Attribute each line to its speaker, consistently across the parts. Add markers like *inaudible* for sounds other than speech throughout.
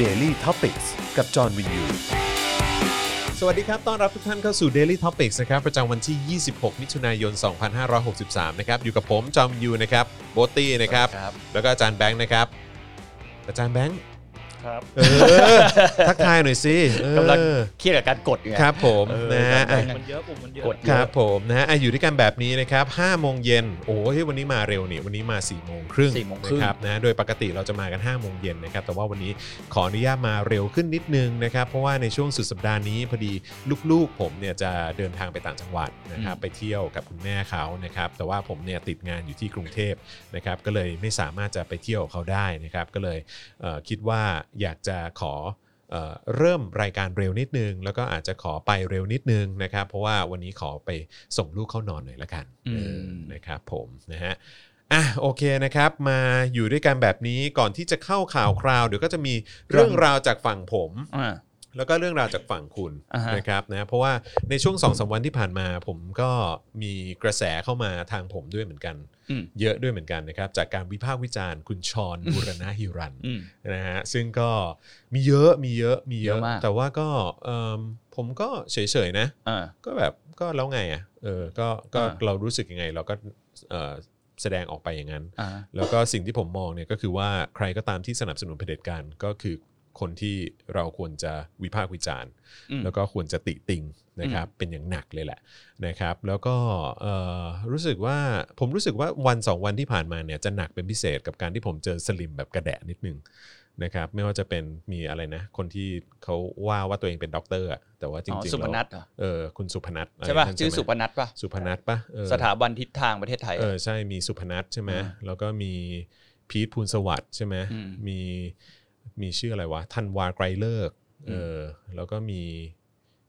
Speaker 1: Daily t o p i c กกับจอห์นวินยู
Speaker 2: สวัสดีครับ ต้อนรับทุกท่านเข้าสู่ Daily Topics นะครับ ประจำวันที่ 26 มิถุนายน 2563 นะครับ อยู่กับผมจอมยูนะครับ โบทตี้นะครับ
Speaker 3: ครับ
Speaker 2: แล้วก็อาจารย์แบงค์นะครับ อาจารย์แบงค์
Speaker 3: ครับ
Speaker 2: เอ
Speaker 3: *laughs*
Speaker 2: อ ทักทายหน่อยสิเออก
Speaker 3: ำลังเครียดกับการกดอยู่ไง
Speaker 2: ครับผม
Speaker 3: เออ
Speaker 2: นะฮะ
Speaker 3: ครับ
Speaker 2: อ่ะ
Speaker 4: มันเยอะปุ่มมันเยอะ
Speaker 3: กด
Speaker 2: ค
Speaker 3: เย
Speaker 2: รั
Speaker 3: อะ
Speaker 2: บผมนะฮะอ่ะอยู่ด้วยกันแบบนี้นะครับ5โมงเย็นโอ้ยวันนี้มาเร็วนี่วันนี้มา4โมงครึ่ง
Speaker 3: สี่โมงครึ่ง
Speaker 2: นะครับนะโดยปกติเราจะมากัน5โมงเย็นนะครับ แต่ว่าวันนี้ขออนุญาตมาเร็วขึ้นนิดนึงนะครับ เพราะว่าในช่วงสุดสัปดาห์นี้พอดีลูกๆ ผมเนี่ยจะเดินทางไปต่างจังหวัดนะครับ
Speaker 3: อืม
Speaker 2: ไปเที่ยวกับคุณแม่เขานะครับ แต่ว่าผมเนี่ยติดงานอยู่ที่กรุงเทพนะครับ ก็เลยไม่สามารถจะไปเที่ยวกับเขาได้นะครับ ก็เลยเอ่อคิดว่าอยากจะขอเอ่อเริ่มรายการเร็วนิดนึง แล้วก็อาจจะขอไปเร็วนิดนึงนะครับ เพราะว่าวันนี้ขอไปส่งลูกเข้านอนหน่อยละกัน
Speaker 3: อืม
Speaker 2: เออนะครับผมนะฮะ อ่ะโอเคนะครับ มาอยู่ด้วยกันแบบนี้ก่อนที่จะเข้าข่าวคราว เดี๋ยวก็จะมีเรื่องราวจากฝั่งผม
Speaker 3: อ่า
Speaker 2: แล้วก็เรื่องราวจากฝั่งคุณ
Speaker 3: อ่าฮะ
Speaker 2: นะครับนะเพราะว่าในช่วง2อสวันที่ผ่านมา ผมก็มีกระแสเข้ามาทางผมด้วยเหมือนกัน
Speaker 3: อืม
Speaker 2: เยอะด้วยเหมือนกันนะครับ จากการวิพากษ์วิจารณ์คุณชอน *laughs* บุรณะฮิรัน
Speaker 3: อืม
Speaker 2: นะฮะซึ่งก็มีเยอะมีเยอะมีเยอะ
Speaker 3: เยอะมาก
Speaker 2: แต่ว่าก็เอิ่มผมก็เฉยๆนะ
Speaker 3: อ่า
Speaker 2: ก็แบบก็แล้วไงอ่ะเออก็ก็
Speaker 3: อ่า
Speaker 2: เรารู้สึกยังไง เราก็เอ่อแสดงออกไปอย่างนั้น
Speaker 3: อ่า
Speaker 2: แล้วก็สิ่งที่ผมมองเนี่ยก็คือว่าใครก็ตามที่สนับสนุนเผด็จการก็คือคนที่เราควรจะวิพากษ์วิจารณ์
Speaker 3: อืม
Speaker 2: แล้วก็ควรจะติติงนะครับเป็นอย่างหนักเลยแหละนะครับ แล้วก็เอ่อรู้สึกว่าผมรู้สึกว่าวันสองวันที่ผ่านมาเนี่ยจะหนักเป็นพิเศษกับการที่ผมเจอสลิมแบบกระแดะนิดนึงนะครับไม่ว่าจะเป็นมีอะไรนะ คนที่เขาว่าว่าตัวเองเป็นด็อกเตอร์อะแต่ว่าจ
Speaker 3: อ๋อ
Speaker 2: ริงๆ
Speaker 3: สุพ
Speaker 2: แล้ว
Speaker 3: นัทเหรอ
Speaker 2: เออคุณสุพนัทอไร
Speaker 3: ใช่ป่ะ
Speaker 2: นั่น
Speaker 3: ชื่อสุพนัทป่ะ
Speaker 2: สุพนัทปะเออ
Speaker 3: สถาบันทิศทางประเทศไทย
Speaker 2: เออใช่มีสุพนัทใช่ไหม
Speaker 3: อ่า
Speaker 2: แล้วก็มีพีทภูลสวัสด์ใช่ไหม
Speaker 3: อืม
Speaker 2: มีมีชื่ออะไรวะทันวาไกรเลิกษ์
Speaker 3: อืม
Speaker 2: เออแล้วก็มี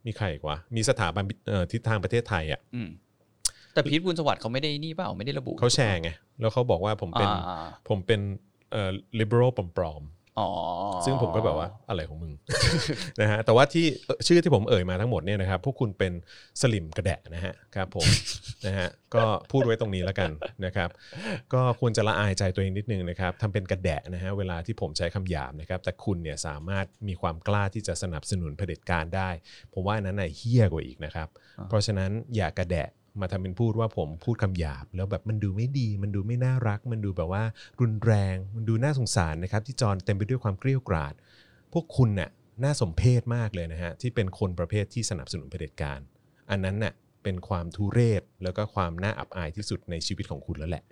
Speaker 2: มีใครอีกวะมีสถาบันเอ่อทิศทางประเทศไทยอ่ะ
Speaker 3: มแต่พีทบุญสวัสดิ์เขาไม่ได้นี่เปล่าไม่ได้ระบุ
Speaker 2: เขาแชร์ไงแล้วเขาบอกว่าผมเป็น
Speaker 3: อ่าอ่า
Speaker 2: ผมเป็นเอ่อ liberal ปลอม
Speaker 3: อ๋อ
Speaker 2: ๆซึ่งผมก็แบบว่าอะไรของมึง *laughs* นะฮะแต่ว่าที่เอ่อชื่อที่ผมเอ่ยมาทั้งหมดเนี่ยนะครับพวกคุณเป็นสลิมกระแดะนะฮะครับผม *laughs* นะฮะก็พูดไว้ตรงนี้แล้วกันนะครับ ก็ควรจะละอายใจตัวเองนิดนึงนะครับทำเป็นกระแดะนะฮะเวลาที่ผมใช้คำหยาบนะครับ แต่คุณเนี่ยสามารถมีความกล้าที่จะสนับสนุนเผด็จการได้ ผมว่าอันนั้นน่ะเฮี้ยกว่าอีกนะครับ เพราะฉะนั้นอย่ากระแดะมาทำเป็นพูดว่าผมพูดคำหยาบ แล้วแบบมันดูไม่ดี มันดูไม่น่ารัก มันดูแบบว่ารุนแรง มันดูน่าสงสารนะครับ ที่จอนเต็มไปด้วยความเกรี้ยวกราด พวกคุณน่ะน่าสมเพชมากเลยนะฮะที่เป็นคนประเภทที่สนับสนุนเผด็จการ อันนั้นน่ะเป็นความทุเรศแล้วก็ความน่าอับอายที่สุดในชีวิตของคุณแล้วแหละ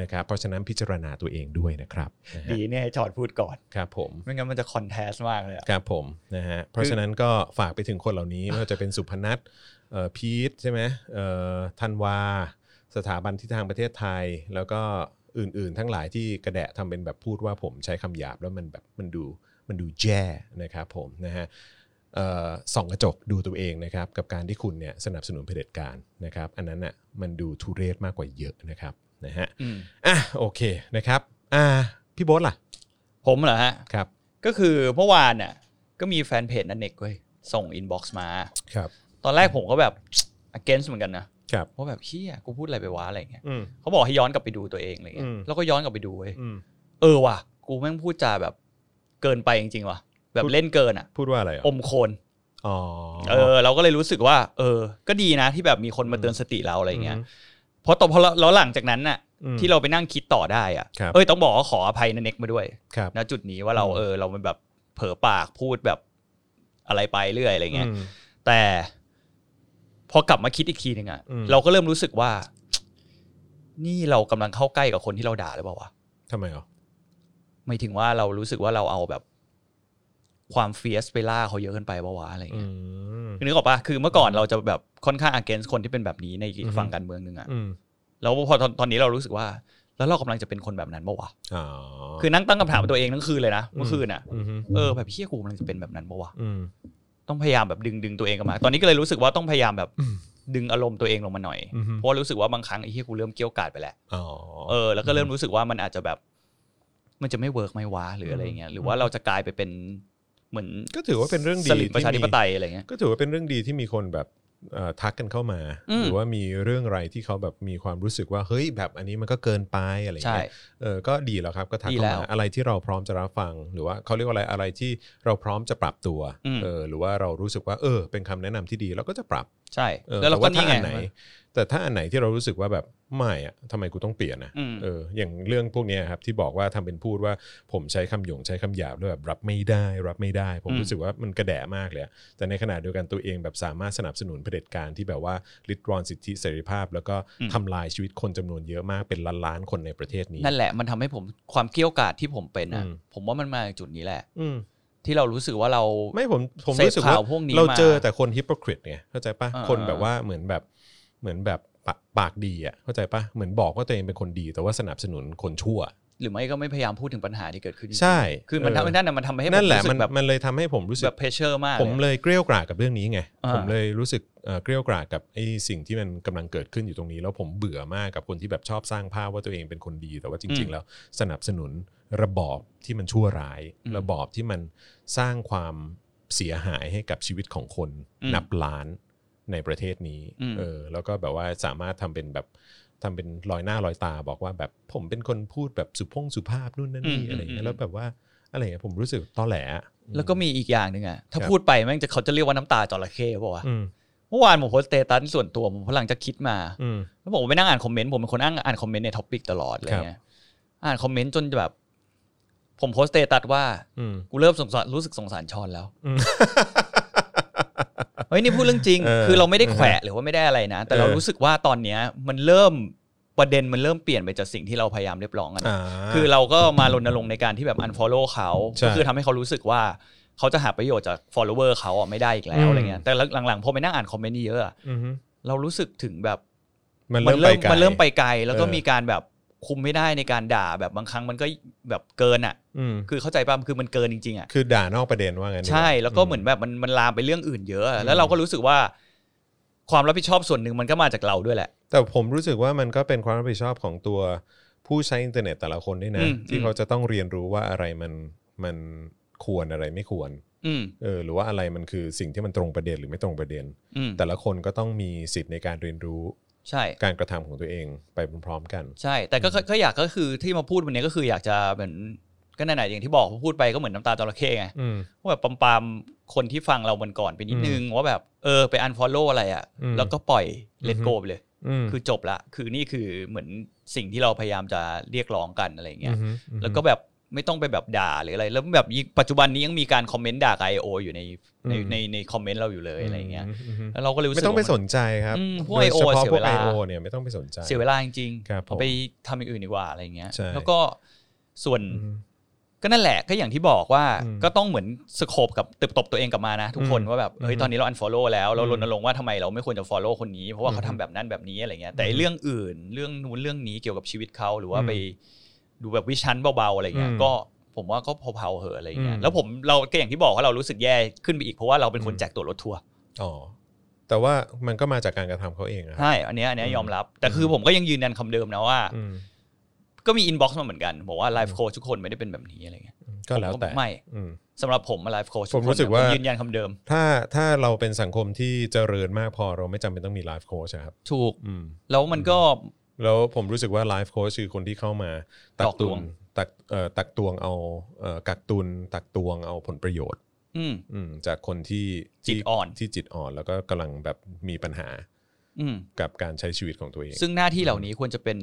Speaker 2: นะครับ เพราะฉะนั้นพิจารณาตัวเองด้วยนะครับนะฮะ
Speaker 3: ดีเนี่ยให้ชอดพูดก่อน
Speaker 2: ครับผม
Speaker 3: ไม่งั้นมันจะคอนแทสมากเลยอะ
Speaker 2: ครับผมนะฮะเพราะฉะนั้นก็ฝากไปถึงคนเหล่านี้ไม่ว่าจะเป็นสุพนัทเอ่อพีทใช่ไหมเอ่อธันวา สถาบันที่ทางประเทศไทย แล้วก็อื่นๆ ทั้งหลายที่กระแดะทำเป็นแบบพูดว่าผมใช้คำหยาบแล้วมันแบบมันดูมันดูแย่นะครับผมนะฮะเอ่อส่องกระจกดูตัวเองนะครับกับการที่คุณเนี่ยสนับสนุนเผด็จการนะครับอันนั้นน่ะมันดูทุเรศมากกว่าเยอะนะครับนะฮะ
Speaker 3: อืม
Speaker 2: อ่ะโอเคนะครับอ่าพี่โบ๊ทล่ะ
Speaker 3: ผมเหรอฮะ
Speaker 2: ครับ
Speaker 3: ก็คือเมื่อวานน่ะ ก็มีแฟนเพจนันเน็กเว้ยส่งอินบ็อกซ์มา
Speaker 2: ครับ
Speaker 3: ตอนแรกผมก็แบบ against เหมือนกันนะครับ เพราะแบบเฮียกูพูดอะไรไปวะอะไรอย่างเงี้ย
Speaker 2: อืม
Speaker 3: เขาบอกให้ย้อนกลับไปดูตัวเองอะไรเงี้
Speaker 2: อื
Speaker 3: ย
Speaker 2: ม
Speaker 3: แล้วก็ย้อนกลับไปดูเว้ย
Speaker 2: อืม
Speaker 3: เออว่ะ กูแม่งพูดจาแบบเกินไปจริงๆว่ะ แบบเล่นเกินอ่ะ
Speaker 2: พูดว่าอะไรอ่ะ
Speaker 3: อมโคน
Speaker 2: อ๋อ
Speaker 3: เออ เราก็เลยรู้สึกว่า เออ ก็ดีนะที่แบบมีคนมาเตือนสติเราอะไรเงี้ย เพราะต่อพอเราเราหลังจากนั้นน่ะ
Speaker 2: อืม
Speaker 3: ที่เราไปนั่งคิดต่อได้อ่ะ
Speaker 2: ครับ
Speaker 3: เอ้ยต้องบอกว่าขออภัยนันเน็กมาด้วย
Speaker 2: ครับ
Speaker 3: นะจุดนี้ว่าเรา
Speaker 2: อืม
Speaker 3: เออ เรามันแบบเผลอปากพูดแบบอะไรไปเรื่อยอะไรเงี้ย
Speaker 2: อืม
Speaker 3: แต่พอกลับมาคิดอีกทีหนึ่งอ่ะ
Speaker 2: อืม
Speaker 3: เราก็เริ่มรู้สึกว่า นี่เรากำลังเข้าใกล้กับคนที่เราด่าหรือเปล่าวะ
Speaker 2: ทำไมอ่ะ
Speaker 3: ไม่ถึงว่าเรารู้สึกว่าเราเอาแบบความเฟียสไปล่าเขาเยอะเกินไปปะวะอะไร
Speaker 2: อื
Speaker 3: เ
Speaker 2: ม
Speaker 3: งี้ยคือนึกออกปะคือเมื่อก่อนเราจะแบบค่อนข้าง against คนที่เป็นแบบนี้ใน
Speaker 2: อือฮึ
Speaker 3: ฝั่งการเมืองนึงอะ
Speaker 2: อืม
Speaker 3: แล้วพอตอนตอนนี้เรารู้สึกว่า แล้วเรากำลังจะเป็นคนแบบนั้นปะวะ
Speaker 2: อ๋อ
Speaker 3: คือนั่งตั้งคำถามกับตัวเองทั้งคืนเลยนะเมื่อคืนอะ
Speaker 2: อืมฮึ
Speaker 3: เออแบบเฮียกูกำลังจะเป็นแบบนั้นปะวะ
Speaker 2: อืม
Speaker 3: ต้องพยายามแบบดึงดึงตัวเองกลับมา ตอนนี้ก็เลยรู้สึกว่าต้องพยายามแบบ
Speaker 2: อืม
Speaker 3: ดึงอารมณ์ตัวเองลงมาหน่อย
Speaker 2: อือฮึ
Speaker 3: เพราะว่ารู้สึกว่าบางครั้งไอ้เฮียกูเริ่มเกรี้ยวกราดไปแล้ว
Speaker 2: อ๋อ
Speaker 3: เออแล้วก็เริ่มรู้สึกว่ามันอาจจะแบบ มันจะไม่เวิร์กไหม่วะหรืออะไรเงี้ยหรือว่าเราจะกลายไปเป็นเหมือน
Speaker 2: ก็ถือว่าเป็นเรื่องดี
Speaker 3: สลิมประชาธิปไตยอะไรเงี้ย
Speaker 2: ก็ถือว่าเป็นเรื่องดีที่มีคนแบบ เอ่อทักกันเข้ามา
Speaker 3: อืม
Speaker 2: หรือว่ามีเรื่องอะไรที่เขาแบบมีความรู้สึกว่าเฮ้ยแบบอันนี้มันก็เกินไปอะไรอย่าง
Speaker 3: ใช่
Speaker 2: เงี้ย เออก็ดีแล้วครับก็ทัก
Speaker 3: ดี
Speaker 2: เข้า
Speaker 3: แล้ว
Speaker 2: มาอะไรที่เราพร้อมจะรับฟัง หรือว่าเขาเรียกว่าอะไรอะไรที่เราพร้อมจะปรับตัว
Speaker 3: อืม
Speaker 2: เออหรือว่าเรารู้สึกว่าเออ เป็นคำแนะนำที่ดีเราก็จะปรับ
Speaker 3: ใช่
Speaker 2: ออ
Speaker 3: แล้วเราก็
Speaker 2: ต่
Speaker 3: นี่
Speaker 2: ถ้า
Speaker 3: ไง
Speaker 2: อันไหน แต่ถ้าอันไหนที่เรารู้สึกว่าแบบไม่อะทำไมกูต้องเปลี่ยนนะ
Speaker 3: อืม
Speaker 2: เอออย่างเรื่องพวกเนี้ยครับที่บอกว่าทำเป็นพูดว่าผมใช้คำหยงใช้คำหยาบแล้วแบบรับไม่ได้ รับไม่ได้ ผมรู้สึกว่ามันกระแดะมากเลยอะแต่ในขณะเดียวกันตัวเองแบบสามารถสนับสนุนเผด็จการที่แบบว่าลิดรอนสิทธิเสรีภาพ แล้วก็ทำลายชีวิตคนจำนวนเยอะมากเป็นล้านๆคนในประเทศนี้
Speaker 3: นั่นแหละมันทำให้ผมความเกรี้ยวกราดที่ผมเป็นอ่ะ
Speaker 2: อืม
Speaker 3: ผมว่ามันมาจากจุดนี้แหละ
Speaker 2: อืม
Speaker 3: ที่เรารู้สึกว่าเรา
Speaker 2: ไม่ผมผม
Speaker 3: เสพ
Speaker 2: รู้สึกว่า
Speaker 3: ข่าวพวกนี้
Speaker 2: เรา
Speaker 3: มา
Speaker 2: เจอแต่คนฮิปโปคริตไงเข้าใจปะ
Speaker 3: อ่า
Speaker 2: คนแบบว่าเหมือนแบบเหมือนแบบปากปากดีอ่ะเข้าใจปะเหมือนบอกว่าตัวเองเป็นคนดี แต่ว่าสนับสนุนคนชั่ว
Speaker 3: หรือไม่ก็ไม่พยายามพูดถึงปัญหาที่เกิดขึ้นจริงๆ
Speaker 2: ใช่
Speaker 3: คือมัน
Speaker 2: เออ
Speaker 3: ทำให้นั่นน่ะมันทำให้ผม
Speaker 2: นั่นแหละ
Speaker 3: รู้สึ
Speaker 2: มัน
Speaker 3: กแบบ
Speaker 2: มันเลยทำให้ผมรู้สึ
Speaker 3: แบ
Speaker 2: ก
Speaker 3: บเพชเชอร์มาก
Speaker 2: ผม
Speaker 3: เลย
Speaker 2: เลยเกรี้ยวกราดกับเรื่องนี้ไง
Speaker 3: อ่า
Speaker 2: ผมเลยรู้สึกเอ่อเกรี้ยวกราดกับไอ้สิ่งที่มันกำลังเกิดขึ้นอยู่ตรงนี้ แล้วผมเบื่อมากกับคนที่แบบชอบสร้างภาพว่าตัวเองเป็นคนดี แต่ว่าจริง ๆ แล้วสนับสนุนระบอบที่มันชั่วร้าย ระบอบที่มันสร้างความเสียหายให้กับชีวิตของคน
Speaker 3: อืม
Speaker 2: นับล้านในประเทศนี้
Speaker 3: อืม
Speaker 2: เออแล้วก็แบบว่าสามารถทำเป็นแบบทำเป็นลอยหน้าลอยตาบอกว่าแบบผมเป็นคนพูดแบบสุพงสุภาพนู่นนั่นนี่อะไรอย่างเงี้ยแล้วแบบว่าอะไรอย่างเงี้ยผมรู้สึกตอแหลอะ
Speaker 3: แล้วก็มีอีกอย่างหนึ่งอ่ะถ้า
Speaker 2: ครับ
Speaker 3: พูดไปแม่งจะเขาจะเรียกว่าน้ำตาจระเข้ป่าวะ
Speaker 2: อืม
Speaker 3: เมื่อวานผมโพสต์สเตตัสส่วนตัวผมพลังจะคิดมา
Speaker 2: อืม
Speaker 3: แล้วผมไปนั่งอ่านคอมเมนต์ผมเป็นคนอ่านอ่านคอมเมนต์ในท็อปิกตลอดอะไรเงี้ยอ่านคอมเมนต์จนแบบ ผมโพสต์สเตตัสว่า
Speaker 2: อืม
Speaker 3: กูเริ่มสงสารรู้สึกสงสารชอนแล้ว
Speaker 2: อืม
Speaker 3: เฮ้ยนี่พูดเรื่องจริง
Speaker 2: เออ
Speaker 3: คือเราไม่ได้แขวะหรือว่าไม่ได้อะไรนะ แต่เรา
Speaker 2: เออ
Speaker 3: รู้สึกว่าตอนเนี้ย มันเริ่มประเด็นมันเริ่มเปลี่ยนไปจากสิ่งที่เราพยายามเรียบร้องกัน
Speaker 2: อ่า
Speaker 3: คือเราก็มารณรงค์ในการที่แบบ unfollow เขา
Speaker 2: ใช่
Speaker 3: ก็คือทำให้เขารู้สึกว่าเขาจะหาประโยชน์จาก follower เขาอ่ะไม่ได้อีกแล้
Speaker 2: อื
Speaker 3: ว
Speaker 2: ม
Speaker 3: อะไรเงี้ยแต่หลังๆพอไปนั่งอ่านคอมเมนต์เยอะๆอะ
Speaker 2: อืมฮึ
Speaker 3: เรารู้สึกถึงแบบ
Speaker 2: มัน
Speaker 3: มั
Speaker 2: เริ่
Speaker 3: น
Speaker 2: ม
Speaker 3: เริ่ม
Speaker 2: ไปไกล
Speaker 3: มันเริ่มไปไกลแล้วก็
Speaker 2: เออ
Speaker 3: มีการแบบคุมไม่ได้ในการด่าแบบบางครั้งมันก็แบบเกินอ่ะ
Speaker 2: อืม
Speaker 3: คือเข้าใจป่ะคือมันเกินจริงๆอ่ะ
Speaker 2: คือด่านอกประเด็นว่างั้นดีกา
Speaker 3: ใช่แล้วก็เหมือนแบบมันมันลามไปเรื่องอื่นเยอะอะแล้วเราก็รู้สึกว่า ความรับผิดชอบส่วนหนึ่งมันก็มาจากเราด้วยแหละ
Speaker 2: แต่ผมรู้สึกว่ามันก็เป็นความรับผิดชอบของตัวผู้ใช้อินเทอร์เน็ตแต่ละคนด้วยนะ
Speaker 3: อืมอื
Speaker 2: ที่
Speaker 3: ม
Speaker 2: เขาจะต้องเรียนรู้ว่าอะไรมันมันควรอะไรไม่ควร
Speaker 3: อืม
Speaker 2: เออ หรือว่าอะไรมันคือสิ่งที่มันตรงประเด็นหรือไม่ตรงประเด็น
Speaker 3: อืม
Speaker 2: แต่ละคนก็ต้องมีสิทธิ์ในการเรียนรู้
Speaker 3: ใช่
Speaker 2: การกระทำของตัวเองไปพร้อมๆกัน
Speaker 3: ใช่ แต่ก็ก็ก็อยากก็คือที่มาพูดวันนี้ก็คืออยากจะเหมือนก็นั่นแหละอย่างที่บอกพอพูดไปก็เหมือนน้ำตาจระเข้ไง
Speaker 2: อืม
Speaker 3: ว่าแบบปามๆคนที่ฟังเรามันก่อนไปนิดนึงว่าแบบเออไป unfollow อะไรอ่ะ
Speaker 2: อืม
Speaker 3: แล้วก็ปล่อยเลต
Speaker 2: อือฮึ
Speaker 3: โกไปเลย
Speaker 2: อืม
Speaker 3: คือจบละ คือนี่คือเหมือนสิ่งที่เราพยายามจะเรียกร้องกันอะไรอย่างเงี้ย
Speaker 2: อืมอืม
Speaker 3: แล้วก็แบบไม่ต้องไปแบบด่าหรืออะไร แล้วแบบยิ่งปัจจุบันนี้ยังมีการคอมเมนต์ด่าไอโออยู่ในใน
Speaker 2: อืม
Speaker 3: ในในคอมเมนต์เราอยู่เลยอะไรอย่างเงี้ย
Speaker 2: มอืมอืม
Speaker 3: แล้วเราก็เลยรู้สึก
Speaker 2: ไม่ต้องไป
Speaker 3: ว่า
Speaker 2: ส
Speaker 3: น
Speaker 2: นใจครับ
Speaker 3: อืมพวก
Speaker 2: โดย
Speaker 3: IO
Speaker 2: เฉพาะพวก
Speaker 3: เสี
Speaker 2: ไอย
Speaker 3: เว
Speaker 2: โอ
Speaker 3: ลา
Speaker 2: เนี่ยไม่ต้องไปสนใจ
Speaker 3: เสียเวลาจริง
Speaker 2: ครับผม
Speaker 3: เอาไปทำอย่างอื่นดีกว่าอะไรอย่างเงี้ย
Speaker 2: ใช่
Speaker 3: แล้วก็ส่วน
Speaker 2: อืม
Speaker 3: ก็นั่นแหละก็อย่างที่บอกว่า
Speaker 2: อืม
Speaker 3: ก็ต้องเหมือนสโคบกับติบตบตัวเองกลับมานะ ทุกคน
Speaker 2: อืม
Speaker 3: ว่าแบบเฮ้ย
Speaker 2: อืม
Speaker 3: ตอนนี้เราอันฟอลโล่แล้วเรา
Speaker 2: อืม
Speaker 3: รณรงค์ว่าทำไมเราไม่ควรจะฟอลโล่คนนี้ เพราะว่าเขา
Speaker 2: อืม
Speaker 3: ทำแบบนั้นแบบนี้อะไรเงี้ยแต่ไอ้
Speaker 2: อืม
Speaker 3: เรื่องอื่นเรื่องนู้นเรื่องนี้เกี่ยวกับชีวิตเขาหรือว่า
Speaker 2: อืม
Speaker 3: ไปดูแบบวิชันเบาๆอะไรเงี้ย
Speaker 2: อืม
Speaker 3: ก็ผมว่าก็พอๆเหอะอะไรเงี้ย
Speaker 2: อืม
Speaker 3: แล้วผมเราก็อย่างที่บอกว่าเรารู้สึกแย่ขึ้นไปอีกเพราะว่าเราเป็นคนแจกตั๋วรถทัวร์
Speaker 2: อ๋อแต่ว่ามันก็มาจากการกระทำเขาเองอะครับ
Speaker 3: ใช่อันเนี้ยอันเนี้ย
Speaker 2: อืม
Speaker 3: ยอมรับ แต่คือผมก็ยังยืนยันคำเดิมนะว่า
Speaker 2: อืม
Speaker 3: ก็มีอินบ็อกซ์มาเหมือนกัน บอกว่าไลฟ์โค้ชทุกคนไม่ได้เป็นแบบนี้อะไรเงี้ย
Speaker 2: ก็แล้วแต่
Speaker 3: ไม่
Speaker 2: อืม
Speaker 3: สำหรับผมไลฟ์โค้ช
Speaker 2: ผมรู้สึกว่า
Speaker 3: ยืนยันคำเดิม
Speaker 2: ถ้าถ้าเราเป็นสังคมที่เจริญมากพอเราไม่จำเป็นต้องมีไลฟ์โค้ชครับ
Speaker 3: ถูก
Speaker 2: อืม
Speaker 3: แล้วมันก็
Speaker 2: แล้วผมรู้สึกว่าไลฟ์โค้ชคือคนที่เข้ามาตั
Speaker 3: หลอกล
Speaker 2: ตุ
Speaker 3: วง
Speaker 2: นตักเอ่อตักตวงเอาเอ่อกักตุนตักตวงเอาผลประโยชน์
Speaker 3: อืม
Speaker 2: อืมจากคนที่
Speaker 3: จิต
Speaker 2: ที่
Speaker 3: อ่อน
Speaker 2: ที่จิตอ่อน แล้วก็กำลังแบบมีปัญหา
Speaker 3: อืม
Speaker 2: กับการใช้ชีวิตของตัวเอง
Speaker 3: ซึ่งหน้าที่เหล่านี้ควรจะเป็น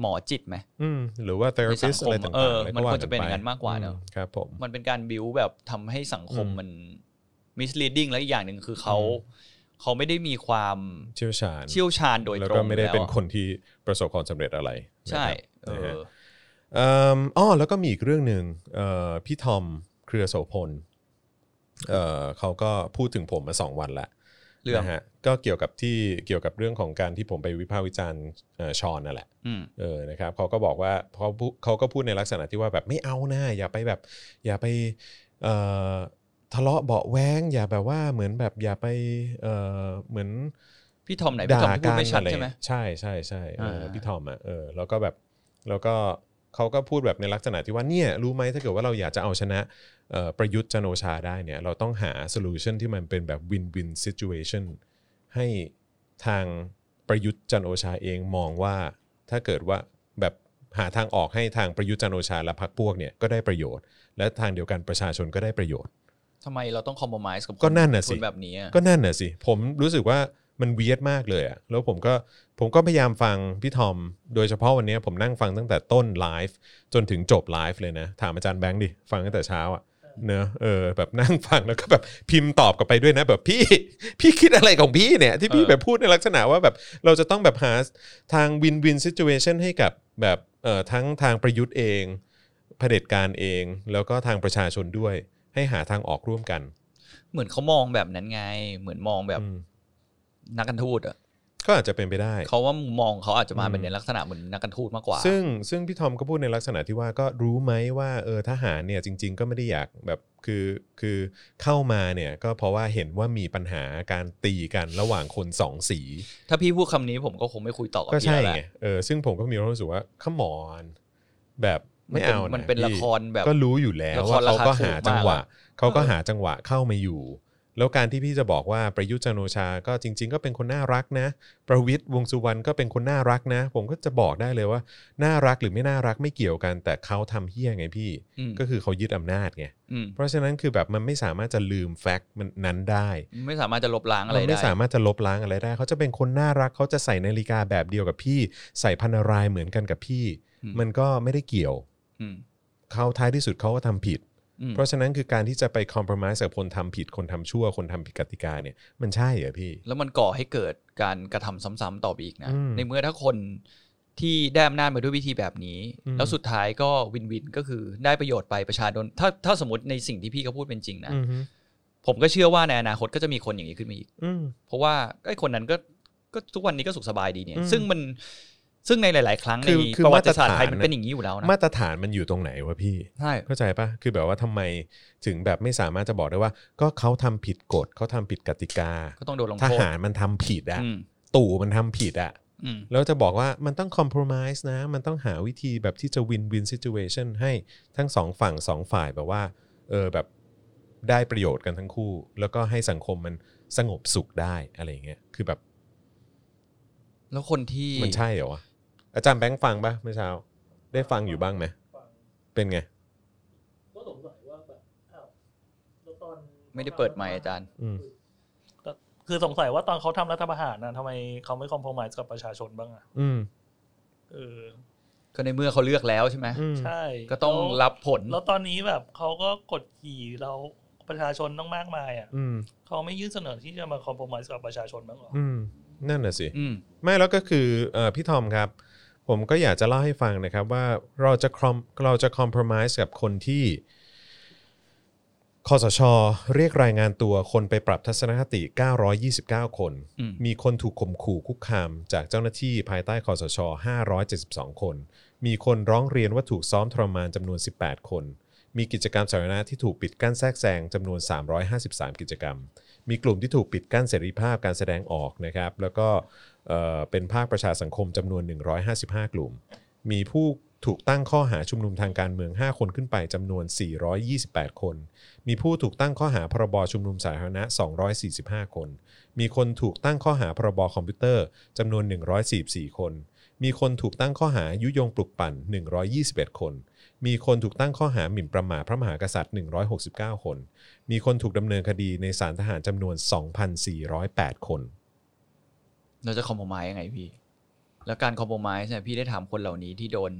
Speaker 3: หมอจิตไหม
Speaker 2: อืมหรือว่าเทอราพิสอะ
Speaker 3: ในสังคม
Speaker 2: ไรต่างๆ
Speaker 3: เออ
Speaker 2: ลย
Speaker 3: มัน
Speaker 2: ก็
Speaker 3: ควรจะเป็นอย่างนั้น
Speaker 2: ไ
Speaker 3: มากกว่าเนอะ
Speaker 2: อืมครับผม
Speaker 3: มันเป็นการบิวแบบทำให้สังคม
Speaker 2: อืม
Speaker 3: มัน misleading แล้วอีกอย่างหนึ่งคือเขา
Speaker 2: อื
Speaker 3: เขาไม่ได้มีความ
Speaker 2: เชี่ยวชาญ
Speaker 3: เชี่ยวชาญโดย
Speaker 2: แล้ว
Speaker 3: ตร
Speaker 2: ก็
Speaker 3: ง
Speaker 2: ไม่ได้
Speaker 3: อยู่
Speaker 2: เป็น
Speaker 3: อะ
Speaker 2: คนที่ประสบความสำเร็จอะไร
Speaker 3: ใช่เอ
Speaker 2: นะครับนะฮะ
Speaker 3: อ
Speaker 2: เอิ่มอ๋อแล้วก็มีอีกเรื่องหนึ่งเอ่อพี่ทอมเครือโสพลเอ่อเขาก็พูดถึงผมมาสองวันละ
Speaker 3: เรื่อง
Speaker 2: นะฮะก็เกี่ยวกับที่เกี่ยวกับเรื่องของการที่ผมไปวิพากษ์วิจารณ์เอ่อชอนนั่นแหละ
Speaker 3: อืม
Speaker 2: เออ นะครับเขาก็บอกว่าเขาพูเขาก็พูดในลักษณะที่ว่าแบบไม่เอานะ อย่าไปแบบ อย่าไปเอ่อทะเลาะเบาะแว้ง อย่าแบบว่าเหมือนแบบอย่าไปเอ่อเหมือน
Speaker 3: พี่ทอมไหนพี่ทอมพูดไม่ชัด
Speaker 2: ด่ากั
Speaker 3: ใช่ไหม
Speaker 2: ใช่ใช่ใช่เอออา พี่ทอมอ่ะเออแล้วก็แบบแล้วก็เขาก็พูดแบบในลักษณะที่ว่าเนี่ยรู้ไหมถ้าเกิดว่าเราอยากจะเอาชนะเอ่อประยุทธ์จันทร์โอชาได้เนี่ยเราต้องหาโซลูชันที่มันเป็นแบบ win-win situation ให้ทางประยุทธ์จันทร์โอชาเองมองว่าถ้าเกิดว่าแบบหาทางออกให้ทางประยุทธ์จันทร์โอชาและพรรคพวกเนี่ยก็ได้ประโยชน์ และทางเดียวกันประชาชนก็ได้ประโยชน์
Speaker 3: ทำไมเราต้องคอมโพมไ s ์กับค
Speaker 2: ก็นั่นน่ะสิ
Speaker 3: คนแบบนี้อะ
Speaker 2: ก็นั่นน่ะสิ ผมรู้สึกว่ามันเวียดมากเลยอะแล้วผมก็ผมก็พยายามฟังพี่ทอม โดยเฉพาะวันเนี้ยผมนั่งฟังตั้งแต่ต้นไลฟ์จนถึงจบไลฟ์เลยนะ ถามอาจารย์แบงค์ดิ ฟังตั้งแต่เช้าอะเนอะเออแบบนั่งฟังแล้วก็แบบพิมพ์ตอบกลับไปด้วยนะแบบพี่ พี่คิดอะไรของพี่เนี่ย ที่พี่แบบพูดในลักษณะว่าแบบเราจะต้องแบบหาทางวินวินซิจูเอชันให้กับแบบเอ่อทั้งทางประยุทธ์เองเผด็จการเอง แล้วก็ทางประชาชนด้วย ให้หาทางออกร่วมกัน
Speaker 3: เหมือนเขามองแบบนั้นไง เหมือนมองแบบ
Speaker 2: อืม
Speaker 3: นักการทูตอะ
Speaker 2: ก็อาจจะเป็นไปได้
Speaker 3: เขาว่ามุมมองเขาอาจจะมา
Speaker 2: อืม
Speaker 3: เป็นในลักษณะเหมือนนักการทูตมากกว่า
Speaker 2: ซึ่งซึ่งพี่ทอมก็พูดในลักษณะที่ว่าก็รู้ไหมว่าเออทหารเนี่ยจริง ๆ ก็ไม่ได้อยากแบบคือคือเข้ามาเนี่ยก็เพราะว่าเห็นว่ามีปัญหาการตีกันระหว่างคนสองสี
Speaker 3: ถ้าพี่พูดคำนี้ผมก็คงไม่คุยต่อกับ
Speaker 2: ก็
Speaker 3: พี่
Speaker 2: ใช่
Speaker 3: แล้วแห
Speaker 2: ไง
Speaker 3: ละ
Speaker 2: เออซึ่งผมก็มีความรู้สึกว่าขมอนแบบไม่เอา
Speaker 3: นป็น
Speaker 2: มั
Speaker 3: มันเป็นละครแบบ
Speaker 2: ก็รู้อยู่แล้ว
Speaker 3: ละค
Speaker 2: ว่ารเขาก็
Speaker 3: ราคา
Speaker 2: หา
Speaker 3: ถูก
Speaker 2: จังหวะ
Speaker 3: มาก
Speaker 2: เขาก็หาจังหวะเข้ามาอยู่ แล้วการที่พี่จะบอกว่าประยุทธ์จันทร์โอชาก็จริง ๆ ก็เป็นคนน่ารักนะ ประวิทย์วงษ์สุวรรณก็เป็นคนน่ารักนะ ผมก็จะบอกได้เลยว่าน่ารักหรือไม่น่ารักไม่เกี่ยวกัน แต่เขาทำเฮี้ยไงพี่
Speaker 3: อืม
Speaker 2: ก็คือเขายึดอำนาจไง
Speaker 3: อืม
Speaker 2: เพราะฉะนั้นคือแบบมันไม่สามารถจะลืมแฟกต์มันนั้นได้
Speaker 3: ไม่สามารถจะลบล้างอะไร
Speaker 2: มัน
Speaker 3: ได้
Speaker 2: ไม่สามารถจะลบล้างอะไรได้ เขาจะเป็นคนน่ารัก เขาจะใส่นาฬิกาแบบเดียวกับพี่ ใส่พันรายเหมือนกันกับพี่
Speaker 3: อืม
Speaker 2: มันก็ไม่ได้เกี่ยว
Speaker 3: อืม
Speaker 2: เขาท้ายที่สุดเขาก็ทำผิด
Speaker 3: อืม
Speaker 2: เพราะฉะนั้นคือการที่จะไปคอมเพลมไ s e กับคนทำผิด คนทำชั่ว คนทำผิดกติกาเนี่ย มันใช่เหรอพี่
Speaker 3: แล้วมันก่อให้เกิดการกระทำซ้ำๆต่อไปอีกนะ
Speaker 2: อืม
Speaker 3: ในเมื่อถ้าคนที่ได้อำนาจมาด้วยวิธีแบบนี้
Speaker 2: อืม
Speaker 3: แล้วสุดท้ายก็วินวินก็คือได้ประโยชน์ไปประชาชนถ้าถ้าสมมติในสิ่งที่พี่เขาพูดเป็นจริงนะ
Speaker 2: อือฮึ
Speaker 3: ผมก็เชื่อว่าในอนาคตก็จะมีคนอย่างนี้ขึ้นมาอีก
Speaker 2: อืม
Speaker 3: เพราะว่าไอ้คนนั้นก็ก็ทุกวันนี้ก็สุขสบายดีเนี่ย
Speaker 2: อืม
Speaker 3: ซึ่งมันซึ่งในหลาย ๆ ครั้งใน
Speaker 2: คือคือ
Speaker 3: ประวัติศาสตร์
Speaker 2: มาตรฐาน
Speaker 3: ไทยมันเป็นอย่างนี้อยู่แล้วนะ
Speaker 2: มาตรฐานมันอยู่ตรงไหนวะพี่
Speaker 3: ใช่
Speaker 2: เข้าใจปะคือแบบว่าทำไมถึงแบบไม่สามารถจะบอกได้ว่า ก็เขาทำผิดกฎ เขาทำผิดกติกา
Speaker 3: ก็ต้องโดนลง
Speaker 2: ท
Speaker 3: โทษ
Speaker 2: หารมันทำผิดอะ
Speaker 3: อืม
Speaker 2: ตู่มันทำผิดอะ
Speaker 3: อืม
Speaker 2: แล้วจะบอกว่ามันต้องคอม p r o m i s e นะ มันต้องหาวิธีแบบที่จะวินวินซิ t u เ t ชันให้ทั้งสองฝั่งสองฝ่ายแบบว่าเออแบบได้ประโยชน์กันทั้งคู่ แล้วก็ให้สังคมมันสงบสุขได้อะไรอย่างเงี้ยคือแบบ
Speaker 3: แล้วคนที่
Speaker 2: มันใช่เหรอวะอาจารย์แบงค์ฟังปะเมื่อเช้า ได้ฟังอยู่บ้างไหมเป็นไง
Speaker 4: ก็สงสัยว่าแบบอ้าวแล้วตอน
Speaker 3: ไม่ได้เปิดไมค์อาจารย์
Speaker 2: อืม
Speaker 4: คือสงสัยว่าตอนเขาทำรัฐประหารนะทำไมเขาไม่คอมโพมายกับประชาชนบ้างอ่ะ
Speaker 2: อืม
Speaker 4: เออ
Speaker 3: ก็ในเมื่อเขาเลือกแล้วใช่ไหม
Speaker 2: อืม
Speaker 4: ใช่
Speaker 3: ก็ต้อง
Speaker 4: แล้ว
Speaker 3: รับผล
Speaker 4: แล้วตอนนี้แบบเขาก็กดขี่เราประชาชนต้องมากมายอ่ะ
Speaker 2: อืม
Speaker 4: เขาไม่ยื่นเสนอที่จะมาคอมโพมายกับประชาชนบ้างเหรอ
Speaker 2: อืมนั่นน่ะสิ
Speaker 3: อืม
Speaker 2: ไม่แล้วก็คือเอ่อพี่ทอมครับ ผมก็อยากจะเล่าให้ฟังนะครับว่าเราจะคอมเราจะคอมเพลมไ s e กับคนที่คอสช เรียกรายงานตัวคนไปปรับทัศนคติ 929 คน
Speaker 3: อืม
Speaker 2: มีคนถูกข่มขู่คุกคาม จากเจ้าหน้าที่ภายใต้คอสช 572 คน มีคนร้องเรียนว่าถูกซ้อมทรมานจำนวน 18 คน มีกิจกรรมสาธารณะที่ถูกปิดกั้นแทรกแซงจำนวน 353 กิจกรรม มีกลุ่มที่ถูกปิดกั้นเสรีภาพการแสดงออกนะครับ แล้วก็เอ่อเป็นภาคประชาสังคมจำนวน 155 กลุ่ม มีผู้ถูกตั้งข้อหาชุมนุมทางการเมือง 5 คนขึ้นไปจำนวน 428 คน มีผู้ถูกตั้งข้อหาพรบชุมนุมสาธารณะ 245 คน มีคนถูกตั้งข้อหาพรบคอมพิวเตอร์จำนวน 144 คน มีคนถูกตั้งข้อหายุยงปลุกปั่น 121 คน มีคนถูกตั้งข้อหาหมิ่นประมาทพระมหากษัตริย์ 169 คน มีคนถูกดำเนินคดีในศาลทหารจำนวน 2,408 คน
Speaker 3: เราจะคอมโพมายยังไงพี่ แล้วการคอมโพมายเนี่ยพี่ได้ถามคนเหล่านี้ที่โดน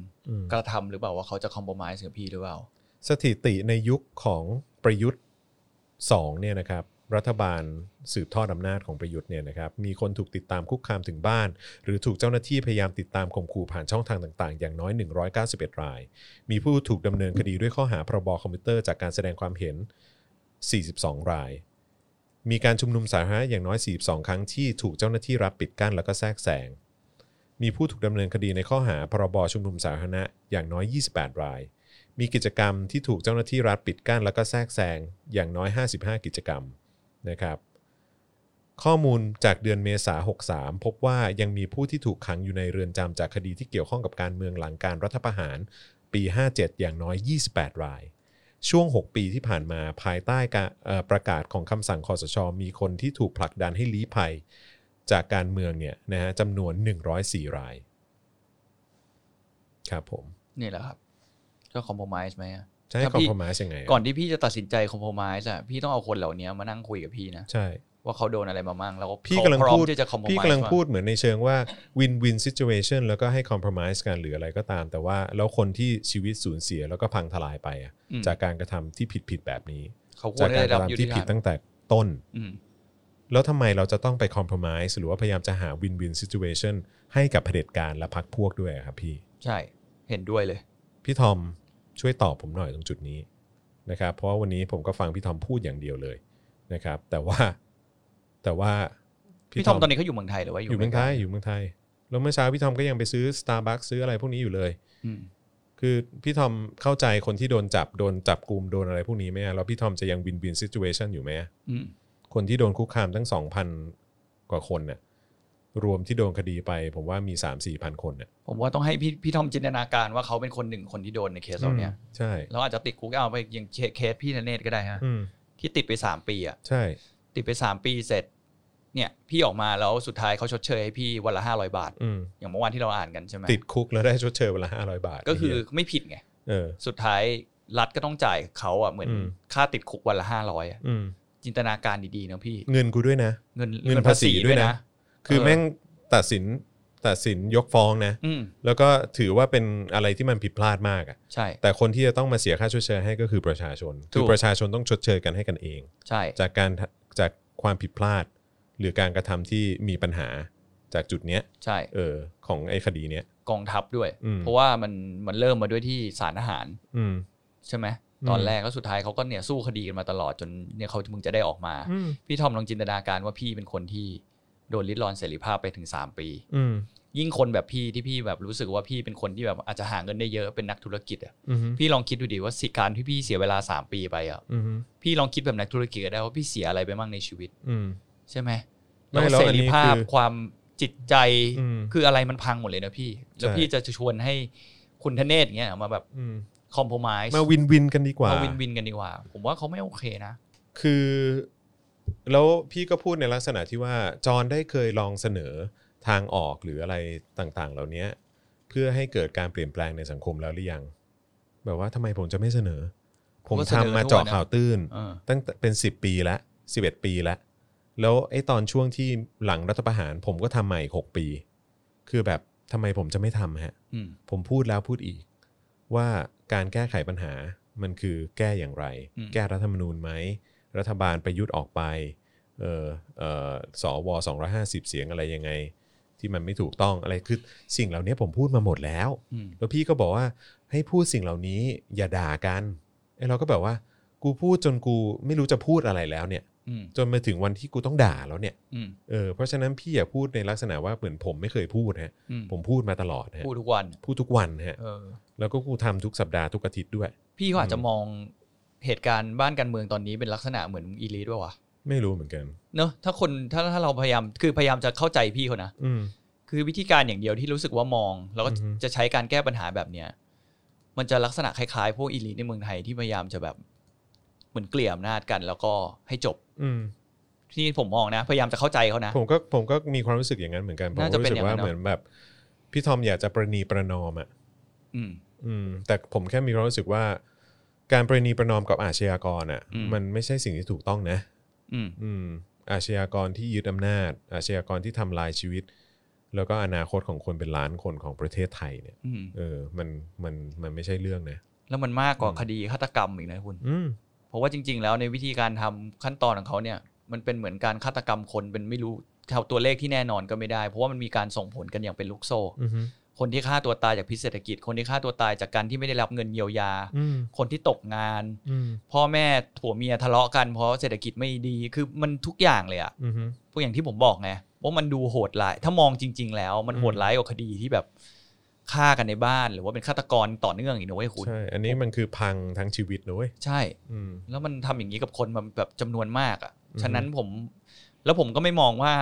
Speaker 3: กระทำหรือเปล่าว่าเขาจะคอมโพมายกับพี่หรือเปล่า
Speaker 2: สถิติในยุคของประยุทธ์2เนี่ยนะครับรัฐบาลสืบทอดอำนาจของประยุทธ์เนี่ยนะครับมีคนถูกติดตามคุกคามถึงบ้าน หรือถูกเจ้าหน้าที่พยายามติดตามข่มขู่ผ่านช่องทางต่างๆ อย่างน้อย 191 ราย มีผู้ถูกดำเนินคดีด้วยข้อหาพรบคอมพิวเตอร์จากการแสดงความเห็น 42 ราย มีการชุมนุมสาธารณะอย่างน้อย 42 ครั้งที่ถูกเจ้าหน้าที่รับปิดกั้นแล้วก็แทรกแซง มีผู้ถูกดำเนินคดีในข้อหาพรบชุมนุมสาธารณะอย่างน้อย 28 ราย มีกิจกรรมที่ถูกเจ้าหน้าที่รัฐปิดกั้นแล้วก็แทรกแซงอย่างน้อย 55 กิจกรรมนะครับ ข้อมูลจากเดือนเมษา63 พบว่ายังมีผู้ที่ถูกขังอยู่ในเรือนจำจากคดีที่เกี่ยวข้องกับการเมืองหลังการรัฐประหารปี 57 อย่างน้อย 28 ราย ช่วง 6 ปีที่ผ่านมาภายใต้การเอ่อประกาศของคำสั่งคอสช มีคนที่ถูกผลักดันให้ลี้ภัย จากการเมืองเนี่ยนะฮะจำนวน 104 ราย ครับผม
Speaker 3: นี่แหละครับ ก็คอมโพมายส์ไหมอะ
Speaker 2: ใช้
Speaker 3: ถ้า
Speaker 2: คอม
Speaker 3: พี่
Speaker 2: พมายังไงะ
Speaker 3: ก่อนที่พี่จะตัดสินใจคอมโพมายส์อะพี่ต้องเอาคนเหล่านี้มานั่งคุยกับพี่นะ
Speaker 2: ใช่
Speaker 3: ว่าเขาโดนอะไรมาบ้างแล้วก็
Speaker 2: พี่กำลัง
Speaker 3: พร้อม
Speaker 2: พูด
Speaker 3: ที่จะคอมโพมายส์
Speaker 2: พี่กำลังพูดเหมือนในเชิงว่า win win situation แล้วก็ให้ compromise กันหรืออะไรก็ตาม แต่ว่าแล้วคนที่ชีวิตสูญเสียแล้วก็พังทลายไปอะ
Speaker 3: อืม
Speaker 2: จากการกระทำที่ผิดผิดๆแบบนี้
Speaker 3: เขาคว
Speaker 2: จาร ก
Speaker 3: ได้
Speaker 2: การก
Speaker 3: รับ
Speaker 2: ระทำ
Speaker 3: ยุติ
Speaker 2: ที่
Speaker 3: ธร
Speaker 2: ผิด
Speaker 3: รม
Speaker 2: ตั้งแต่ต้น
Speaker 3: อืม
Speaker 2: แล้วทำไมเราจะต้องไป compromise หรือว่าพยายามจะหา win win situation ให้กับเผด็จการและพรรคพวกด้วยอะครับพี่
Speaker 3: ใช่เห็นด้วยเลย
Speaker 2: พี่ทอมช่วยตอบผมหน่อยตรงจุดนี้นะครับ เพราะว่าวันนี้ผมก็ฟังพี่ทอมพูดอย่างเดียวเลยนะครับ แต่ว่าแต่ว่า
Speaker 3: พี่ทอมตอนนี้เขาอยู่เมืองไทยหรือว่าอ
Speaker 2: อยู่
Speaker 3: ยู่
Speaker 2: เมืองไทยอยู่เมืองไทยแล้วเมื่อเช้าพี่ทอมก็ยังไปซื้อ Starbucks ซื้ออะไรพวกนี้อยู่เลย
Speaker 3: อืม
Speaker 2: คือพี่ทอมเข้าใจคนที่โดนจับโดนจับกลุ่มโดนอะไรพวกนี้ไหมอะแล้วพี่ทอมจะยังวินวินซิจูเอชันอยู่ไหมอะ
Speaker 3: อืม
Speaker 2: คนที่โดนคุกคามทั้ง 2,000 กว่าคนน่ะรวมที่โดนคดีไป ผมว่ามี 3-4,000 คนน่ะ
Speaker 3: ผมว่าต้องให้พี่พี่ทอมจินตนาการว่าเขาเป็นคนหนึ่งคนที่โดนในเคสเราเนี่ย
Speaker 2: ใช่
Speaker 3: เราอาจจะติดคุกเอาไปอย่างเคสพี่นเนตก็ได้ฮะ
Speaker 2: อืม
Speaker 3: ที่ติดไปสามปีอ่ะ
Speaker 2: ใช่
Speaker 3: ติดไปสามปีเสร็จ เนี่ย พี่ออกมาแล้วสุดท้ายเขาชดเชยให้พี่วันละห้าร้อยบาท
Speaker 2: อืม
Speaker 3: อย่างเมื่อวานที่เราอ่านกันใช่ไหม
Speaker 2: ติดคุกแล้วได้ชดเชยเวนลาห้าร้อยบาท
Speaker 3: ก็คือ
Speaker 2: ไเหี้ย
Speaker 3: ไม่ผิดไง
Speaker 2: เออ
Speaker 3: สุดท้ายรัฐก็ต้องจ่ายเขาอ่ะเหมือน
Speaker 2: อืม
Speaker 3: ค่าติดคุกวันละห้าร้อย
Speaker 2: อืม
Speaker 3: จินตนาการดีๆนะพี่
Speaker 2: เงินกูด้วยนะ
Speaker 3: เงิน
Speaker 2: เงินภาษีด้วยนะ คือ
Speaker 3: เออ
Speaker 2: แม่งตัดสินตัดสินยกฟ้องนะ
Speaker 3: อืม
Speaker 2: แล้วก็ถือว่าเป็นอะไรที่มันผิดพลาดมากอะ
Speaker 3: ใช่
Speaker 2: แต่คนที่จะต้องมาเสียค่าชดเชยให้ก็คือประชาชน
Speaker 3: ถูก
Speaker 2: คือประชาชนต้องชดเชยกันให้กันเอง
Speaker 3: ใช่
Speaker 2: จากการจากความผิดพลาด หรือการกระทำที่มีปัญหาจากจุดเนี้ย
Speaker 3: ใช่
Speaker 2: เออของไอ้คดีเนี้ย
Speaker 3: กองทัพด้วย
Speaker 2: อืม
Speaker 3: เพราะว่ามันมันเริ่มมาด้วยที่สารอาหาร
Speaker 2: อืม
Speaker 3: ใช่ไหม
Speaker 2: อืม
Speaker 3: ตอนแรกแล้วสุดท้ายเขาก็เนี่ยสู้คดีกันมาตลอดจนเนี่ยเขามึงจะได้ออกมา
Speaker 2: อืม
Speaker 3: พี่ทอมลองจินตนาการว่าพี่เป็นคนที่โดนลิดรอนเสรีภาพไปถึงสามปี
Speaker 2: อืม
Speaker 3: ยิ่งคนแบบพี่ที่พี่แบบรู้สึกว่าพี่เป็นคนที่แบบอาจจะหาเงินได้เยอะเป็นนักธุรกิจอ่ะ
Speaker 2: อืม
Speaker 3: พี่ลองคิดดูดิว่าสิการที่พี่เสียเวลา 3 ปีไปอ่ะ
Speaker 2: อืม
Speaker 3: พี่ลองคิดแบบนักธุรกิจก็ได้ว่าพี่เสียอะไรไปบ้างในชีวิต
Speaker 2: อืม
Speaker 3: ใช่ไหม
Speaker 2: ไม่แล้ว
Speaker 3: เส
Speaker 2: อันนี้
Speaker 3: รีภาพ
Speaker 2: คือ
Speaker 3: ความจิตใจ
Speaker 2: อืม
Speaker 3: คืออะไรมันพังหมดเลยนะพี่ แล้ว
Speaker 2: ใช่
Speaker 3: พี่จะชวนให้คุณธเนศเงี้ยมาแบบ
Speaker 2: อืม
Speaker 3: คอมโพมาย
Speaker 2: มาวินวินกันดีกว่า
Speaker 3: มาวินวินกันดีกว่า ผมว่าเขาไม่โอเคนะ
Speaker 2: คือแล้วพี่ก็พูดในลักษณะที่ว่าจอห์นได้เคยลองเสนอทางออกหรืออะไรต่างๆ เหล่านี้เพื่อให้เกิดการเปลี่ยนแปลงในสังคมแล้วหรือยัง แบบว่าทำไมผมจะไม่เสนอ ผมทำมาเจาะข่าวตื้น
Speaker 3: เออ
Speaker 2: ตั้งแต่เป็น 10 ปีแล้ว11 ปีแล้ว แล้วไอ้ตอนช่วงที่หลังรัฐประหารผมก็ทำใหม่6ปี คือแบบทำไมผมจะไม่ทำฮะ
Speaker 3: อืม
Speaker 2: ผมพูดแล้วพูดอีก ว่าการแก้ไขปัญหามันคือแก้อย่างไร แก้รัฐธรรมนูญไหม รัฐบาลประยุทธ์ออกไปเออเออสว250 เสียงอะไรยังไง ที่มันไม่ถูกต้องอะไรคือสิ่งเหล่านี้ผมพูดมาหมดแล้ว
Speaker 3: อืม
Speaker 2: แล้วพี่ก็บอกว่าให้พูดสิ่งเหล่านี้อย่าด่ากันไอ้เราก็แบบว่า กูพูดจนกูไม่รู้จะพูดอะไรแล้วเนี่ย
Speaker 3: อืม
Speaker 2: จนมาถึงวันที่กูต้องด่าแล้วเนี่ย
Speaker 3: อืม
Speaker 2: เออเพราะฉะนั้นพี่อย่าพูดในลักษณะว่าเหมือนผมไม่เคยพูดฮะ
Speaker 3: อืม
Speaker 2: ผมพูดมาตลอดฮะ
Speaker 3: พูดทุกวัน
Speaker 2: พูดทุกวันฮะ
Speaker 3: เออ
Speaker 2: แล้วก็กูทำทุกสัปดาห์ทุกอาทิตย์ด้วย
Speaker 3: พี่ก็อาจ
Speaker 2: อื
Speaker 3: จะ
Speaker 2: ม
Speaker 3: มองเหตุการณ์บ้านการเมืองตอนนี้เป็นลักษณะเหมือนอีลีด้วยวะ
Speaker 2: ไม่รู้เหมือนกัน
Speaker 3: เนอะถ้าคนถ้าถ้าเราพยายามคือพยายามจะเข้าใจพี่เขานะ
Speaker 2: อืม
Speaker 3: คือวิธีการอย่างเดียวที่รู้สึกว่ามอง แล้วก็
Speaker 2: อือฮึ
Speaker 3: จะใช้การแก้ปัญหาแบบเนี้ยมันจะลักษณะคล้ายๆพวกอีลีในเมืองไทยที่พยายามจะแบบเหมือนเกลี่ยอำนาจกัน แล้วก็ให้จบ
Speaker 2: อืม
Speaker 3: ที่ผมมองนะ พยายามจะเข้าใจเขานะ
Speaker 2: ผมก็ผมก็มีความรู้สึกอย่างนั้นเหมือนกันผม
Speaker 3: น่า
Speaker 2: ก็
Speaker 3: จะ
Speaker 2: รู้
Speaker 3: เป็น
Speaker 2: สึกว่า
Speaker 3: อย่างนั้นเนอะ
Speaker 2: เหมือนแบบพี่ทอมอยากจะประนีประนอมอ่ะ
Speaker 3: อืม
Speaker 2: อืม แต่ผมแค่มีความรู้สึกว่า การประนีประนอมกับอาชญากรอ่ะ
Speaker 3: อืม
Speaker 2: มันไม่ใช่สิ่งที่ถูกต้องนะ
Speaker 3: อืม
Speaker 2: อืม อาชญากรที่ยึดอำนาจ อาชญากรที่ทำลายชีวิต แล้วก็อนาคตของคนเป็นล้านคนของประเทศไทยเนี่ย
Speaker 3: อืม
Speaker 2: เออมันมันมันไม่ใช่เรื่องนะ
Speaker 3: แล้วมันมากกว่าคดีฆาตกรรมอีกนะคุณ
Speaker 2: อืม
Speaker 3: เพราะว่าจริง ๆ แล้วในวิธีการทำขั้นตอนของเขาเนี่ย มันเป็นเหมือนการฆาตกรรมคนเป็นไม่รู้เท่าตัวเลขที่แน่นอนก็ไม่ได้ เพราะว่ามันมีการส่งผลกันอย่างเป็นลูกโซ่
Speaker 2: อืม
Speaker 3: คนที่ฆ่าตัวตายจากพิษเศรษฐกิจ คนที่ฆ่าตัวตายจากการที่ไม่ได้รับเงินเยียวยา
Speaker 2: อืม
Speaker 3: คนที่ตกงาน
Speaker 2: อืม
Speaker 3: พ่อแม่ผัวเมียทะเลาะกันเพราะเศรษฐกิจไม่ดีคือมันทุกอย่างเลยอะ
Speaker 2: อืม
Speaker 3: พวกอย่างที่ผมบอกไงว่ามันดูโหดร้ายถ้ามองจริง ๆ แล้วมัน
Speaker 2: อืม
Speaker 3: โหดร้ายกว่าคดีที่แบบฆ่ากันในบ้าน หรือว่าเป็นฆาตกรต่อเนื่องอีกนะเว้ยคุณ
Speaker 2: ใช่อันนี้มันคือพังทั้งชีวิตนะเว้ย
Speaker 3: ใช่
Speaker 2: อืม
Speaker 3: แล้วมันทำอย่างนี้กับคนมันแบบจำนวนมากอะ่ะ
Speaker 2: อือฮึ
Speaker 3: ฉะนั้นผม แล้วผมก็ไม่มองว่า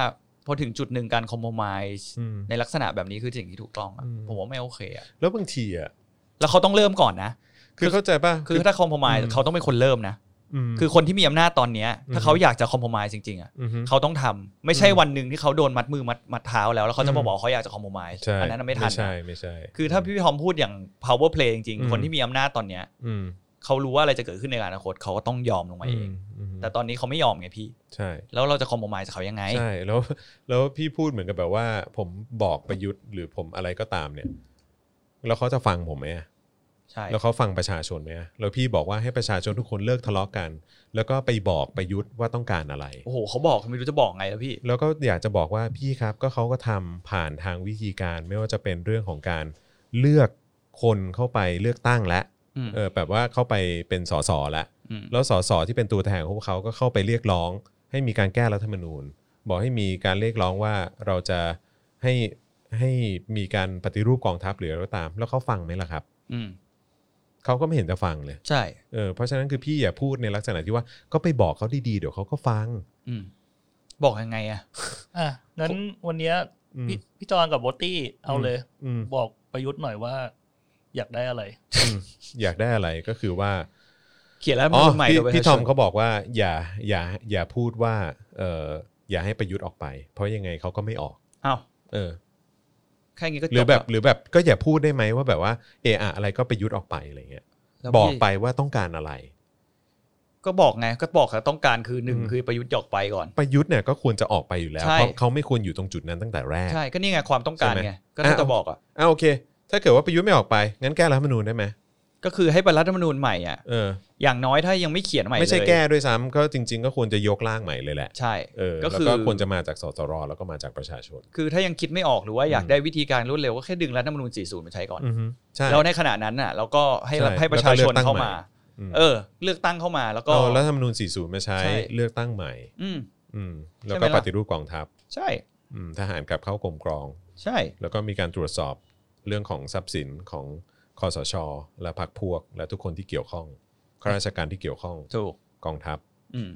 Speaker 3: พอถึงจุดหนึ่งการคอมโพมาย
Speaker 2: อืม
Speaker 3: ในลักษณะแบบนี้คือสิ่งที่ถูกต้องอะ
Speaker 2: อืม
Speaker 3: ผมว่าไม่โอเคอะ
Speaker 2: แล้วบางทีอ่ะ
Speaker 3: แล้วเขาต้องเริ่มก่อนนะ
Speaker 2: คือเข้าใจป่ะ
Speaker 3: คือถ้าคอมโพมาย
Speaker 2: อืม
Speaker 3: เขาต้องเป็นคนเริ่มนะ
Speaker 2: ม
Speaker 3: คือคนที่มีอำนาจตอนเนี้ยถ้าเขาอยากจะคอมโพมายจริงๆอ่ะ
Speaker 2: อฮึ
Speaker 3: เขาต้องทำไม่ใช่วันหนึ่งที่เขาโดนมัดมือมัดมัดเท้าแล้วแล้วเขาจะมาบอกเขาอยากจะคอมโพมาย
Speaker 2: ใช่
Speaker 3: อันนั้นนะไม่ทัน
Speaker 2: ไม่ใช่ไม่ใช่
Speaker 3: คือถ้าพี่ทอมพูดอย่าง power play จริง
Speaker 2: อืม
Speaker 3: ๆคนที่มีอำนาจตอนเนี้ย
Speaker 2: อืม
Speaker 3: เขารู้ว่าอะไรจะเกิดขึ้นในอนาคตเขาก็ต้องยอมลงมาเอง
Speaker 2: อืม
Speaker 3: แต่ตอนนี้เขาไม่ยอมไงพี่
Speaker 2: ใช่
Speaker 3: แล้วเราจะคอมโพมายเขายังไง
Speaker 2: ใช่แล้วแล้วพี่พูดเหมือนกับแบบว่า ผมบอกประยุทธ์หรือผมอะไรก็ตามเนี่ย แล้วเขาจะฟังผมไหมอะ
Speaker 3: ใช่
Speaker 2: แล้วเขาฟังประชาชนไหมอะแล้วพี่บอกว่าให้ประชาชนทุกคนเลิกทะเลาะกัน แล้วก็ไปบอกประยุทธ์ว่าต้องการอะไร
Speaker 3: โอ้โหเขาบอกไม่รู้จะบอกไงแล้วพี่
Speaker 2: แล้วก็อยากจะบอกว่าพี่ครับก็เขาก็ทำผ่านทางวิธีการ ไม่ว่าจะเป็นเรื่องของการเลือกคนเข้าไปเลือกตั้งและ
Speaker 3: อืม
Speaker 2: เออแบบว่าเข้าไปเป็นสสแล้ว
Speaker 3: ม
Speaker 2: แล้วสสที่เป็นตัวแทนของพวกเขาก็เข้าไปเรียกร้อง ให้มีการแก้รัฐธรรมนูญ บอกให้มีการเรียกร้องว่าเราจะให้ให้มีการปฏิรูปกองทัพหรืออะไรก็ตาม แล้วเขาฟังไหมล่ะครับ
Speaker 3: อืม
Speaker 2: เขาก็ไม่เห็นจะฟังเลย
Speaker 3: ใช่
Speaker 2: เออเพราะฉะนั้นคือพี่อย่าพูดในลักษณะที่ว่าก็ไปบอกเขาดีๆเดี๋ยวเขาก็ฟัง
Speaker 3: อืมบอกยังไงอะ
Speaker 4: อ่ะงั้นวันเนี้ย
Speaker 2: อืม
Speaker 4: พี่พี่จอนกับโบอตตี้เอาเลย
Speaker 2: อืม
Speaker 4: บอกประยุทธ์หน่อยว่า อยากได้อะไร
Speaker 2: อยากได้อะไรก็คือว่า
Speaker 3: เขียนแล้ว
Speaker 2: อ๋อ
Speaker 3: ใหม่
Speaker 2: พี่
Speaker 3: โดยประชาชน
Speaker 2: พี่ทอมเขาบอกว่าอย่าอย่าอย่าพูดว่าเอออย่าให้ประยุทธ์ออกไป เพราะยังไงเขาก็ไม่ออก
Speaker 3: อ้าว
Speaker 2: เออ
Speaker 3: แค่นี้ก็จ
Speaker 2: หรือ
Speaker 3: ละ
Speaker 2: แบบหรือแบบก็อย่าพูดได้ไหมว่าแบบว่าเอออะไรก็ประยุทธ์ออกไปอะไรเงี้ย
Speaker 3: แล้ว
Speaker 2: บอก
Speaker 3: พี่
Speaker 2: ไปว่าต้องการอะไร
Speaker 3: ก็บอกไงก็บอกแล้วต้องการคือหนึ่ง
Speaker 2: อืม
Speaker 3: คือประยุทธ์ออกไปก่อน
Speaker 2: ประยุทธ์เนี่ยก็ควรจะออกไปอยู่แล้ว
Speaker 3: ใช่
Speaker 2: เพราะเขาไม่ควรอยู่ตรงจุดนั้นตั้งแต่แรก
Speaker 3: ใช่ก็นี่ไงความต้องการ
Speaker 2: ใช่ไหม
Speaker 3: ไงก็ถ้า
Speaker 2: อ่ะ
Speaker 3: จะบอกอ่ะ
Speaker 2: อ่าโอเค ถ้าเกิดว่าประยุทธ์ไม่ออกไปงั้นแก้รัฐธรรมนูญได้ไหม
Speaker 3: ก็คือให้เป็นรัฐธรรมนูญใหม่อ่ะ
Speaker 2: เออ
Speaker 3: อย่างน้อยถ้ายังไม่เขียนใหม่เลย
Speaker 2: ไม่ใช่แก้ด้วยซ้ำก็จริง ๆ ก็ควรจะยกร่างใหม่เลยแหละ
Speaker 3: ใช่
Speaker 2: เออ
Speaker 3: ก็
Speaker 2: แล้ว
Speaker 3: คือ
Speaker 2: ก็ควรจะมาจากสสรแล้วก็มาจากประชาชน
Speaker 3: คือถ้ายังคิดไม่ออกหรือว่าอยาก
Speaker 2: อืม
Speaker 3: ได้วิธีการรวดเร็วก็แค่ดึงรัฐธรรมนูญ40มาใช้ก่อน
Speaker 2: อือฮึใช่
Speaker 3: แล้วในขณะนั้นน่ะเราก็ให้
Speaker 2: ใช่
Speaker 3: ให้ประชาชนเข้ามา
Speaker 2: อืม
Speaker 3: เออ เลือกตั้งเข้ามาแล้วก็
Speaker 2: เอารัฐธรรมนูญ40 มาใช้
Speaker 3: ใช่
Speaker 2: เลือกตั้งใหม่
Speaker 3: อืม
Speaker 2: อืมแล้วก็
Speaker 3: ใช่ไหมล่ะ
Speaker 2: ปฏิรูปกองทัพ
Speaker 3: ใช่
Speaker 2: อืมทหารกลับเข้ากรมกรอง
Speaker 3: ใช่
Speaker 2: แล้วก็มีการตรวจสอบเรื่องของทรัพย์สินของคอสช และพรรคพวก และทุกคนที่เกี่ยวข้องข้าราชการที่เกี่ยวข้อง
Speaker 3: ถูก
Speaker 2: กองทัพ
Speaker 3: อืม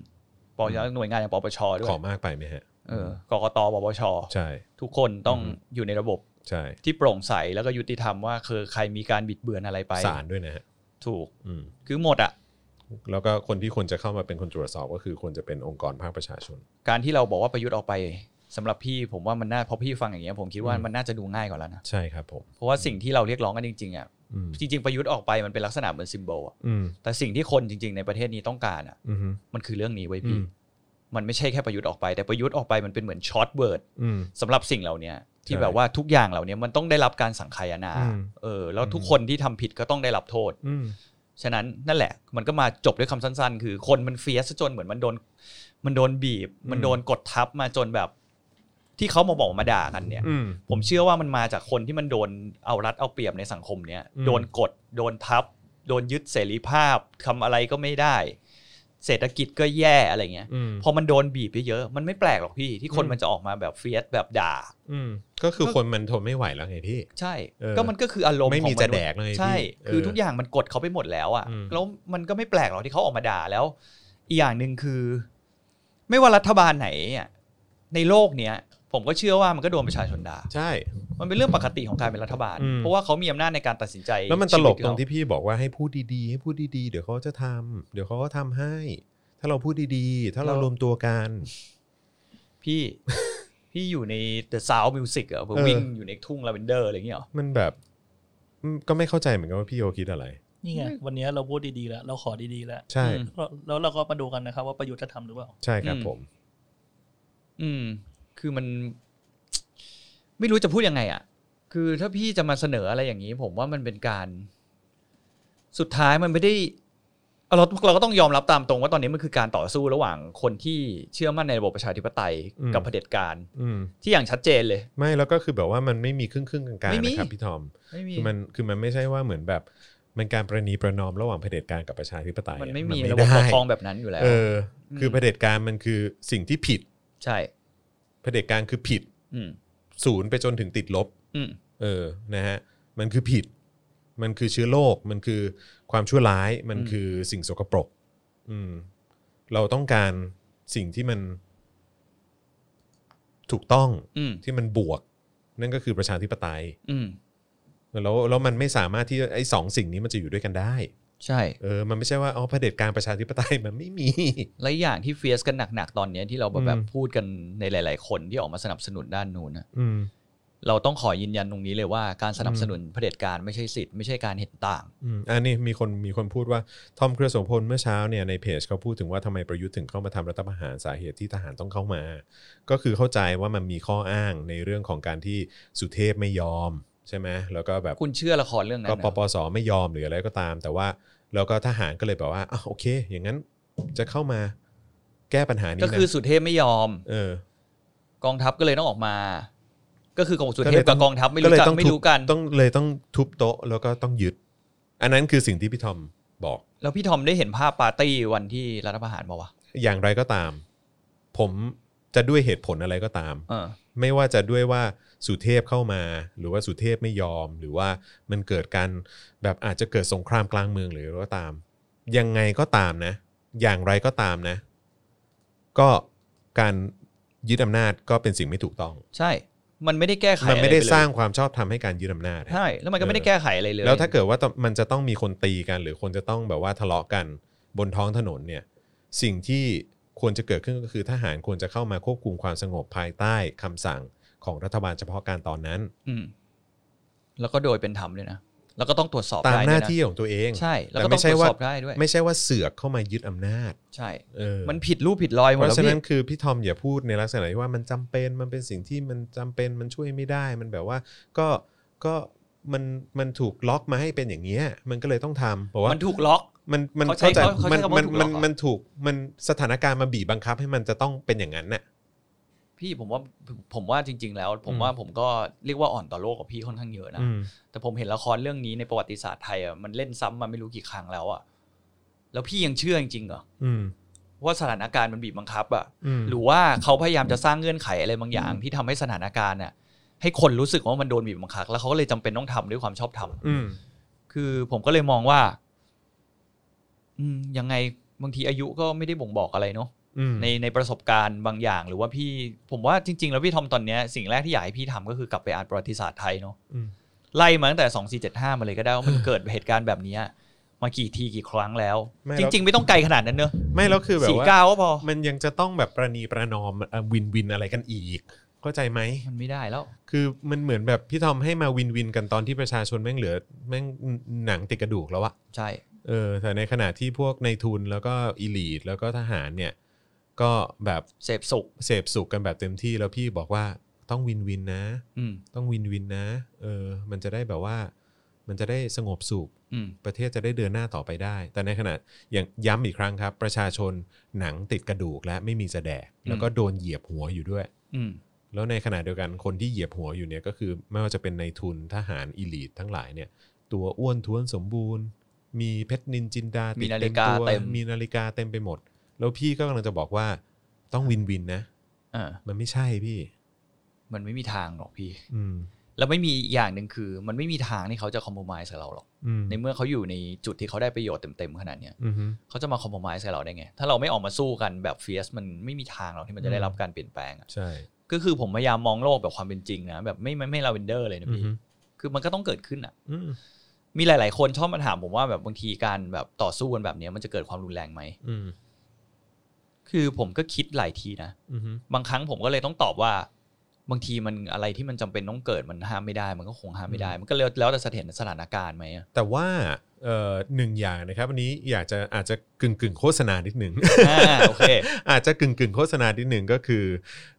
Speaker 3: ปอยหน่วยงานอย่างปปชด้วย
Speaker 2: ขอมากไปไหมฮะ
Speaker 3: เออกกตปปช
Speaker 2: ใช่
Speaker 3: ทุกคนต้อง
Speaker 2: อืม
Speaker 3: อยู่ในระบบ
Speaker 2: ใช่
Speaker 3: ที่โปร่งใสแล้วก็ยุติธรรมว่าคือใครมีการบิดเบือนอะไรไป
Speaker 2: ศาลด้วยนะฮะ
Speaker 3: ถูก
Speaker 2: อืม
Speaker 3: คือหมดอ่ะ
Speaker 2: แล้วก็คนที่ควรจะเข้ามาเป็นคนตรวจสอบก็คือควรจะเป็นองค์กรภาคประชาชน
Speaker 3: การที่เราบอกว่าประยุทธ์ออกไปสำหรับพี่ผมว่ามันน่าพอพี่ฟังอย่างเงี้ยผมคิดว่า
Speaker 2: อืม
Speaker 3: มันน่าจะดูง่ายกว่าแล้วนะ
Speaker 2: ใช่ครับผม
Speaker 3: เพราะว่าสิ่งที่เราเรียกร้องกันจริงๆอ่ะ
Speaker 2: อืม
Speaker 3: จริง ๆประยุทธ์ออกไปมันเป็นลักษณะเหมือนซิมโบลอะ
Speaker 2: อืม
Speaker 3: แต่สิ่งที่คนจริง ๆในประเทศนี้ต้องการอ่ะ
Speaker 2: อืม
Speaker 3: มันคือเรื่องนี้ไว้ย
Speaker 2: อื
Speaker 3: พี่
Speaker 2: ม
Speaker 3: มันไม่ใช่แค่ประยุทธ์ออกไปแต่ประยุทธ์ออกไปมันเป็นเหมือนช็อตเวิร์ด
Speaker 2: อืม
Speaker 3: สำหรับสิ่งเหล่าเนี้ยที่
Speaker 2: ใช่
Speaker 3: แบบว่าทุกอย่างเหล่าเนี้ยมันต้องได้รับการสังคายนา
Speaker 2: อืม
Speaker 3: เออแล้วทุกคนที่ทำผิดก็ต้องได้รับโทษ
Speaker 2: อืม
Speaker 3: ฉะนั้นนั่นแหละมันก็มาจบด้วยคำสั้นๆ คือคนมันเฟียสจนเหมือนมันโดน มันโดนบีบ มันโดนกดทับมาจนแบบ ที่เขามาบอกมาด่ากันเนี่ย
Speaker 2: อืม
Speaker 3: ผมเชื่อว่ามันมาจากคนที่มันโดนเอารัดเอาเปรียบในสังคมเนี่ย
Speaker 2: อืม
Speaker 3: โดนกดโดนทับ โดนยึดเสรีภาพทำอะไรก็ไม่ได้ เศรษฐกิจก็แย่อะไรเงี้ย
Speaker 2: อืม
Speaker 3: พอมันโดนบีบเยอะๆมันไม่แปลกหรอกพี่ ที่คน
Speaker 2: อืม
Speaker 3: มันจะออกมาแบบเฟียสแบบด่า
Speaker 2: อืมก็คือ
Speaker 3: ก็
Speaker 2: คนมันทนไม่ไหวแล้วไงพี่
Speaker 3: ใช่
Speaker 2: เออ
Speaker 3: ก็มันก็คืออารมณ์
Speaker 2: ไม่มี
Speaker 3: ของ
Speaker 2: จะ
Speaker 3: ษย์
Speaker 2: แดกเลย
Speaker 3: ใช่
Speaker 2: พี่เออ
Speaker 3: คือทุกอย่างมันกดเขาไปหมดแล้วอ่ะ
Speaker 2: อืม
Speaker 3: แล้วมันก็ไม่แปลกหรอกที่เขาออกมาด่าแล้ว อีกอย่างหนึ่งคือ ไม่ว่ารัฐบาลไหนอะในโลกเนี้ย ผมก็เชื่อว่ามันก็โดนประชาชนด่า
Speaker 2: ใช่
Speaker 3: มันเป็นเรื่องปกติของการเป็นรัฐบาล
Speaker 2: อืม
Speaker 3: เพราะว่าเขามีอำนาจในการตัดสินใจ
Speaker 2: แล้วมันตลก
Speaker 3: ชี
Speaker 2: ต
Speaker 3: เขา
Speaker 2: รงที่พี่บอกว่าให้พูดดีๆ ให้พูดดีๆ เดี๋ยวเขาจะทำเดี๋ยวเขาก็ทำให้ ถ้าเราพูดดีๆ ถ้าเรารวมตัวกัน *laughs*
Speaker 3: พี่ พี่อยู่ใน The Sound Music เหรอ่ะผม
Speaker 2: เออ
Speaker 3: วิ่งอยู่ในทุ่งลาเวนเดอร์อะไรอย่างเงี้ยเหรอ
Speaker 2: มันแบบอืมก็ไม่เข้าใจเหมือนกันว่าพี่โอคิดอะไร
Speaker 4: นี่ไง วันเนี้ยเราพูดดีๆแล้ว เราขอดีๆแล้ว
Speaker 2: ใช่
Speaker 3: อืม
Speaker 4: แล้วแล้วเราก็มาดูกันนะครับว่าประยุทธ์จะทำหรือเปล่า
Speaker 2: ใช่ครับผม
Speaker 3: อืม คือมัน ไม่รู้จะพูดยังไงอ่ะ คือถ้าพี่จะมาเสนออะไรอย่างนี้ ผมว่ามันเป็นการ สุดท้ายมันไม่ได้เอาเราเราก็ต้องยอมรับตามตรงว่าตอนนี้มันคือการต่อสู้ระหว่างคนที่เชื่อมั่นในระบบประชาธิปไตย
Speaker 2: อืม
Speaker 3: กับเผด็จการ
Speaker 2: อืม
Speaker 3: ที่อย่างชัดเจนเลย
Speaker 2: ไม่แล้วก็คือแบบว่ามันไม่มีครึ่งครึ่งๆกลาง
Speaker 3: ไม่
Speaker 2: ๆ
Speaker 3: มี
Speaker 2: นะครับพี่ทอม
Speaker 3: ไม่มี
Speaker 2: คือมันคือมันไม่ใช่ว่าเหมือนแบบมันการประนีประนอมระหว่างเผด็จการกับประชาธิปไตย
Speaker 3: มันไม่มี
Speaker 2: น
Speaker 3: ระบบปก
Speaker 2: ได้
Speaker 3: ครองแบบนั้นอยู่แล้ว
Speaker 2: เอออ
Speaker 3: ม
Speaker 2: คือเผด็จการมันคือสิ่งที่ผิด
Speaker 3: ใช่
Speaker 2: เผด็จการคือผิด
Speaker 3: อืม
Speaker 2: ศูนย์ไปจนถึงติดลบ
Speaker 3: อืม
Speaker 2: เออ นะฮะ มันคือผิด มันคือเชื้อโรค มันคือความชั่วร้าย มัน
Speaker 3: อืม
Speaker 2: คือสิ่งสกปรก อืม เราต้องการสิ่งที่มันถูกต้อง
Speaker 3: อืม
Speaker 2: ที่มันบวก นั่นก็คือประชาธิปไตย
Speaker 3: อืม
Speaker 2: แล้วแล้วมันไม่สามารถที่ไอ้สองสิ่งนี้มันจะอยู่ด้วยกันได้
Speaker 3: ใช่
Speaker 2: เออมันไม่ใช่ว่าอ๋อเผด็จการประชาธิปไตยมันไม่มี
Speaker 3: และอีกอย่างที่เฟียสกันหนักๆตอนเนี้ยที่เราแบบ
Speaker 2: อืม
Speaker 3: แบบพูดกันในหลาย ๆ คนที่ออกมาสนับสนุนด้านนู้นนะ
Speaker 2: อืม
Speaker 3: เราต้องขอยืนยันตรงนี้เลยว่าการสนับสนุนเผด็จการไม่ใช่สิทธิ์ไม่ใช่การเห็นต่าง
Speaker 2: อืมอันนี้มีคนมีคนพูดว่าทอมเครือโสพลเมื่อเช้าเนี่ยในเพจเขาพูดถึงว่าทำไมประยุทธ์ถึงเข้ามาทำรัฐประหารสาเหตุที่ทหารต้องเข้ามา ก็คือเข้าใจว่ามันมีข้ออ้างในเรื่องของการที่สุเทพไม่ยอมใช่ไหมแล้วก็แบบ
Speaker 3: คุณเชื่อละครเรื่องนั้น
Speaker 2: ก็
Speaker 3: นะ
Speaker 2: ปปสไม่ยอมหรืออะไรก็ตาม แต่ว่าแล้วก็ทหารก็เลยแบบว่าอ้าวโอเค อย่างนั้นจะเข้ามาแก้ปัญหานี้
Speaker 3: ก็
Speaker 2: นะ
Speaker 3: คือสุเทพไม่ยอม
Speaker 2: เออ
Speaker 3: กองทัพก็เลยต้องออกมา ก็คือกองสุ
Speaker 2: ก็
Speaker 3: เท
Speaker 2: เล
Speaker 3: พ
Speaker 2: ยต้
Speaker 3: กั
Speaker 2: อบ ง
Speaker 3: กองทัพไม่
Speaker 2: ก็
Speaker 3: รู้
Speaker 2: เลย
Speaker 3: จัก
Speaker 2: ต้อง
Speaker 3: ไม่
Speaker 2: ทุบ
Speaker 3: รู้กัน
Speaker 2: ต้องเลยต้องทุบโต๊ะแล้วก็ต้องยึด อันนั้นคือสิ่งที่พี่ทอมบอก
Speaker 3: แล้วพี่ทอมได้เห็นภาพปาร์ตี้วันที่รัฐประหารปะวะ
Speaker 2: อย่างไรก็ตาม ผมจะด้วยเหตุผลอะไรก็ตาม
Speaker 3: เออ
Speaker 2: ไม่ว่าจะด้วยว่าสุเทพเข้ามา หรือว่าสุเทพไม่ยอม หรือว่ามันเกิดการแบบอาจจะเกิดสงครามกลางเมืองหรืออะไรก็ตาม ยังไงก็ตามนะ อย่างไรก็ตามนะ ก็การยึดอำนาจก็เป็นสิ่งไม่ถูกต้อง
Speaker 3: ใช่ มันไม่ได้แก้ไข
Speaker 2: มันไม่ได้
Speaker 3: อะปเลย
Speaker 2: สร้างความชอบธรรมให้การยึดอำนาจ
Speaker 3: ใช่ แล้วมันก็ไม่ได้แก้ไขอะไรเลย
Speaker 2: แล้วถ้าเกิดว่าตมันจะต้องมีคนตีกัน หรือคนจะต้องแบบว่าทะเลาะกันบนท้องถนนเนี่ยสิ่งที่ควรจะเกิดขึ้นก็คือทหารควรจะเข้ามาควบคุมความสงบภายใต้คำสั่งของรัฐบาลเฉพาะการตอนนั้น
Speaker 3: อืมแล้วก็โดยเป็นธรรมเลยนะ แล้วก็ต้องตรวจสอบ
Speaker 2: ตามห
Speaker 3: ได้ด้
Speaker 2: น้า
Speaker 3: วยะ
Speaker 2: ที่ของตัวเอง
Speaker 3: ใช่ แล้ว
Speaker 2: แต่
Speaker 3: ก็
Speaker 2: ไม่
Speaker 3: ต้อง
Speaker 2: ใช่
Speaker 3: ตรวจ
Speaker 2: ว่า
Speaker 3: สอบได้ด้วย
Speaker 2: ไม่ใช่ว่าเสือกเข้ามายึดอำนาจ
Speaker 3: ใช่
Speaker 2: เออ
Speaker 3: มันผิดรูปผิดรอยหม
Speaker 2: เพ
Speaker 3: ดแล้
Speaker 2: ราะ
Speaker 3: ว
Speaker 2: ฉะ
Speaker 3: พี่
Speaker 2: นั้นคือพี่ทอมอย่าพูดในลักษณะที่ว่ามันจำเป็นมันเป็นสิ่งที่มันจำเป็นมันช่วยไม่ได้ มันแบบว่าก็ก็มันมันถูกล็อกมาให้เป็นอย่างเงี้ยมันก็เลยต้องทำบอกว่า
Speaker 3: มันถูกล็อก
Speaker 2: มันมัน
Speaker 3: เขาใช้
Speaker 2: เข้าใจ
Speaker 3: เขาเขาใช้
Speaker 2: มัน
Speaker 3: คำ
Speaker 2: มั
Speaker 3: ว่า
Speaker 2: น
Speaker 3: ถูกหล
Speaker 2: มั
Speaker 3: อน กเหรอ
Speaker 2: มันถูกมันสถานการณ์มาบีบบังคับให้มันจะต้องเป็นอย่างนั้นน่ะ
Speaker 3: พี่ผมว่าผมผมว่าจริง ๆ แล้ว ผม
Speaker 2: อืม
Speaker 3: ว่าผมก็เรียกว่าอ่อนต่อโลกกับพี่ค่อนข้างเยอะนะ
Speaker 2: อืม
Speaker 3: แต่ผมเห็นละครเรื่องนี้ในประวัติศาสตร์ไทยอ่ะมันเล่นซ้ำมาไม่รู้กี่ครั้งแล้วอ่ะแล้วพี่ยังเชื่อจริงๆเหรอ
Speaker 2: อืม
Speaker 3: ว่าสถานการณ์มันบีบบังคับอ่ะ
Speaker 2: อืม
Speaker 3: หรือว่าเขาพยายามจะสร้างเงื่อนไขอะไรบางอย่างที่ทำให้สถานการณ์น่ะให้คนรู้สึกว่ามันโดนบีบบังคับแล้วเขาก็เลยจำเป็นต้องทำด้วยความชอบธรรม
Speaker 2: อืม
Speaker 3: คือผมก็เลยมองว่า อืมยังไงบางทีอายุก็ไม่ได้บ่งบอกอะไรเนาะ
Speaker 2: อืม
Speaker 3: ในในประสบการณ์บางอย่าง หรือว่าพี่ผมว่าจริง ๆ แล้วพี่ทอมตอนเนี้ยสิ่งแรกที่อยากให้พี่ทำก็คือกลับไปอ่านประวัติศาสตร์ไทยเนาะ
Speaker 2: อืม
Speaker 3: ไล่มาตั้งแต่สองสี่เจ็ดห้ามาเลยก็ได้ว่ามันเกิดเหตุการณ์แบบเนี้ยมากี่ทีกี่ครั้งแล้ว จริง ๆ ไม่ต้องไกลขนาดนั้นเนอะ
Speaker 2: ไม่แล้วคือแบบ
Speaker 3: สี่
Speaker 2: ว่า
Speaker 3: เก้าก็พอ
Speaker 2: มันยังจะต้องแบบประนีประนอมวินวินอะไรกันอีก เข้าใจไหม
Speaker 3: มันไม่ได้แล้ว
Speaker 2: คือมันเหมือนแบบพี่ทอมให้มาวินวินกันตอนที่ประชาชนแม่งเหลือแม่งหนังติดกระดูกแล้วอะ
Speaker 3: ใช่
Speaker 2: เออแต่ในขณะที่พวกในทุนแล้วก็อีลีทแล้วก็ทหารเนี่ย ก็แบบ
Speaker 3: เสพสุข
Speaker 2: เสพสุขกันแบบเต็มที่แล้วพี่บอกว่าต้องวินวินนะ
Speaker 3: อืม
Speaker 2: ต้องวินวินนะ เออ มันจะได้แบบว่า มันจะได้สงบสุข
Speaker 3: อืม
Speaker 2: ประเทศจะได้เดินหน้าต่อไปได้ แต่ในขณะอย่างย้ำอีกครั้งครับ ประชาชนหนังติดกระดูกและไม่มีจะแดก
Speaker 3: อืม
Speaker 2: แล้วก็โดนเหยียบหัวอยู่ด้วย
Speaker 3: อืม
Speaker 2: แล้วในขณะเดียวกันคนที่เหยียบหัวอยู่เนี่ยก็คือ ไม่ว่าจะเป็นในทุนทหารอีลีททั้งหลายเนี่ย ตัวอ้วนท้วนสมบูรณ์ มีเพชรนินจินดา
Speaker 3: มี
Speaker 2: ติด
Speaker 3: นาฬิ
Speaker 2: เต็ม
Speaker 3: กา
Speaker 2: ตัว
Speaker 3: เต็ม
Speaker 2: มีนาฬิกาเต็มไปหมด แล้วพี่ก็กำลังจะบอกว่าต้องวินวินนะ
Speaker 3: อ่า
Speaker 2: มันไม่ใช่พี่
Speaker 3: มันไม่มีทางหรอกพี่
Speaker 2: อืม
Speaker 3: แล้วไม่มีอีกอย่างหนึ่งคือ มันไม่มีทางที่เขาจะคอมโพมายส์กับเราหรอก
Speaker 2: อืม
Speaker 3: ในเมื่อเขาอยู่ในจุดที่เขาได้ประโยชน์เต็มๆขนาดเนี้ย
Speaker 2: อือฮึ
Speaker 3: เขาจะมาคอมโพมายส์กับเราได้ไง ถ้าเราไม่ออกมาสู้กันแบบเฟียสมันไม่มีทางหรอกที่มันจะได้รับการเปลี่ยนแปลงอะ
Speaker 2: ใช่
Speaker 3: ก็คือผมพยายามมองโลกแบบความเป็นจริงนะแบบไม่ไม่ไม่ลาเวนเดอร์เลยนะ
Speaker 2: อือ
Speaker 3: พี่
Speaker 2: ฮึ
Speaker 3: คือมันก็ต้องเกิดขึ้นอ่ะ
Speaker 2: อืม
Speaker 3: มีหลาย ๆ คนชอบมาถามผมว่าแบบบางทีการแบบต่อสู้กันแบบเนี้ยมันจะเกิดความรุนแรงไหม
Speaker 2: อืม
Speaker 3: คือผมก็คิดหลายทีนะ
Speaker 2: อือฮึ
Speaker 3: บางครั้งผมก็เลยต้องตอบว่า บางทีมันอะไรที่มันจำเป็นต้องเกิดมันห้ามไม่ได้ มันก็คงห้ามไม่ได้ มันก็แล้วแล้วแต่เสถียรสถานการณ์ไหม
Speaker 2: *laughs*
Speaker 3: อะ
Speaker 2: แต่ว่าเอ่อหนึ่งอย่างนะครับวันนี้อยากจะอาจจะกึ่งกึ่งๆโฆษณานิดหนึ่ง *laughs*
Speaker 3: อ่าโอเค
Speaker 2: อาจจะกึ่งกึ่งๆโฆษณานิดหนึ่งก็คือ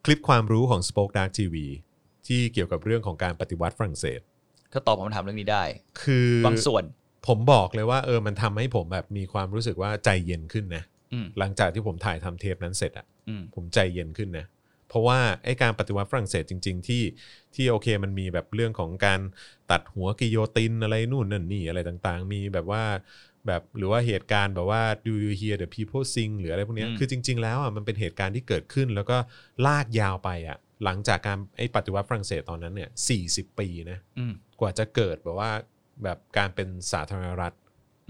Speaker 2: คลิปความรู้ของ Spoke Dark TV ที่เกี่ยวกับเรื่องของการปฏิวัติฝรั่งเศส
Speaker 3: ก็ตอบคำถามเรื่องนี้ได้
Speaker 2: คือบ
Speaker 3: างส่วน
Speaker 2: ผมบอกเลยว่าเออมันทำให้ผมแบบมีความรู้สึกว่าใจเย็นขึ้นนะ
Speaker 3: อืม
Speaker 2: หลังจากที่ผมถ่ายทำเทปนั้นเสร็จอะ
Speaker 3: อืม
Speaker 2: ผมใจเย็นขึ้นนะเพราะว่าไอ้การปฏิวัติฝรั่งเศสจริง ๆ ที่ที่โอเคมันมีแบบเรื่องของการตัดหัวกิโยตินอะไรนู่นนั่นนี่อะไรต่างๆ มีแบบว่าแบบหรือว่าเหตุการณ์แบบว่า do you hear the people sing หรืออะไรพวกเนี้ยคือจริง ๆ แล้วอ่ะมันเป็นเหตุการณ์ที่เกิดขึ้น แล้วก็ลากยาวไปอ่ะหลังจากการไอ้ปฏิวัติฝรั่งเศสตอนนั้นเนี่ย40 ปีนะ
Speaker 3: อืม
Speaker 2: กว่าจะเกิดแบบว่าแบบการเป็นสาธารณรัฐ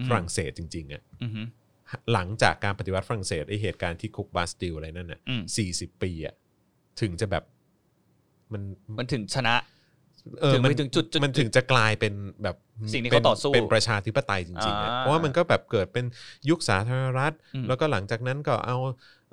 Speaker 3: อืม
Speaker 2: ฝรั่งเศสจริงๆอะ
Speaker 3: อือหือ
Speaker 2: หลังจากการปฏิวัติฝรั่งเศสไอเหตุการณ์ที่คุกบาสติลอะไรนั่นน่ะ
Speaker 3: อืม
Speaker 2: สี่สิบปีอะถึงจะแบบมัน
Speaker 3: มันถึงชนะ
Speaker 2: เออ
Speaker 3: ถึง
Speaker 2: มั
Speaker 3: ไปถึงจุดจุด
Speaker 2: มันถึงจะกลายเป็นแบบ
Speaker 3: สิ่งที่
Speaker 2: ป็น
Speaker 3: เขาต่อสู้
Speaker 2: เป็นประชาธิปไตยจริงๆนะ
Speaker 3: อ่า
Speaker 2: เพราะว่ามันก็แบบเกิดเป็นยุคสาธารณรัฐ
Speaker 3: อืม
Speaker 2: แล้วก็หลังจากนั้นก็เอา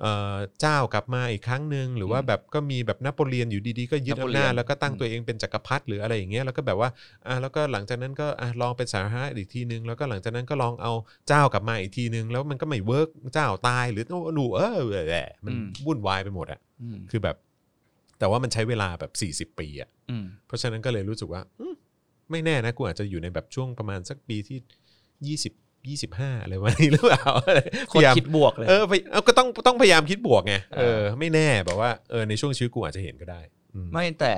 Speaker 2: เอ่อเจ้ากลับมาอีกครั้งหนึ่งหรือว่า
Speaker 3: อืม
Speaker 2: แบบก็มีแบบนโปเลียนอยู่ดีๆก็ยึด
Speaker 3: นโป
Speaker 2: อำ
Speaker 3: เลีย
Speaker 2: นาจ
Speaker 3: น
Speaker 2: แล้วก็ตั้ง
Speaker 3: อืม
Speaker 2: ตัวเองเป็นจักรพรรดิหรืออะไรอย่างเงี้ยแล้วก็แบบว่าอ่ะแล้วก็หลังจากนั้นก็อ่ะลองเป็นสาธารณรัฐอีกทีนึงแล้วก็หลังจากนั้นก็ลองเอาเจ้ากลับมาอีกทีนึงแล้วมันก็ไม่เวิร์กเจ้าตายหรือโอ้หนูเออแหละมันวุ่นวายไปหมดอะ
Speaker 3: อืม
Speaker 2: คือแบบแต่ว่ามันใช้เวลาแบบ 40 ปีอะ่ะ
Speaker 3: อืม
Speaker 2: เพราะฉะนั้นก็เลยรู้สึกว่าอืมไม่แน่นะกูอาจจะอยู่ในแบบช่วงประมาณสักปีที่ 20 25 อะไรวันนี้หรือเปล่า *laughs* อะไร
Speaker 3: โค
Speaker 2: พ
Speaker 3: ต
Speaker 2: ยาร ยาม
Speaker 3: คิดบวกเลย
Speaker 2: เออพยเอาก็ต้องต้องพยายามคิดบวกไง
Speaker 3: อ่า
Speaker 2: เออไม่แน่แบบว่าเออในช่วงชีวิตกูอาจจะเห็นก็ได้อืม
Speaker 3: ไม่แต่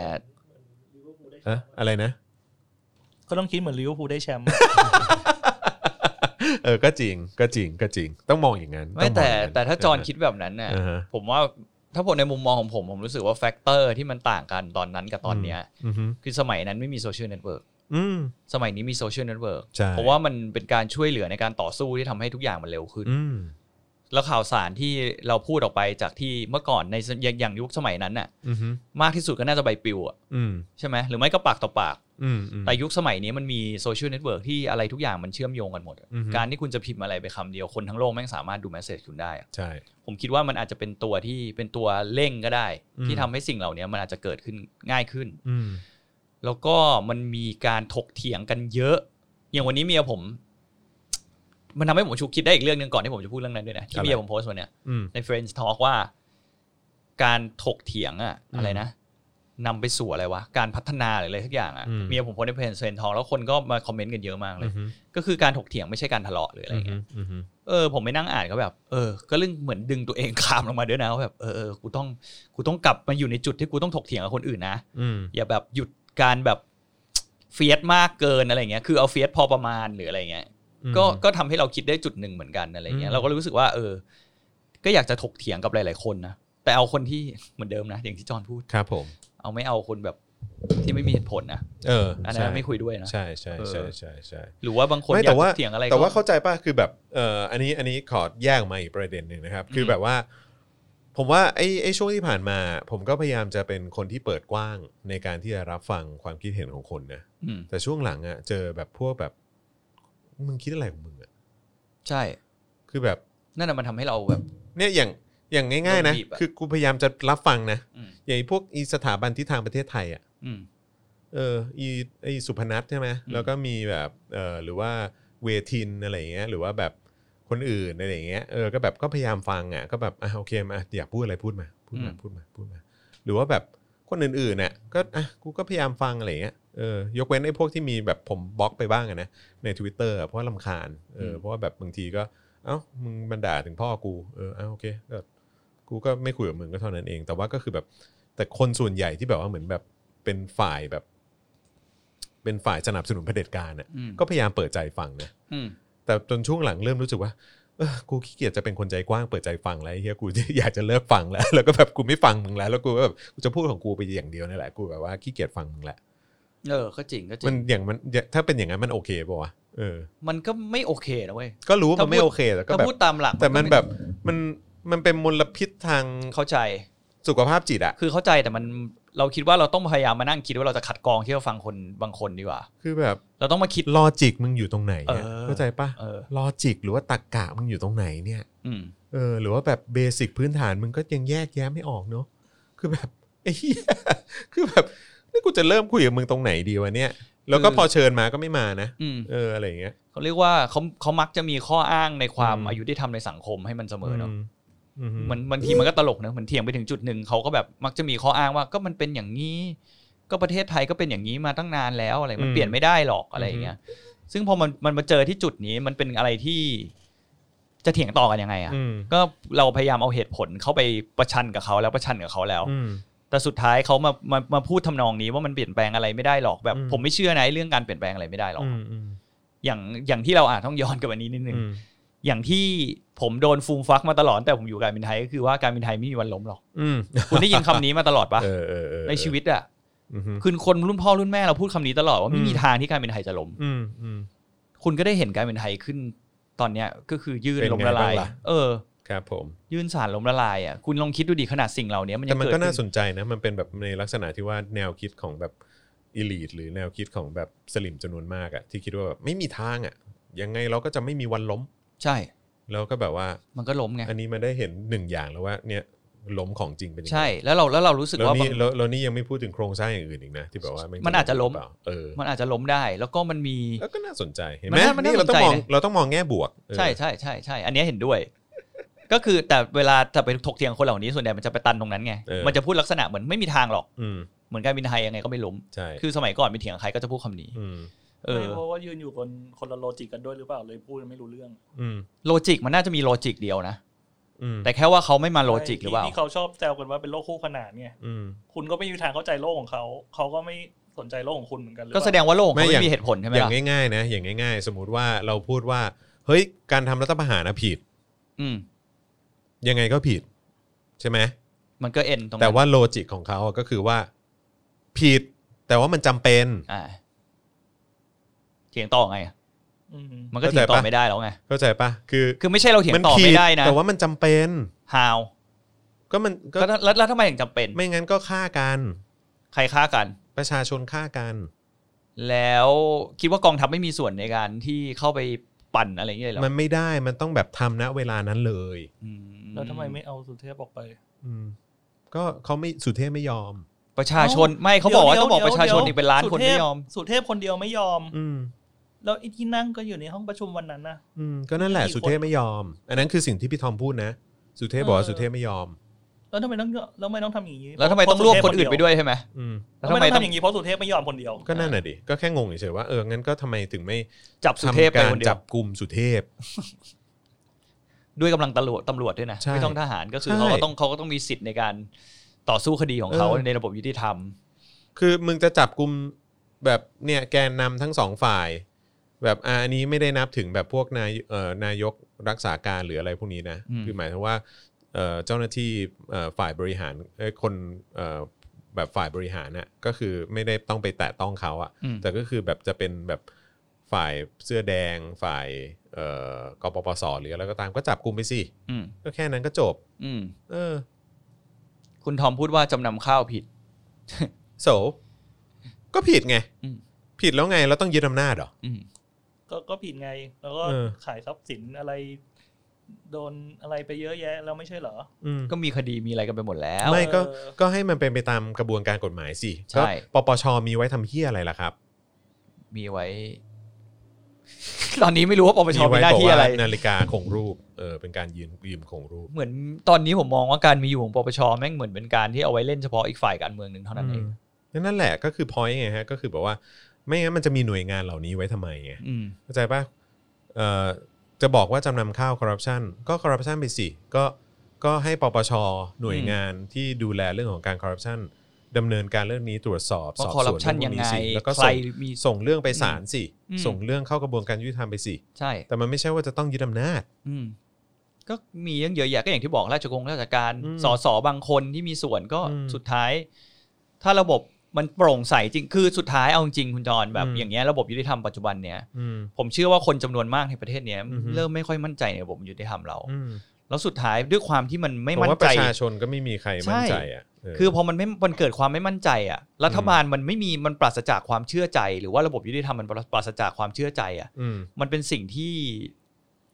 Speaker 2: อะอะไรนะ
Speaker 4: ก็ต้องคิดเหมือนลิเวอร์พูลได้แชมป์
Speaker 2: เออก็จริงก็จริงก็จริง ต้องมองอย่างนั้น
Speaker 3: ไม่
Speaker 2: ององ
Speaker 3: แต่
Speaker 2: อย่งนั้น
Speaker 3: แต่ถ้าจอห์นคิดแบบนั้นน่ะ
Speaker 2: อ่าฮะ
Speaker 3: ผมว่าถ้าผมในมุมมองของผม ผมรู้สึกว่าแฟกเตอร์ที่มันต่างกันตอนนั้นกับตอนเนี้ย
Speaker 2: อืมอืม
Speaker 3: คือสมัยนั้นไม่มีโซเชียลเน็ตเวิร์ก
Speaker 2: อืม
Speaker 3: สมัยนี้มีโซเชียลเน็ตเวิร์ก
Speaker 2: ใช่
Speaker 3: เพราะว่ามันเป็นการช่วยเหลือในการต่อสู้ที่ทำให้ทุกอย่างมันเร็วขึ้น
Speaker 2: อืม
Speaker 3: แล้วข่าวสารที่เราพูดออกไปจากที่เมื่อก่อนในอย่างอย่างยุคสมัยนั้นน่ะ
Speaker 2: อืม
Speaker 3: มากที่สุดก็น่าจะใบปลิวอะ
Speaker 2: อืม
Speaker 3: ใช่ไหมหรือไม่ก็ปากต่อปาก
Speaker 2: อืมอืม
Speaker 3: แต่ยุคสมัยนี้มันมีโซเชียลเน็ตเวิร์กที่อะไรทุกอย่างมันเชื่อมโยงกันหมดอะ
Speaker 2: อือฮึ
Speaker 3: การที่คุณจะพิมพ์อะไรไปคำเดียวคนทั้งโลกแม่งสามารถดูแมสเซจคุณได้อะ
Speaker 2: ใช่
Speaker 3: ผมคิดว่ามันอาจจะเป็นตัวที่เป็นตัวเร่งก็ได้
Speaker 2: อืม
Speaker 3: ที่ทำให้สิ่งเหล่านี้มันอาจจะเกิดขึ้นง่ายขึ้น
Speaker 2: อืม
Speaker 3: แล้วก็มันมีการถกเถียงกันเยอะ อย่างวันนี้เมียผม มันทำให้ผมชุกคิดได้อีกเรื่องหนึ่งก่อนที่ผมจะพูดเรื่องนั้นด้วยนะที่เมียผมโพสต์วันเนี้ย
Speaker 2: อืม
Speaker 3: ใน Friends Talk ว่า การถกเถียงอะอะไรนะนำไปสู่อะไรวะการพัฒนาหรืออะไรทุกอย่างอะ
Speaker 2: อืม
Speaker 3: เมียผมโพสต์ใน Friends Friends Talk แล้วคนก็มาคอมเมนต์กันเยอะมากเล
Speaker 2: อื
Speaker 3: ย
Speaker 2: ม
Speaker 3: ก็คือการถกเถียงไม่ใช่การทะเลาะหรืออะไร
Speaker 2: อืม
Speaker 3: เงี้ย
Speaker 2: อืม
Speaker 3: เออผมไปนั่งอ่านก็แบบเออก็เรื่องเหมือนดึงตัวเองคามลงมาด้วยนะว่าแบบเออเออกูต้องกูต้องกลับมาอยู่ในจุดที่กูต้องถกเถียงกับคนอื่นนะ
Speaker 2: อืม
Speaker 3: อย่าแบบหยุดการแบบ เฟียสมากเกินอะไรเงี้ย คือเอาเฟียสพอประมาณหรืออะไรเงี้ย ก็ ก็ทำให้เราคิดได้จุดหนึ่งเหมือนกันอะไรเงี้
Speaker 2: อืม
Speaker 3: ยเราก็รู้สึกว่า เออ ก็อยากจะถกเถียงกับหลาย ๆ คนนะ แต่เอาคนที่ เหมือนเดิมนะ อย่างที่จอห์นพูด
Speaker 2: ครับผม
Speaker 3: เอาไม่เอาคนแบบที่ไม่มีเหตุผลนะ
Speaker 2: เออ
Speaker 3: อันนั้
Speaker 2: ใช่
Speaker 3: นไม่คุยด้วยนะ
Speaker 2: ใช่ใช่
Speaker 3: เออ
Speaker 2: ใช่ใช่ใช่
Speaker 3: หรือว่าบางคน
Speaker 2: ไม่
Speaker 3: อยา
Speaker 2: แต่
Speaker 3: ก
Speaker 2: ว่า
Speaker 3: ถกเถียงอะไร
Speaker 2: แต่ว่า
Speaker 3: ก็
Speaker 2: เข้าใจป่ะคือแบบเอออันนี้อันนี้ขอแยกออกมาอีกประเด็นหนึ่งนะครับ คือ
Speaker 3: ม
Speaker 2: แบบว่า ผมว่าไอ้ไอ้ช่วงที่ผ่านมา ผมก็พยายามจะเป็นคนที่เปิดกว้างในการที่จะรับฟังความคิดเห็นของคนนะ
Speaker 3: อืม
Speaker 2: แต่ช่วงหลังอะ่ะเจอแบบพวกแบบมึงคิดอะไรของมึงอะ่ะ
Speaker 3: ใช่
Speaker 2: คือแบบ
Speaker 3: นั่นนะมันทำให้เราแบบ
Speaker 2: เนี่ยอย่างอย่างง่าย ๆ นะ
Speaker 3: โดนบีบอะ
Speaker 2: คือกูพยายามจะรับฟังนะ
Speaker 3: อืม
Speaker 2: อย่างไอ้พวกอีสถาบันทิศทางประเทศไทยอ่ะ
Speaker 3: อืม
Speaker 2: เอออีไอสุพนัทใช่ไหม
Speaker 3: อืม
Speaker 2: แล้วก็มีแบบเออหรือว่าเวทินอะไรอย่างเงี้ยหรือว่าแบบคนอื่นอะไรอย่างเงี้ยเออก็แบบก็พยายามฟังอ่ะก็แบบอ่ะโอเคมาอยากพูดอะไรพูดมาพูดมา
Speaker 3: อืม
Speaker 2: พูดมาพูดมา หรือว่าแบบคนอื่นๆเนี่ยก็อ่ะกูก็พยายามฟังอะไรอย่างเงี้ยเออยกเว้นไอ้พวกที่มีแบบผมบล็อกไปบ้างอะนะใน Twitter อะเพราะว่าลำคาญเอออ
Speaker 3: ม
Speaker 2: เพราะว่าแบบบางทีก็เอ้ามึงบันด่าถึงพ่อกูเออเอ้าโอเคก็กูก็ไม่คุยกับมึงก็เท่านั้นเอง แต่ว่าก็คือแบบแต่คนส่วนใหญ่ที่แบบว่าเหมือนแบบเป็นฝ่ายแบบ เป็นฝ่ายสนับสนุนเผด็จการน่ะ
Speaker 3: อืม
Speaker 2: ก็พยายามเปิดใจฟังนะ
Speaker 3: อืม
Speaker 2: แต่จนช่วงหลังเริ่มรู้สึกว่าเออกูขี้เกียจจะเป็นคนใจกว้างเปิดใจฟังแล้วไอ้เฮียกู อยากจะเลิกฟังแล้ว *laughs* แล้วก็แบบกูไม่ฟังมึงแล้ว แล้วกูก็แบบกูจะพูดของกูไปอย่างเดียวนี่แหละกูแบบว่าขี้เกียจฟังมึงแหละ
Speaker 3: เออ ก็จริง ก็จริ
Speaker 2: มัน
Speaker 3: ง
Speaker 2: อย่างมันถ้าเป็นอย่างนั้นมันโอเคป่าวะเออ
Speaker 3: มันก็ไม่โอเคนะเว้ย
Speaker 2: ก็รู้ว่า
Speaker 3: ถ้า
Speaker 2: มันไม่
Speaker 3: พูด
Speaker 2: โอเคแต่ก็
Speaker 3: ถ้า
Speaker 2: แบบ
Speaker 3: พูดตามหลัก
Speaker 2: แต่มัน
Speaker 3: ก็ไ
Speaker 2: แบบมันมันเป็นมลพิษทาง
Speaker 3: เข้าใจ
Speaker 2: สุขภาพจิตอะ
Speaker 3: คือเข้าใจแต่มันเราคิดว่าเราต้องพยายามมานั่งคิดว่าเราจะคัดกรองที่จะฟังคนบางคนดีกว่า
Speaker 2: คือแบบ
Speaker 3: เราต้องมาคิด
Speaker 2: ลอจิกมึงอยู่ตรงไหนเนี่ย
Speaker 3: เออ
Speaker 2: เข้าใจปะ
Speaker 3: เออ
Speaker 2: ลอจิกหรือว่าตรรกกะมึงอยู่ตรงไหนเนี่ย
Speaker 3: อืม
Speaker 2: เออหรือว่าแบบเบสิกพื้นฐานมึงก็ยังแยกแยะไม่ออกเนอะคือแบบ *laughs* ไอ้เหี้ยคือแบบนี่กูจะเริ่มคุยกับมึงตรงไหนดีวะเนี่ยแล้วก็
Speaker 3: คือ
Speaker 2: พอเชิญมาก็ไม่มานะ
Speaker 3: อืม
Speaker 2: เอออะไรอย่างเงี้ย
Speaker 3: เขาเรียกว่าเขาเขามักจะมีข้ออ้างในความ
Speaker 2: อืม
Speaker 3: อายุที่ทำในสังคมให้มันเสมอเนาะ
Speaker 2: อือื
Speaker 3: เหมันบางทีมันก็ตลกนะเหมือนเถียงไปถึงจุดหนึ่งเขาก็แบบมักจะมีข้ออ้างว่าก็มันเป็นอย่างนี้ ก็ประเทศไทยก็เป็นอย่างนี้มาตั้งนานแล้วอะไรมันเปลี่ยนไม่ได้หรอกอะไรอย่างเงี้ยซึ่งพอมันมันมาเจอที่จุดนี้มันเป็นอะไรที่ จะเถียงต่อกันยังไงอ่ะ
Speaker 2: อืม
Speaker 3: ก็เราพยายามเอาเหตุผลเข้าไปประชันกับเขาแล้วประชันกับเขาแล้ว
Speaker 2: อืม
Speaker 3: แต่สุดท้ายเขามามามาพูดทำนองนี้ว่ามันเปลี่ยนแปลงอะไรไม่ได้หรอกแบบ
Speaker 2: อืม
Speaker 3: ผมไม่เชื่อนะไอ้เรื่องการเปลี่ยนแปลงอะไรไม่ได้หรอก
Speaker 2: อืมอืม
Speaker 3: อย่างอย่างที่เราอาจต้องย้อนกลับวันนี้นิดนึง
Speaker 2: อืม
Speaker 3: อย่างที่ผมโดนฟูมฟักมาตลอดแต่ผมอยู่การบินไทยก็คือว่าการบินไทยไม่มีวันล้มหรอก
Speaker 2: อืม
Speaker 3: คุณได้ยินคำนี้มาตลอดปะ
Speaker 2: เออเออเออ
Speaker 3: ในชีวิตอ่ะ
Speaker 2: อืมฮึ
Speaker 3: คือคนรุ่นพ่อรุ่นแม่เราพูดคำนี้ตลอดว่าไม่
Speaker 2: อืม
Speaker 3: มีทางที่การบินไทยจะล้ม
Speaker 2: อืมอืม
Speaker 3: คุณก็ได้เห็นการบินไทยขึ้นตอนเนี้ยก็คือยื่น
Speaker 2: เป็น
Speaker 3: ล้มละลา
Speaker 2: ไง
Speaker 3: ย
Speaker 2: บ้างล่ะ
Speaker 3: เออ
Speaker 2: ครับผม
Speaker 3: ยื่นสารล้มละลายอ่ะคุณลองคิดดูดิขนาดสิ่งเหล่านี้มันยั
Speaker 2: แต่
Speaker 3: ง
Speaker 2: มัน
Speaker 3: เกิด
Speaker 2: ก็น่า
Speaker 3: ขึ้น
Speaker 2: สนใจนะ มันเป็นแบบในลักษณะที่ว่าแนวคิดของแบบ อิลีทหรือแนวคิดของแบบสลิมจำนวนมากอะที่คิดว่าแบบไม่มีทางอะยังไงเราก็จะไม่มีวันล้ม
Speaker 3: ใช่
Speaker 2: แล้วก็แบบว่า
Speaker 3: มันก็ล้มไง
Speaker 2: อันนี้มาได้เห็นหนึ่งอย่างแล้วว่าเนี่ยล้มของจริงเป็นยังไง
Speaker 3: ใช่แล้วเราแล้วเรารู้สึก
Speaker 2: แล้ว
Speaker 3: ว่า
Speaker 2: นี่
Speaker 3: บาง
Speaker 2: แล้วแล้วนี่ยังไม่พูดถึงโครงสร้างอย่างอื่นอีกนะที่แบบว่าแง
Speaker 3: มันอาจจะล้ม
Speaker 2: หรือเปล่าเออ
Speaker 3: มันอาจจะล้มได้ แล้วก็มันมี
Speaker 2: แล้วก็น่าสนใจเห็นไห
Speaker 3: มัน
Speaker 2: ม
Speaker 3: น่ามันน่า
Speaker 2: นี่เราต้อง
Speaker 3: สนใจ
Speaker 2: มอง
Speaker 3: นะ
Speaker 2: เราต้องมองแง่บวกเออ
Speaker 3: ใช่ใช่ใช่ใช่อันเนี้ยเห็นด้วย *laughs* ก็คือแต่เวลาจะไปถกเถียงคนเหล่านี้ส่วนใหญ่มันจะไปตันตรงนั้นไง มันจะพูดลักษณะเหมือนไม่มีทางหรอก
Speaker 2: อืม
Speaker 3: เหมือนการบินไทยยังไงก็ไม่ล้ม
Speaker 2: ใช่
Speaker 3: คือสมัยก่อนไปเถียงกับใครก็จะพูดคำนี้
Speaker 2: ม
Speaker 3: เออ
Speaker 4: ไม่เพราะว่ายืนอยู่บนคนละโลจิกกันด้วยหรือเปล่าเลยพูดไม่รู้เรื่อง
Speaker 2: อืม
Speaker 3: โลจิกมันน่าจะมีโลจิกเดียวนะ
Speaker 2: อืม
Speaker 3: แต่แค่ว่าเขาไม่มาโลจิกหรือเปล่า
Speaker 4: ที่เขาชอบแซวกันว่าเป็นโลกคู่ขนานเนี่ย
Speaker 2: อืม
Speaker 4: คุณก็ไม่มีทางเข้าใจโลกของเขา เขาก็ไม่สนใจโลกของคุณเหมือนกันหรือ
Speaker 3: ก็
Speaker 4: เปล่า
Speaker 3: แสดงว่าโลกเขา
Speaker 2: ไม่อย่า
Speaker 3: ไม่
Speaker 2: ง
Speaker 3: มีเหตุผลใช่ไหม
Speaker 2: อย่า
Speaker 3: ล่ะ
Speaker 2: งง่ายๆนะอย่างง่ายๆ สมมติว่าเราพูดว่า เฮ้ยการทำรัฐประหารนะผิด
Speaker 3: อืม
Speaker 2: ยังไงก็ผิด ใช่ไหม
Speaker 3: มันก็เอ็นตรงนั้น
Speaker 2: แต่ว่าโลจิกของเขาอะก็คือว่า ผิด แต่ว่ามันจำเป็น
Speaker 3: อ่าเถียงต่อไง
Speaker 4: อืม
Speaker 3: มันก็เถียงต่อไม่ได้แล้วไง
Speaker 2: เข้าใจปะคือ
Speaker 3: คือไม่ใช่เราเถียง
Speaker 2: มัน
Speaker 3: ต่อ
Speaker 2: ผิ
Speaker 3: ไม่
Speaker 2: ด
Speaker 3: ได้นะ
Speaker 2: แต่ว่ามันจำเป็น
Speaker 3: how
Speaker 2: ก็มันก็
Speaker 3: แล้วแล้วแล้วทำไมถึงจำเป็น
Speaker 2: ไม่งั้นก็ฆ่ากัน
Speaker 3: ใครฆ่ากัน
Speaker 2: ประชาชนฆ่ากัน
Speaker 3: แล้วคิดว่ากองทัพไม่มีส่วนในการที่เข้าไปปั่นอะไรอย่างเงี้ยเลยเหรอ
Speaker 2: มันไม่ได้มันต้องแบบทำณเวลานั้นเลย
Speaker 3: อื
Speaker 4: แล้วทำไมไม่เอาสุเทพออกไป
Speaker 2: อืมก็เขาไม่สุเทพไม่ยอม
Speaker 3: ประชาชนไม่เขาบอกว่าต้องบอกประชาชนอีกเป็นล้านคนไม่ยอม
Speaker 4: สุเทพคนเดียวไม่ยอม
Speaker 2: อืม
Speaker 4: แล้วไอ้ที่นั่งก็อยู่ในห้องประชุมวันนั้นนะ
Speaker 2: อืมก็นั่นแหละ
Speaker 4: มีกี่
Speaker 2: สุเทพไม่ยอม อันนั้นคือสิ่งที่พี่ทอมพูดนะ สุเทพบอกว่า
Speaker 4: เออ
Speaker 2: สุเทพไม่ยอม
Speaker 4: แล้วทำไมต้องแล้วทำไม่ต้องทำอย่างนี้
Speaker 3: แล้วทำไมต้องรวบคนอื่นไปด้วยใช่ไหม
Speaker 2: อืม
Speaker 3: แล้ว
Speaker 4: แล้วทำ
Speaker 3: ทำ
Speaker 4: ไม
Speaker 3: ไม
Speaker 4: ต้อง
Speaker 3: ต้อง
Speaker 4: ทำอย่างนี้เพราะสุเทพไม่ยอมคนเดียว
Speaker 2: ก็นั่นน่ะดิก็แค่งงเฉยๆว่าเอองั้นก็ทำไมถึงไม่
Speaker 3: จับสุเทพ
Speaker 2: ทำ
Speaker 3: ไป
Speaker 2: การ
Speaker 3: คนเดีย
Speaker 2: จั
Speaker 3: ว
Speaker 2: บกลุ่มสุเทพ
Speaker 3: ด้วยกำลังตำรวจตำรวจด้วยนะ
Speaker 2: ใช่
Speaker 3: ไม่ต้องทหารก็คือ
Speaker 2: ใช่
Speaker 3: เขาก็ต้องเขาก็ต้องมีสิทธิ์ในการต่อสู้คดีของเขา
Speaker 2: เออ
Speaker 3: ในระบบยุติธรรม
Speaker 2: คือมึงจะจับกลุ่มแบบเนี่ยแกนนำทั้งสองฝ่าย แบบอะอันนี้ไม่ได้นับถึงแบบพวกนายเอ่อนายกรักษาการหรืออะไรพวกนี้นะ
Speaker 3: อืม
Speaker 2: คือหมายถึงว่าเอ่อเจ้าหน้าที่เอ่อฝ่ายบริหารเอ้ยคนเอ่อแบบฝ่ายบริหารน่ะก็คือไม่ได้ต้องไปแตะต้องเขาอะ
Speaker 3: อืม
Speaker 2: แต่ก็คือแบบจะเป็นแบบฝ่ายเสื้อแดงฝ่ายเอ่อกปปสหรืออะไรก็ตามก็จับกลุ่มไปสิ
Speaker 3: อืม
Speaker 2: ก็แค่นั้นก็จบ
Speaker 3: อืม
Speaker 2: เออ
Speaker 3: คุณทอมพูดว่าจำนำข้าวผิด
Speaker 2: โสก็ผิดไง
Speaker 3: อืม
Speaker 2: ผิดแล้วไงเราต้องยึดอำนาจเหรอ
Speaker 3: อืม
Speaker 4: ก็ก็ผิดไง แล้วก็
Speaker 2: เออ
Speaker 4: ขายทรัพย์สินอะไร โดนอะไรไปเยอะแยะ แล้วไม่ใช่เหรอ
Speaker 2: อืม
Speaker 3: ก็มีคดีมีอะไรกันไปหมดแล้ว
Speaker 2: ไม่ก็
Speaker 4: เออ
Speaker 2: ก็ให้มันเป็นไปตามกระบวนการกฎหมายสิ
Speaker 3: ใช่
Speaker 2: ก็ปปชมีไว้ทำเฮี้ยอะไรล่ะครับ
Speaker 3: มีไว้ *laughs* ตอนนี้ไม่รู้ว่าปปชมี
Speaker 2: ไว้
Speaker 3: หน้า
Speaker 2: บอก
Speaker 3: ที่
Speaker 2: ว่า
Speaker 3: อะไร
Speaker 2: นาฬิกาคงรูปเออเป็นการยืมยืมคงรูป
Speaker 3: เหมือนตอนนี้ผมมองว่าการมีอยู่ของปปชแม่งเหมือนเป็นการที่เอาไว้เล่นเฉพาะอีกฝ่ายการเมืองหนึ่งเท่านั้นเอง
Speaker 2: อืมนั่นแหละก็คือพอยไงฮะก็คือแบบว่า ไม่งั้นมันจะมีหน่วยงานเหล่านี้ไว้ทำไมไง
Speaker 3: อืม
Speaker 2: เข้าใจปะเอ่อจะบอกว่าจำนำข้าวคอร์รัปชันก็คอร์รัปชันไปสิก็ก็ให้ปปชหน่วยงานที่ดูแลเรื่องของการคอร์รัปชันดำเนินการเรื่องนี้ตรวจสอบ
Speaker 3: ว่า
Speaker 2: สอบ
Speaker 3: คอร์
Speaker 2: ส
Speaker 3: รัป
Speaker 2: วน
Speaker 3: ชัน
Speaker 2: เรื่
Speaker 3: ยั
Speaker 2: อง งพวกนี้
Speaker 3: ไง
Speaker 2: สิแล้วก็
Speaker 3: ใคร
Speaker 2: ส่ง
Speaker 3: มี
Speaker 2: ส่งเรื่องไปศาลสิ
Speaker 3: อืม
Speaker 2: ส่งเรื่องเข้ากระบวนการยุติธรรมไปสิ
Speaker 3: ใช่
Speaker 2: แต่มันไม่ใช่ว่าจะต้องยึดอำนาจ
Speaker 3: อืม ก็มีเรื่องเยอะแยะก็อย่างที่บอกราชกงราชการ
Speaker 2: อืม
Speaker 3: สสบางคนที่มีส่วนก็
Speaker 2: อืม
Speaker 3: สุดท้าย ถ้าระบบมันโปร่งใสจริงคือสุดท้ายเอาจริงคุณจรแบบ
Speaker 2: อืม
Speaker 3: อย่างเงี้ยระบบยุติธรรมปัจจุบันเนี้ย
Speaker 2: อืม
Speaker 3: ผมเชื่อว่าคนจำนวนมากในประเทศเนี้ย
Speaker 2: อือฮึ
Speaker 3: เริ่มไม่ค่อยมั่นใจในระบบยุติธรรมเรา
Speaker 2: อืม
Speaker 3: แล้วสุดท้ายด้วยความที่มันไม่
Speaker 2: ผม
Speaker 3: มั่น
Speaker 2: ว่าป
Speaker 3: ใจ
Speaker 2: ระชาชนก็ไม่มีใครมั่นใจอ่ะเ
Speaker 3: คือพอมันไม่ มันเกิดความไม่มั่นใจอ่ะ รัฐบาลมันไม่มี มันปราศจากความเชื่อใจ หรือว่าระบบยุติธรรมมันปราศจากความเชื่อใจอ่ะ
Speaker 2: ม
Speaker 3: มันเป็นสิ่งที่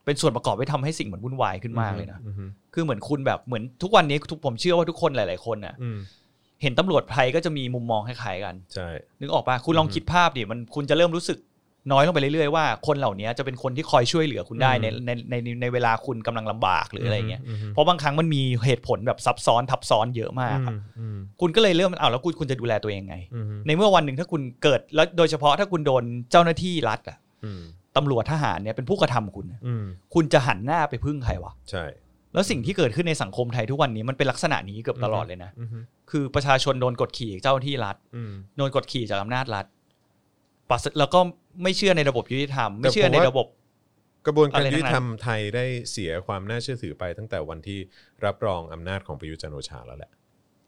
Speaker 3: เป็นส่วนประกอบที่ทำให้สิ่งมันวุ่นวายขึ้นมากเลยนะ
Speaker 2: อืม
Speaker 3: คือเหมือนคุณแบบ เหมือนทุกวันนี้ทุกผมเชื่อว่าทุกคนหลาย ๆ คนน่ะ
Speaker 2: อืม
Speaker 3: เห็นตำรวจไทยก็จะมีมุมมองคล้ายๆกัน
Speaker 2: ใช่
Speaker 3: นึกออกปะคุณลอง
Speaker 2: อืม
Speaker 3: คิดภาพดิ มัน คุณจะเริ่มรู้สึกน้อยลงไปเรื่อย ๆ ว่าคนเหล่านี้จะเป็นคนที่คอยช่วยเหลือคุณได้
Speaker 2: อืม
Speaker 3: ใน ใน ใน ในเวลาคุณกำลังลำบากหรืออะไรอย่างเงี้ย
Speaker 2: ม
Speaker 3: เพราะบางครั้งมันมีเหตุผลแบบซับซ้อนทับซ้อนเยอะมากอะ
Speaker 2: อืม
Speaker 3: คุณก็เลยเริ่มเอาแล้วคุณคุณจะดูแลตัวเองไง
Speaker 2: อืม
Speaker 3: ในเมื่อวันหนึ่งถ้าคุณเกิดแล้วโดยเฉพาะถ้าคุณโดนเจ้าหน้าที่รัฐอะ
Speaker 2: อืม
Speaker 3: ตำรวจทหารเนี่ยเป็นผู้กระทำคุณอะ
Speaker 2: อืม
Speaker 3: คุณจะหันหน้าไปพึ่งใครวะ
Speaker 2: ใช่
Speaker 3: แล้วสิ่งที่เกิดขึ้นในสังคมไทยทุกวันนี้มันเป็นลักษณะนี้เกือบตลอดเลยนะ
Speaker 2: อืม
Speaker 3: คือประชาชนโดนกดขี่จากเจ้าหน้าที่รัฐ
Speaker 2: อืม
Speaker 3: โดนกดขี่จากอำนาจรัฐปราศแล้วก็ไม่เชื่อในระบบยุติธรรมไม่เชื่อในระบบ
Speaker 2: กระบวนการ
Speaker 3: อะไรทั้งนั้น
Speaker 2: ยุติธรรมไทยได้เสียความน่าเชื่อถือไปตั้งแต่วันที่รับรองอำนาจของประยุทธ์จันทร์โอชาแล้วแหละ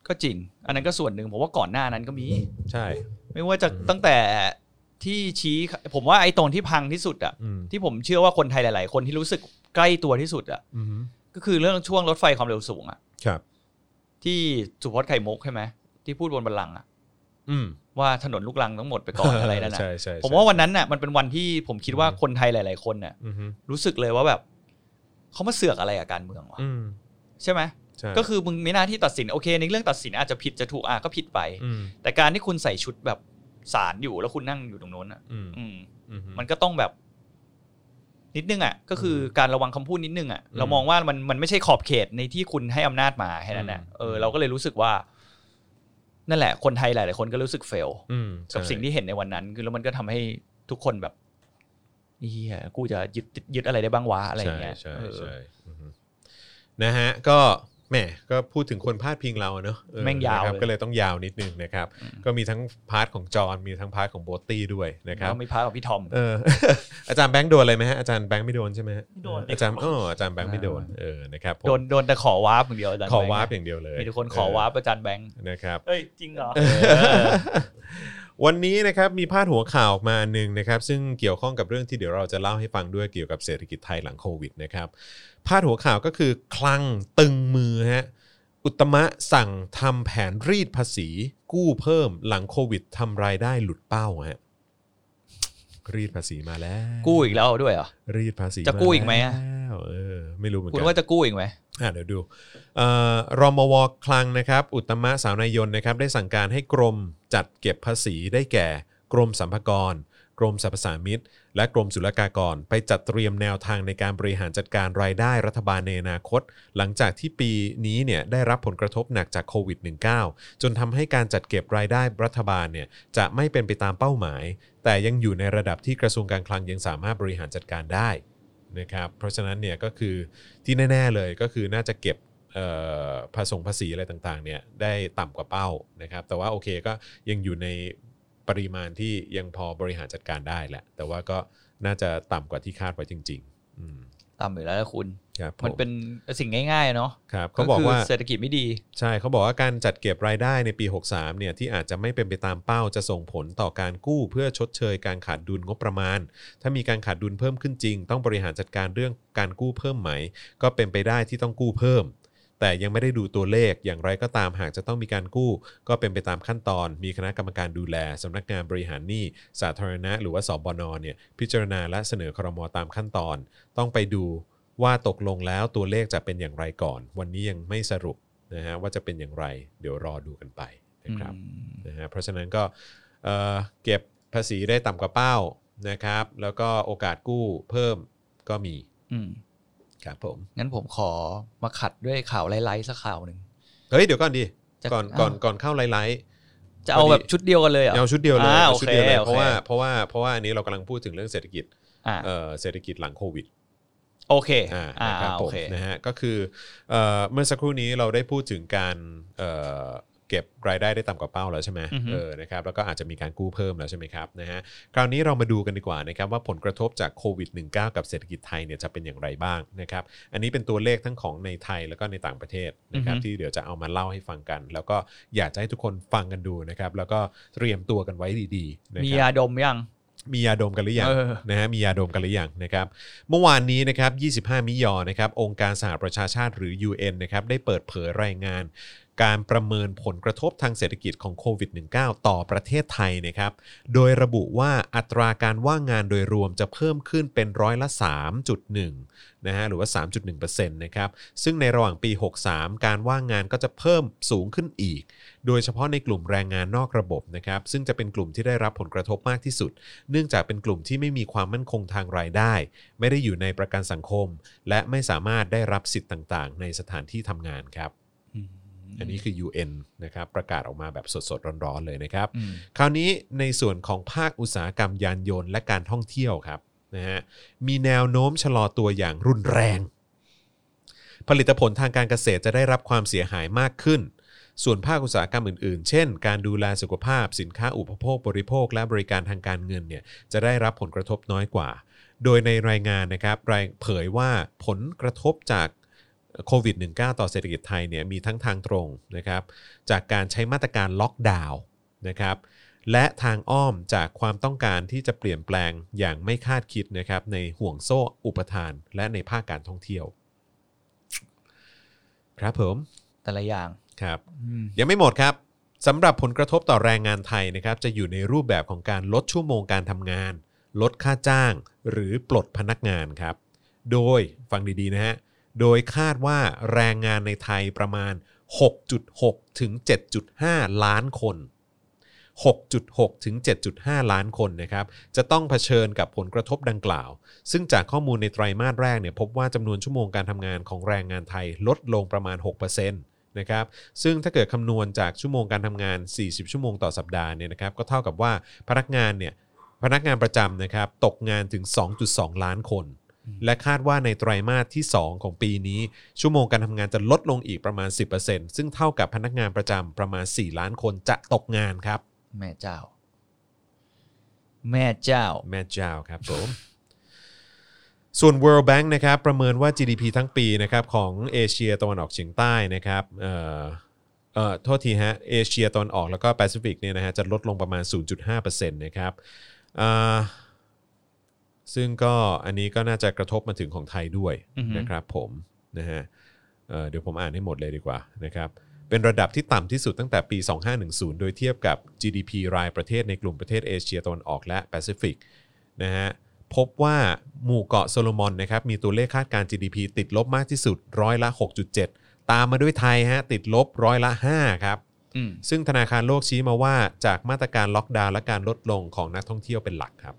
Speaker 3: ก็จริง อันนั้นก็ส่วนหนึ่งผมว่าก่อนหน้านั้นก็มี
Speaker 2: ใช่
Speaker 3: ไม่ว่าจะตั้งแต่ที่ชี้ผมว่าไอ้ตรงที่พังที่สุดอะ
Speaker 2: อืม
Speaker 3: ที่ผมเชื่อว่าคนไทยหลาย ๆ คนที่รู้สึกใกล้ตัวที่สุดอะ
Speaker 2: อืม
Speaker 3: ก็คือเรื่องช่วงรถไฟความเร็วสูงอะ
Speaker 2: ครับ
Speaker 3: ที่สุพจน์ไข่มุกใช่ไหมที่พูดบนบันลังก์อะ
Speaker 2: อืม
Speaker 3: ว่าถนนลูกรังทั้งหมดไปก่อนอะไรนั่นน่ะ
Speaker 2: ใช่ใช่ใช่
Speaker 3: ผมว่าวันนั้นน่ะมันเป็นวันที่ผมคิดว่า
Speaker 2: อืม
Speaker 3: คนไทยหลาย ๆ คนน่ะ
Speaker 2: อือฮึ
Speaker 3: รู้สึกเลยว่าแบบเขามาเสือกอะไรกับการเมืองวะ
Speaker 2: อืม
Speaker 3: ใช่ไหม
Speaker 2: ใช่
Speaker 3: ก็คือมึงมีหน้าที่ตัดสินโอเคในเรื่องตัดสินอาจจะผิดจะถูกอ่ะก็ผิดไป
Speaker 2: ม
Speaker 3: แต่การที่คุณใส่ชุดแบบสารอยู่แล้วคุณนั่งอยู่ตรงโน้นอ่ะ
Speaker 2: อืม
Speaker 3: อืม
Speaker 2: อือฮึ
Speaker 3: มันก็ต้องแบบ นิดนึงอ่ะ ก็คืออการระวังคำพูดนิดนึงอ่ะ
Speaker 2: อืม
Speaker 3: เรามองว่ามันมันไม่ใช่ขอบเขตในที่คุณให้อำนาจมาแค่นั้นแหละ
Speaker 2: อืม
Speaker 3: เออเราก็เลยรู้สึกว่า นั่นแหละ คนไทยหลาย ๆ คนก็รู้สึกเฟล
Speaker 2: อืม
Speaker 3: กับ
Speaker 2: ใช่
Speaker 3: สิ่งที่เห็นในวันนั้นคือแล้วมันก็ทำให้ทุกคนแบบเฮียกูจะยึดยึดอะไรได้บ้างวะอะไรอย่างเงี้ย
Speaker 2: ใช่
Speaker 3: เออ
Speaker 2: ใช่ใช่อือฮึนะฮะก็แหมก็พูดถึงคนพาดพิงเราอะเนอะเออ
Speaker 3: แม่งยาว
Speaker 2: นะครับก็
Speaker 3: เลย
Speaker 2: เลยต้องยาวนิดนึงนะครับ ก็มีทั้งพาร์ทของจอห์นมีทั้งพาร์ทของโบตตี้ด้วยนะครับ
Speaker 3: แล้วมีพาร์ทของพี่ทอม
Speaker 2: เออ *laughs* อาจารย์แบงค์โดนอะไรไหมฮะอาจารย์แบงค์ไม่โดนใช่ไหมฮะ
Speaker 4: ไม่โดน
Speaker 2: อาจารย์อ๋ออาจารย์แบงค์ไม่โดนเออนะครับผม
Speaker 3: โดนโดนแต่ขอวาร์ปอย่างเดียวอาจารย์
Speaker 2: ขอ
Speaker 3: แบงค์
Speaker 2: วาร์ป
Speaker 3: นะ
Speaker 2: อย่างเดียวเลย
Speaker 3: มีทุกคนขอวาร์ปอาจารย์แบงค์
Speaker 2: เออนะครับ
Speaker 4: เอ้ยจริงเหรอ
Speaker 2: วันนี้นะครับมีพาดหัวข่าวออกมาหนึ่งนะครับ ซึ่งเกี่ยวข้องกับเรื่องที่เดี๋ยวเราจะเล่าให้ฟังด้วยเกี่ยวกับเศรษฐกิจไทยหลังโควิดนะครับพาดหัวข่าวก็คือคลังตึงมือฮะอุตมะสั่งทำแผนรีดภาษี กู้เพิ่มหลังโควิดทำรายได้หลุดเป้าฮะรีดภาษีมาแล้ว
Speaker 3: กู้อีกแล้วด้วยเหรอ
Speaker 2: รีดภาษี
Speaker 3: จะกู้อีกไหมอะ
Speaker 2: าแล้วเออไม่รู้เหมือนกั
Speaker 3: คุณ
Speaker 2: น
Speaker 3: ว่าจะกู้อีกไหม
Speaker 2: อ่ะเดี๋ยวดูเอ่อรมวคลังนะครับ อุตตมะสาวนายนนะครับ ได้สั่งการให้กรมจัดเก็บภาษีได้แก่ กรมสรรพากร กรมสรรพสามิตและกรมศุลกากร ไปจัดเตรียมแนวทางในการบริหารจัดการรายได้รัฐบาลในอนาคต หลังจากที่ปีนี้เนี่ยได้รับผลกระทบหนักจากโควิด -19 จนทำให้การจัดเก็บรายได้รัฐบาลเนี่ยจะไม่เป็นไปตามเป้าหมาย แต่ยังอยู่ในระดับที่กระทรวงการคลังยังสามารถบริหารจัดการได้ นะครับเพราะฉะนั้นเนี่ยก็คือที่แน่ ๆเลยก็คือน่าจะเก็บเอ่อภาษงภาษีอะไรต่างๆเนี่ยได้ต่ำกว่าเป้านะครับแต่ว่าโอเคก็ยังอยู่ในปริมาณที่ยังพอบริหารจัดการได้แหละ แต่ว่าก็น่าจะต่ำกว่าที่คาดไว้จริงๆอืม
Speaker 3: ต่ำอยู่แล้วนะคุณ
Speaker 2: ครับผ
Speaker 3: มันเป็นสิ่งง่ายๆเนาะ
Speaker 2: ครับเขาบอกว่า
Speaker 3: คืเศรษฐกิจไม่ดี
Speaker 2: ใช่เขาบอกว่าการจัดเก็บรายได้ในปี 63 เนี่ยที่อาจจะไม่เป็นไปตามเป้าจะส่งผลต่อการกู้เพื่อชดเชยการขาดดุลงบประมาณ ถ้ามีการขาดดุลเพิ่มขึ้นจริง ต้องบริหารจัดการเรื่องการกู้เพิ่มไหม ก็เป็นไปได้ที่ต้องกู้เพิ่ม แต่ยังไม่ได้ดูตัวเลขอย่างไรก็ตามหากจะต้องมีการกู้ ก็เป็นไปตามขั้นตอน มีคณะกรรมการดูแลสำนักงานบริหารหนี้สาธารณะ หรือว่าสบนเนี่ยพิจารณาและเสนอครมตามขั้นตอน ต้องไปดูว่าตกลงแล้วตัวเลขจะเป็นอย่างไรก่อน วันนี้ยังไม่สรุป นะฮะว่าจะเป็นอย่างไรเดี๋ยวรอดูกันไปนะครับนะฮะเพราะฉะนั้นก็เอ่อเก็บภาษีได้ต่ำกว่าเป้านะครับ แล้วก็โอกาสกู้เพิ่มก็มี
Speaker 3: อืม
Speaker 2: ครับผม
Speaker 3: งั้นผมขอมาขัดด้วยข่าวไร้ๆสักข่าวหนึ่ง
Speaker 2: เฮ้ยเดี๋ยวก่อนดี
Speaker 3: จะ
Speaker 2: ก่อน
Speaker 3: เอา
Speaker 2: ก่อนก่อนเข้าไลฟ์
Speaker 3: จะเอาแบบชุดเดียวกันเลยเหรอ
Speaker 2: เอาชุดเดียวเลย
Speaker 3: อ่า
Speaker 2: เอาชุดเดียวเลย
Speaker 3: โอเค
Speaker 2: เพราะว่า
Speaker 3: โอเค
Speaker 2: เพราะว่าเพราะว่าอันนี้เรากำลังพูดถึงเรื่องเศรษฐกิจ
Speaker 3: อ่า
Speaker 2: เอ่อเศรษฐกิจหลังโควิด
Speaker 3: โอเค
Speaker 2: อ่า
Speaker 3: อ่า
Speaker 2: นะครับ
Speaker 3: โอ
Speaker 2: ผม
Speaker 3: เค
Speaker 2: นะฮะก็คือเอ่อเมื่อสักครู่นี้เราได้พูดถึงการเอ่อเก็บรายได้ได้ต่ำกว่าเป้าแล้วใช่ไหม
Speaker 3: อือฮึ
Speaker 2: เออนะครับแล้วก็อาจจะมีการกู้เพิ่มแล้วใช่ไหมครับนะฮะคราวนี้เรามาดูกันดีกว่านะครับว่าผลกระทบจากโควิด -19 กับเศรษฐกิจไทยเนี่ยจะเป็นอย่างไรบ้างนะครับอันนี้เป็นตัวเลขทั้งของในไทยแล้วก็ในต่างประเทศนะครับที่เดี๋ยวจะเอามาเล่าให้ฟังกัน แล้วก็อยากจะให้ทุกคนฟังกันดูนะครับแล้วก็เตรียมตัวกันไว้ดีๆนะ
Speaker 3: มี
Speaker 2: ครับ
Speaker 3: ยาดมยัง
Speaker 2: มียาดมกันหรือยัง
Speaker 3: เออ
Speaker 2: นะฮะมียาดมกันหรือยังนะครับเมื่อวานนี้นะครับ 25 มิยอนะครับองค์การสหประชาชาติหรือ UN นะครับได้เปิดเผยรายงาน การประเมินผลกระทบทางเศรษฐกิจของโควิด -19 ต่อประเทศไทยนะครับ โดยระบุว่าอัตราการว่างงานโดยรวมจะเพิ่มขึ้นเป็นร้อยละ 3.1นะฮะหรือว่า 3.1%นะครับซึ่งในระหว่างปี 63 การว่างงานก็จะเพิ่มสูงขึ้นอีก โดยเฉพาะในกลุ่มแรงงานนอกระบบนะครับซึ่งจะเป็นกลุ่มที่ได้รับผลกระทบมากที่สุด เนื่องจากเป็นกลุ่มที่ไม่มีความมั่นคงทางรายได้ ไม่ได้อยู่ในประกันสังคม และไม่สามารถได้รับสิทธิ์ต่างๆ ในสถานที่ทำงานครับ อันนี้คือ UN นะครับประกาศออกมาแบบสดๆ ร้อนๆ เลยนะครับ
Speaker 3: อืม
Speaker 2: คราวนี้ในส่วนของภาคอุตสาหกรรมยานยนต์และการท่องเที่ยวครับนะฮะมีแนวโน้มชะลอตัวอย่างรุนแรง ผลิตผลทางการเกษตรจะได้รับความเสียหายมากขึ้น ส่วนภาคอุตสาหกรรมอื่นๆ เช่น การดูแลสุขภาพ สินค้าอุปโภคบริโภค และบริการทางการเงินเนี่ยจะได้รับผลกระทบน้อยกว่า โดยในรายงานนะครับรายเผยว่าผลกระทบจากโควิด -19 ต่อเศรษฐกิจไทยเนี่ยมีทั้งทางตรงนะครับจากการใช้มาตรการล็อกดาวน์นะครับ และทางอ้อมจากความต้องการที่จะเปลี่ยนแปลงอย่างไม่คาดคิดนะครับในห่วงโซ่อุปทาน และในภาคการท่องเที่ยว ครับผม
Speaker 3: แต่ละอย่าง
Speaker 2: ครับ
Speaker 3: อืม
Speaker 2: ยังไม่หมดครับ สำหรับผลกระทบต่อแรงงานไทยนะครับจะอยู่ในรูปแบบของการลดชั่วโมงการทำงาน ลดค่าจ้าง หรือปลดพนักงานครับ โดยฟังดีๆนะฮะ โดยคาดว่าแรงงานในไทยประมาณ 6.6 ถึง 7.5 ล้านคน 6.6 ถึง 7.5 ล้านคนนะครับจะต้องเผชิญกับผลกระทบดังกล่าว ซึ่งจากข้อมูลในไตรมาสแรกเนี่ยพบว่าจำนวนชั่วโมงการทำงานของแรงงานไทยลดลงประมาณ 6%นะครับ ซึ่งถ้าเกิดคำนวณจากชั่วโมงการทำงาน 40 ชั่วโมงต่อสัปดาห์เนี่ยนะครับก็เท่ากับว่าพนักงานเนี่ยพนักงานประจำนะครับตกงานถึง 2.2 ล้านคน และคาดว่าในไตรมาสที่ 2 ของปีนี้ ชั่วโมงการทำงานจะลดลงอีกประมาณ 10%ซึ่งเท่ากับพนักงานประจำประมาณ 4 ล้านคนจะตกงานครับ
Speaker 3: แม่เจ้า แม่เจ้า
Speaker 2: แม่เจ้าครับผม ส่วน World Bank นะครับประเมินว่า GDP ทั้งปีนะครับของเอเชียตะวันออกเฉียงใต้นะครับเอ่อเอ่อโทษทีฮะเอเชียตะวันออกแล้วก็แปซิฟิกเนี่ยนะฮะจะลดลงประมาณ 0.5%นะครับอ่าซึ่งก็อันนี้ก็น่าจะกระทบมาถึงของไทยด้วย
Speaker 3: อือฮึ
Speaker 2: นะครับผมนะฮะเอ่อเดี๋ยวผมอ่านให้หมดเลยดีกว่านะครับเป็นระดับที่ต่ำที่สุดตั้งแต่ปี 2510 โดยเทียบกับ GDP รายประเทศในกลุ่มประเทศเอเชียตะวันออกและแปซิฟิก นะฮะพบว่าหมู่เกาะโซโลมอนนะครับมีตัวเลขคาดการณ์ GDP ติดลบมากที่สุดร้อยละ 6.7 ตามมาด้วยไทยฮะติดลบร้อยละ 5 ครับ
Speaker 3: อืม
Speaker 2: ซึ่งธนาคารโลกชี้มาว่าจากมาตรการล็อกดาวน์และการลดลงของนักท่องเที่ยวเป็นหลักครับ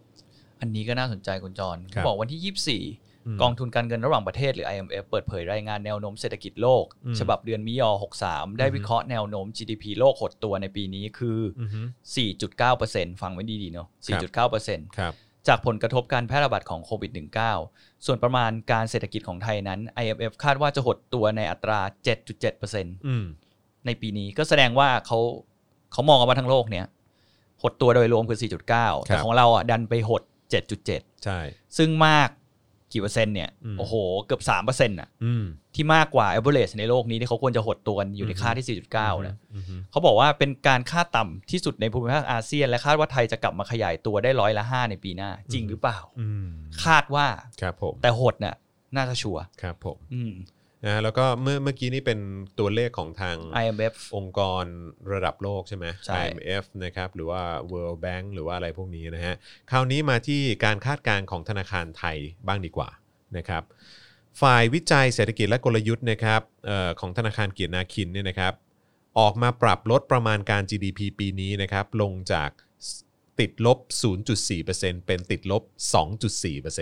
Speaker 3: อันนี้ก็น่าสนใจคุณจร
Speaker 2: ครับ
Speaker 3: บอกวันที่
Speaker 2: ม
Speaker 3: 24 กองทุนการเงินระหว่างประเทศหรือ IMF เปิดเผยรายงานแนวโน้มเศรษฐกิจโลก
Speaker 2: อืม
Speaker 3: ฉบับเดือนมิยอ 63 ได้วิเคราะห์แนวโน้ม GDP โลกหดตัวในปีนี้คือ
Speaker 2: อือฮึ
Speaker 3: 4.9%ฟังไว้ดีๆเนาะ
Speaker 2: ครับ
Speaker 3: 4.9%
Speaker 2: ครับ
Speaker 3: จากผลกระทบการแพร่ระบาดของโควิด -19 ส่วนประมาณการเศรษฐกิจของไทยนั้น IMF คาดว่าจะหดตัวในอัตรา 7.7%
Speaker 2: อืม
Speaker 3: ในปีนี้ก็แสดงว่าเขาเขามองกันว่าทั้งโลกเนี่ยหดตัวโดยรวมคือ 4.9 แต่ของเราอ่ะดันไปหด 7.7
Speaker 2: ใช่
Speaker 3: ซึ่งมากกี่เปอร์เซ็นต์เนี่ย
Speaker 2: อืม
Speaker 3: โอ้โห เกือบ3%น่ะ
Speaker 2: อืม
Speaker 3: ที่มากกว่า average ในโลกนี้ที่เขาควรจะหดตัวอยู่ในค่าที่ 4.9 นะ
Speaker 2: อือฮึ
Speaker 3: เขาบอกว่าเป็นการค่าต่ำที่สุดในภูมิภาคอาเซียน และคาดว่าไทยจะกลับมาขยายตัวได้ร้อยละห้าในปีหน้า จริงหรือเปล่า
Speaker 2: อืม
Speaker 3: คาดว่า
Speaker 2: ครับผม
Speaker 3: แต่หดน่ะน่าจะชัวร์
Speaker 2: ครับผม
Speaker 3: อืม
Speaker 2: นะฮะแล้วก็เมื่อเมื่อกี้นี่เป็นตัวเลขของทาง
Speaker 3: IMF
Speaker 2: องค์กรระดับโลกใช่ไหม
Speaker 3: ใช่
Speaker 2: IMF นะครับหรือว่า World Bank หรือว่าอะไรพวกนี้นะฮะ คราวนี้มาที่การคาดการณ์ของธนาคารไทยบ้างดีกว่านะครับ ฝ่ายวิจัยเศรษฐกิจและกลยุทธ์นะครับเออของธนาคารเกียรตินาคินเนี่ยนะครับ ออกมาปรับลดประมาณการ GDP ปีนี้นะครับลงจากติดลบ 0.4%เป็นติดลบ 2.4%
Speaker 3: เ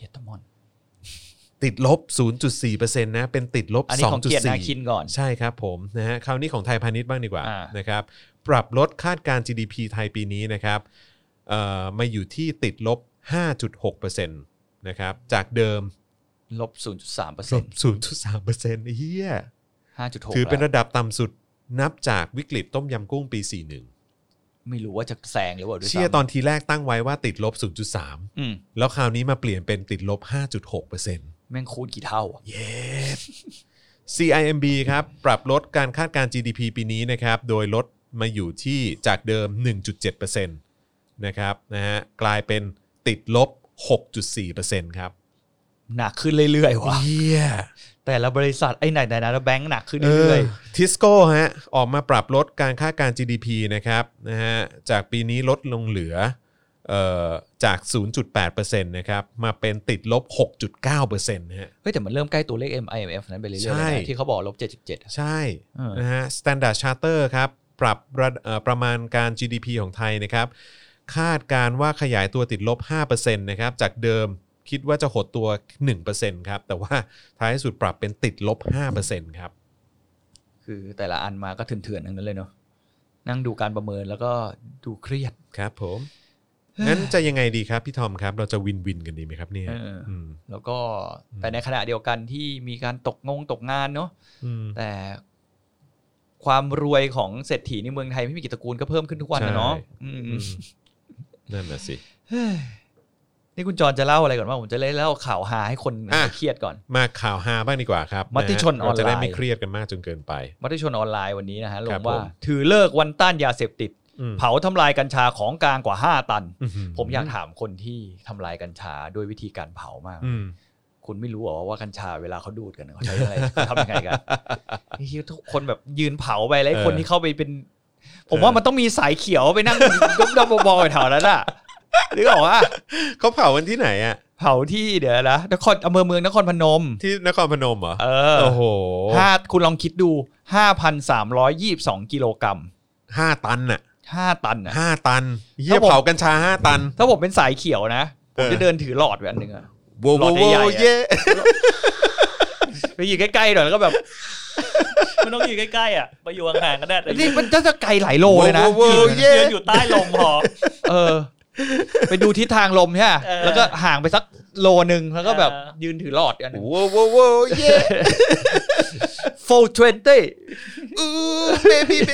Speaker 3: ยตมอน
Speaker 2: ติดลบ 0.4%นะเป็นติดลบ 2.4
Speaker 3: อันนี้ของเกียรตินาคินก่อน
Speaker 2: ใช่ครับผมนะฮะคราวนี้ของไทยพาณิชย์บ้างดีกว่า
Speaker 3: อ่าน
Speaker 2: นะครับปรับลดคาดการณ์ GDP ไทยปีนี้นะครับเอ่อมาอยู่ที่ติดลบ 5.6%นะครับจากเดิม
Speaker 3: ลบ 0.3เปอร์
Speaker 2: ล
Speaker 3: เซ็น
Speaker 2: บ
Speaker 3: ต์
Speaker 2: 0.3%เฮีย
Speaker 3: 5.6
Speaker 2: ถือเป็น
Speaker 3: แล้ว
Speaker 2: ระดับต่ำสุดนับจากวิกฤตต้มยำกุ้งปี 41
Speaker 3: ไม่รู้ว่าจะแซงหรือเปล่าด้วยซ้ำ
Speaker 2: เชื่อตอนทีแรกตั้งไว้ว่าติดลบ 0.3
Speaker 3: อืม
Speaker 2: แล้วคราวนี้มาเปลี่ยนเป็นติดลบ 5.6%
Speaker 3: แม่งคูณกี่เท่าอะ
Speaker 2: CIMB ครับ ปรับลดการคาดการณ์ GDP ปีนี้นะครับ โดยลดมาอยู่ที่จากเดิม 1.7%นะครับนะฮะกลายเป็นติดลบ 6.4%ครับ
Speaker 3: หนักขึ้นเรื่อยๆว่ะ
Speaker 2: เยี่ย
Speaker 3: แต่ละบริษัทไอ้ไหนไหนนะแบงก์หนักขึ้น
Speaker 2: เออ
Speaker 3: เรื่อย
Speaker 2: ทิสโก้ฮะออกมาปรับลดการคาดการณ์ GDP นะครับนะฮะจากปีนี้ลดลงเหลือเอ่อจาก 0.8%นะครับมาเป็นติดลบ 6.9%นะฮะ
Speaker 3: ๆเฮ้ยแต่มันเริ่มใกล้ตัวเลข MIMF นั้นไปเรื่อยๆ
Speaker 2: ใช่
Speaker 3: แล้วนะที่เขาบอกลบ 7.7อะ
Speaker 2: ใช่
Speaker 3: เออ
Speaker 2: นะฮะ Standard Charter ครับ ปรับระเอ่อประมาณการ GDP ของไทยนะครับ คาดการณ์ว่าขยายตัวติดลบ 5%นะครับ จากเดิมคิดว่าจะหดตัว 1%ครับ แต่ว่าท้ายสุดปรับเป็นติดลบ 5%ครับ
Speaker 3: คือแต่ละอันมาก็เถื่อนๆทั้งนั้นเลยเนาะนั่งดูการประเมินแล้วก็ดูเครียด
Speaker 2: ครับผม งั้นจะยังไงดีครับพี่ทอมครับ เราจะวินวินกันดีไหมครับเนี่ย
Speaker 3: เอออื
Speaker 2: ม
Speaker 3: แล้วก็
Speaker 2: อืม
Speaker 3: แต่ในขณะเดียวกันที่มีการตกงงตกงานเนาะ
Speaker 2: อืม
Speaker 3: แต่ความรวยของเศรษฐีในเมืองไทยไม่มีกี่ตระกูลก็เพิ่มขึ้นทุกวันนะเนาะ
Speaker 2: ใช่
Speaker 3: อืม
Speaker 2: อื
Speaker 3: *laughs*
Speaker 2: มนั่นน่ะสิ
Speaker 3: เฮ้ยนี่คุณจรจะเล่าอะไรก่อนว่าผมจะเล่าข่าวหาให้คน
Speaker 2: อ่ะ
Speaker 3: เครียดก่อน
Speaker 2: มาข่าวฮาบ้างดีกว่าครับ
Speaker 3: มติชนออนไลน์
Speaker 2: เราจะได้ไม่เครียดกันมากจนเกินไป
Speaker 3: มัธยชนออนไลน์วันนี้นะฮะล
Speaker 2: ครั
Speaker 3: ง
Speaker 2: บ
Speaker 3: ว่า
Speaker 2: ผม
Speaker 3: ถือเลิกวันต้านยาเสพติด
Speaker 2: อืม
Speaker 3: เผาทำลายกัญชาของกลางกว่า 5 ตัน
Speaker 2: อื้อหื
Speaker 3: ผมอยากถามคนที่ทำลายกัญชาด้วยวิธีการเผามาก
Speaker 2: อืม
Speaker 3: คุณไม่รู้เหรอว่ากัญชาเวลาเขาดูดกันเขาใช้อะไรเขาทำยังไงกัน นี่คือทุกคนแบบยืนเผาไปแล้วไอ้คน
Speaker 2: เออ
Speaker 3: ที่เข้าไปเป็น ผมว่ามันต้องมีสายเขียวไปนั่ง ดุ๊บดับบอลแถวนั้นอ่ะหรือบอกว่า
Speaker 2: เขาเผาวันที่ไหนอ่ะ
Speaker 3: เผาที่เดี๋ยวนะนครอำเภอเมืองนครพนม
Speaker 2: ที่นครพนมเหรอ
Speaker 3: เออ
Speaker 2: โอ้โห
Speaker 3: ห้าคุณลองคิดดูห้าพันสามร้อยยี่สิบสองกิโลกรัม
Speaker 2: ห้าตันอ่ะ
Speaker 3: ห้าตันนะ
Speaker 2: ห้าตันเยี่ย
Speaker 3: ถ้าผม
Speaker 2: เผากัญชาห้าตัน
Speaker 3: ถ้าผมเป็นสายเขียวนะผ
Speaker 2: เอ
Speaker 3: ม
Speaker 2: อ
Speaker 3: จะเดินถือหลอดไว้อันหนึ่งอะ
Speaker 2: โว้ว
Speaker 3: หลอด
Speaker 2: โว้
Speaker 3: ใหญ่
Speaker 2: ว
Speaker 3: ๆอะ
Speaker 2: เย่
Speaker 3: ไปอยู่ใกล้ๆหน่อยแล้วก็แบบ
Speaker 4: มันต้องอยู่ใกล้ๆอ่ะไปอยู่ห่างๆก็ได้แต่
Speaker 3: นี่มันจะไกลหลายโลเลยนะ
Speaker 2: โว้วโว้วเย่
Speaker 4: ยืนอยู่ใต้ลมพอ
Speaker 3: เออ ไปดูทิศทางลมใช่ปะ
Speaker 4: เออ
Speaker 3: แล้วก็ห่างไปสักโลหนึ่งแล้วก็แบบ
Speaker 4: เออ
Speaker 3: ยืนถือหลอดอันหนึ่ง
Speaker 2: โว้วโว้วโว้วเย่
Speaker 3: โฟทเวน *laughs* ตี้
Speaker 2: อู้เบบี้เบ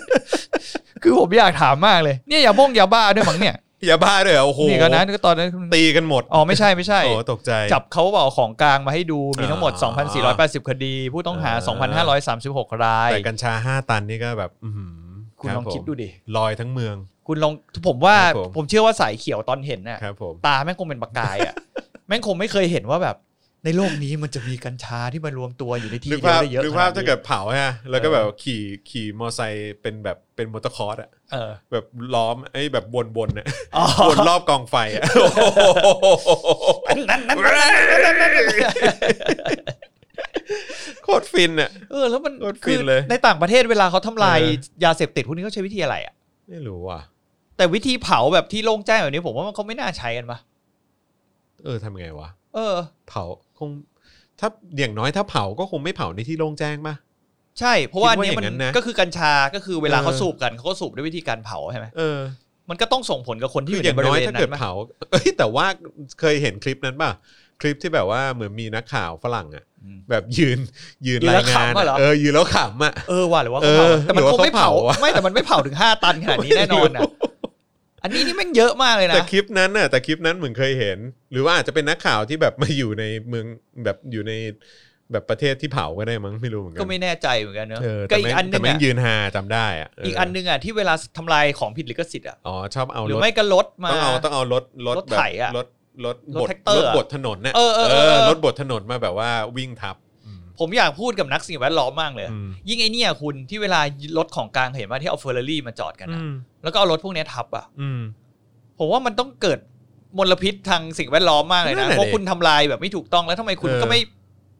Speaker 3: *laughs* คือผมอยากถามมากเลย เนี่ยอย่าบ้งอย่าบ้าด้วยมั้งเนี่ย
Speaker 2: อย่าบ้าเลยเหรอโอ้โห
Speaker 3: นี่ก็นะนี่ก็ตอนนั้น
Speaker 2: ตีกันหมด
Speaker 3: อ๋อไม่ใช่ไม่ใช่
Speaker 2: โอ้ตกใจ
Speaker 3: จับเขาบอกของกลางมาให้ดูมีทั้งหมด
Speaker 2: อ่า
Speaker 3: 2,480 คดี ผู้ต้องหา
Speaker 2: อ่า
Speaker 3: 2,536 ราย
Speaker 2: แต่กัญชาห้าตันนี่ก็แบบอื้อหือ
Speaker 3: คุณ
Speaker 2: รับ
Speaker 3: ลองคิด
Speaker 2: ผม
Speaker 3: ดูดิ
Speaker 2: ลอยทั้งเมือง
Speaker 3: คุณลองผมว่า
Speaker 2: ครับผม
Speaker 3: ผมเชื่อว่าสายเขียวตอนเห็นน่ะ
Speaker 2: ครับผม
Speaker 3: ตาแม่งคงเป็นปากกายอ่ะ *laughs* แม่งคงไม่เคยเห็นว่าแบบ ในโลกนี้มันจะมีกัญชาที่มันรวมตัวอยู่ในที่
Speaker 2: นึก
Speaker 3: เดียว
Speaker 2: ภาพ
Speaker 3: ได้เยอะ
Speaker 2: นึกภาพ
Speaker 3: ขน
Speaker 2: ถ้า
Speaker 3: นี้
Speaker 2: เกิดเผาฮะแล้วก็แบบขี่ขี่มอไซค์เป็นแบบเป็นมอเตอร์คอร์สอะ
Speaker 3: เออ
Speaker 2: แบบล้อมไอ้แบบวนๆน่ะ
Speaker 3: อ๋อ
Speaker 2: *laughs* วนรอบกองไฟอะ
Speaker 3: อันนั้นนั่น
Speaker 2: โคตรฟินอะ
Speaker 3: เออแล้วมัน
Speaker 2: โคตรฟิ
Speaker 3: คื
Speaker 2: นเลย
Speaker 3: ในต่างประเทศเวลาเขาทำลาย
Speaker 2: เอ
Speaker 3: ยาเสพติดพวกนี้เขาใช้วิธีอะไรอ่ะ
Speaker 2: ไม่รู้อ่ะ
Speaker 3: แต่วิธีเผาแบบที่โล่งแจ้งแบบนี้ผมว่ามันเขาไม่น่าใช้กันปะ
Speaker 2: เออทำไงวะ
Speaker 3: เออ
Speaker 2: เผาคง ถ้าอย่างน้อยถ้าเผาก็คงไม่เผาในที่โล่งแจ้งป่ะ
Speaker 3: ใช่ เพราะว่าอันเนี้ย
Speaker 2: คิด
Speaker 3: มั
Speaker 2: ว่าอย่างนั้น
Speaker 3: น
Speaker 2: นะ
Speaker 3: ก็คือกัญชาก็คือเวลา
Speaker 2: เออ
Speaker 3: เขาสูบกันเขาก็สูบด้วยวิธีการเผาใช่ไหม
Speaker 2: เออ
Speaker 3: มันก็ต้องส่งผลกับคนที่
Speaker 2: คืออยู่ อย่าง
Speaker 3: ในบริ
Speaker 2: น้อย
Speaker 3: เวณ
Speaker 2: ถ้า
Speaker 3: นั้
Speaker 2: เกิด
Speaker 3: นปะ
Speaker 2: เผาเอ้ยแต่ว่าเคยเห็นคลิปนั้นป่ะ คลิปที่แบบว่าเหมือนมีนักข่าวฝรั่งอะ
Speaker 3: อืม
Speaker 2: แบบยืนยืน
Speaker 3: ยืนแล้
Speaker 2: รา
Speaker 3: วย
Speaker 2: งาน
Speaker 3: ขำอะเหรอ
Speaker 2: เออยืนแล้วขำอะ
Speaker 3: เออว่ะหรือว่าเขาเผา
Speaker 2: เออ
Speaker 3: แต่มันคงไม่เผา
Speaker 2: หรือว่าเขาเผา
Speaker 3: ไม่แต่มันไม่เผาถึงห้าตันขนาดนี้แน่น
Speaker 2: *laughs*
Speaker 3: อนอ่ะอันนี้นี่แม่งเยอะมากเลยนะ
Speaker 2: แต่คลิปนั้นน่ะแต่คลิปนั้นเหมือนเคยเห็น หรือว่าอาจจะเป็นนักข่าวที่แบบมาอยู่ในเมืองแบบอยู่ในแบบประเทศที่เผาก็ได้มั้งไม่รู้เหมือนกั
Speaker 3: ก็ไม่แน่ใจเหมือนกันเนอะ
Speaker 2: เออ
Speaker 3: ก็
Speaker 2: แต่
Speaker 3: อีก
Speaker 2: แม่ง
Speaker 3: อันหนึ
Speaker 2: แต่
Speaker 3: ง
Speaker 2: แม่
Speaker 3: อ่ะ
Speaker 2: งยืนหาจำได้อ่ะเ
Speaker 3: อีกอันหนึงอ่ะที่เวลาทำลายของผิดลิขสิทธิ์อ่ะ
Speaker 2: อ๋อชอบเอา
Speaker 3: หรื
Speaker 2: ร
Speaker 3: อ
Speaker 2: ถ
Speaker 3: ไม่ก็ลดมา
Speaker 2: ต้องเอาต้องเอารถรถ
Speaker 3: รถ
Speaker 2: แบ
Speaker 3: ไถ
Speaker 2: บ
Speaker 3: อะ
Speaker 2: รถรถ
Speaker 3: ร
Speaker 2: บ
Speaker 3: ถ
Speaker 2: ด
Speaker 3: แท็กเตอร์
Speaker 2: รถ
Speaker 3: อะ
Speaker 2: บดถนนเนี่ย
Speaker 3: เออเออเออ
Speaker 2: รถบดถนนมาแบบว่าวิ่งทับอืม
Speaker 3: ผมอยากพูดกับนักสิ่งแวดล้อมมากเลย
Speaker 2: อืม
Speaker 3: ยิ่งไอเนี่ยคุณที่เวลารถของกลางเห็นว่าที่เอาเฟอร์รารี่มาจอดกัน
Speaker 2: อื
Speaker 3: อะ
Speaker 2: ม
Speaker 3: แล้วก็เอารถพวกเนี้ยทับอ่ะ
Speaker 2: อืม
Speaker 3: ผมว่ามันต้องเกิดมลพิษทางสิ่งแวดล้อมมากเลย
Speaker 2: นั่
Speaker 3: นะ
Speaker 2: นแหละ
Speaker 3: เพราะ
Speaker 2: ดิ
Speaker 3: คุณทำลายแบบไม่ถูกต้องแล้วทำไมคุณ
Speaker 2: เออ
Speaker 3: ก็ไม่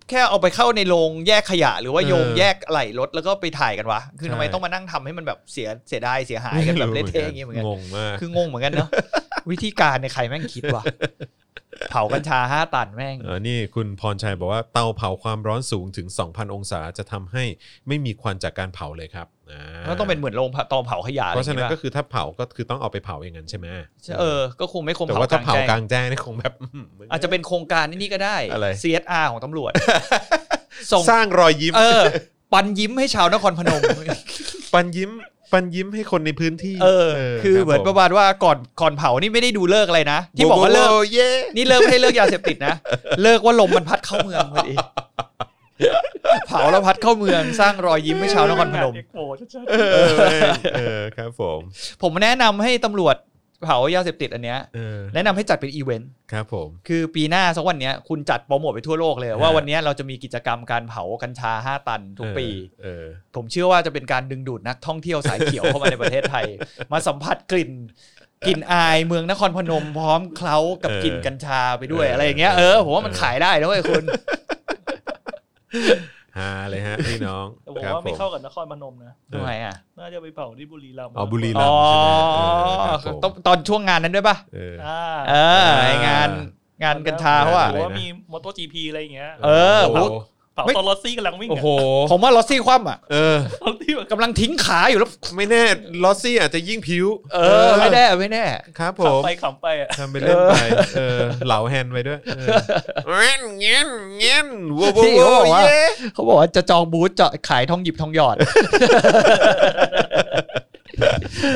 Speaker 3: แค่เอาไปเข้าในโรงแยกขยะ หรือว่าโยง
Speaker 2: เออ
Speaker 3: แยกอะไหล่รถแล้วก็ไปถ่ายกันวะ คือ
Speaker 2: ใช่
Speaker 3: ทำไมต้องมานั่งทำให้มันแบบเสียเสียดายเสียหายกันแบบเละเทะอย่างเงี้ยเหมือนกัน
Speaker 2: งงมาก
Speaker 3: *laughs* คืองงเหมือนกันเนาะ วิธีการในยใครแม่งคิดวะเผากัญชาห้าตันแม่ง
Speaker 2: เออนี่คุณพรชัยบอกว่าเตาเผาความร้อนสูงถึง 2,000 องศาจะทำให้ไม่มีควันจากการเผาเลยครับา
Speaker 3: แล้วต้องเป็นเหมือนโรงเผาเตาเผาขยะอะ
Speaker 2: เพ
Speaker 3: ไรอ
Speaker 2: ราะ
Speaker 3: ย่าง
Speaker 2: ฉะนั้น
Speaker 3: งี้
Speaker 2: ก็
Speaker 3: ป่ะ
Speaker 2: คือถ้าเผาก็คือต้องเอาไปเผาอย่างนั้นใช่ไหม
Speaker 3: เออ ก็คงไม่คง
Speaker 2: แต่
Speaker 3: เผา
Speaker 2: ว่าถ้าเผาก
Speaker 3: ลาง
Speaker 2: ก
Speaker 3: แจ้
Speaker 2: ลางงแจ้งนี่คงแบบ *laughs* ม
Speaker 3: อาจจะเป็นโครงการนี่ก็ได้
Speaker 2: อะไร
Speaker 3: CSR ของตำรว
Speaker 2: *laughs*
Speaker 3: จ ส่ง
Speaker 2: สร้างรอยยิ้ม
Speaker 3: เออ ปันยิ้มให้ชาวนครพนม
Speaker 2: ปันยิ้ม ปันยิ้มให้คนในพื้นที่
Speaker 3: เออ คือเหมือนประมาณว่าก่อนก่อนเผานี่ไม่ได้ดูเลิกอะไรนะ ที่บอกว่าเลิก
Speaker 2: โโหเย่
Speaker 3: นี่เลิกไม่ให้เลิกยาเสพติดนะ เลิกว่าลมมันพัดเข้าเมืองพอดีเผาแล้วพัดเข้าเมืองสร้างรอยยิ้มให้ชาวนครพนม
Speaker 4: เอ็กโปชัด
Speaker 2: เออเว้ยเออครับผม
Speaker 3: ผมแนะนำให้ตำรวจเผายาเสพติดอันเนี้ย
Speaker 2: เออ
Speaker 3: แนะนำให้จัดเป็นอีเวนต์
Speaker 2: ครับผม
Speaker 3: คือปีหน้าสักวันเนี้ยคุณจัดโปรโมทไปทั่วโลกเลย
Speaker 2: ฮะ
Speaker 3: ว่าวันเนี้ยเราจะมีกิจกรรมการเผากัญชา 5 ตันทุกปี
Speaker 2: เออ
Speaker 3: ผมเชื่อว่าจะเป็นการดึงดูดนักท่องเที่ยวสายเขียวเข้ามาในประเทศไทย *laughs* มาสัมผัสกลิ่นกลิ่นอายเมืองนครพนมพร้อมเคล้ากับกลิ่นกัญชาไปด้วยอะไรอย่างเงี้ยเออผมว่ามันขายได้นะเว้ยคุณ
Speaker 2: เออฮาเลย
Speaker 3: *laughs*
Speaker 2: ฮะพี่น้อง
Speaker 4: ๆแต่ผม
Speaker 2: ครับ
Speaker 4: ว่า
Speaker 2: ผ
Speaker 4: ไม่
Speaker 2: ม
Speaker 4: เข้ากับนครพนมนะ
Speaker 3: ทำไมอ่ะ
Speaker 4: น่าจะไปเผาที่บุรีรัมย์
Speaker 2: อ๋อบุรี
Speaker 4: มย์
Speaker 2: รั
Speaker 3: อ๋
Speaker 2: ม
Speaker 3: อ
Speaker 2: ย์ใช่ไหมเออครับผม
Speaker 3: ต้องตอนช่วงงานนั้นด้วยป่ะ
Speaker 2: เออ
Speaker 4: อ่า
Speaker 3: เออไอ้งานงานกัญชาเขาอ่ะ
Speaker 4: หรือว่า
Speaker 2: อะไรนะ
Speaker 4: มีมอเตอร์จีพีอะไรอย่างเงี้ย
Speaker 3: เออ
Speaker 2: โโห
Speaker 4: เผา
Speaker 3: ไม่
Speaker 4: ตอนรถซี่กำลังวิ่ง
Speaker 2: โอ้โห
Speaker 3: ผมว่ารถซี่คว่ำอ่ะ
Speaker 2: เออ
Speaker 4: ตอนที่แบบ
Speaker 3: กำลังทิ้งขาอยู่แล้ว
Speaker 2: ไม่แน่ลอสซี่อาจจะยิ่งผิว
Speaker 3: เออไม่แน่ไม่แน่
Speaker 2: ครับผ
Speaker 4: ขับ
Speaker 2: ม
Speaker 4: ไปขับไปอ่ะ
Speaker 2: ทำไปเล่นไป เออ เหลาแฮนด์ไปด้วยเออเงี้ยเงี้ยเงี้ยวัววั
Speaker 3: พี่
Speaker 2: ว
Speaker 3: เขาบอก
Speaker 2: วัว
Speaker 3: ว่า
Speaker 2: เย้
Speaker 3: เขาบอกว่าจะจองบูธจะขายทองหยิบทองหยอด *laughs*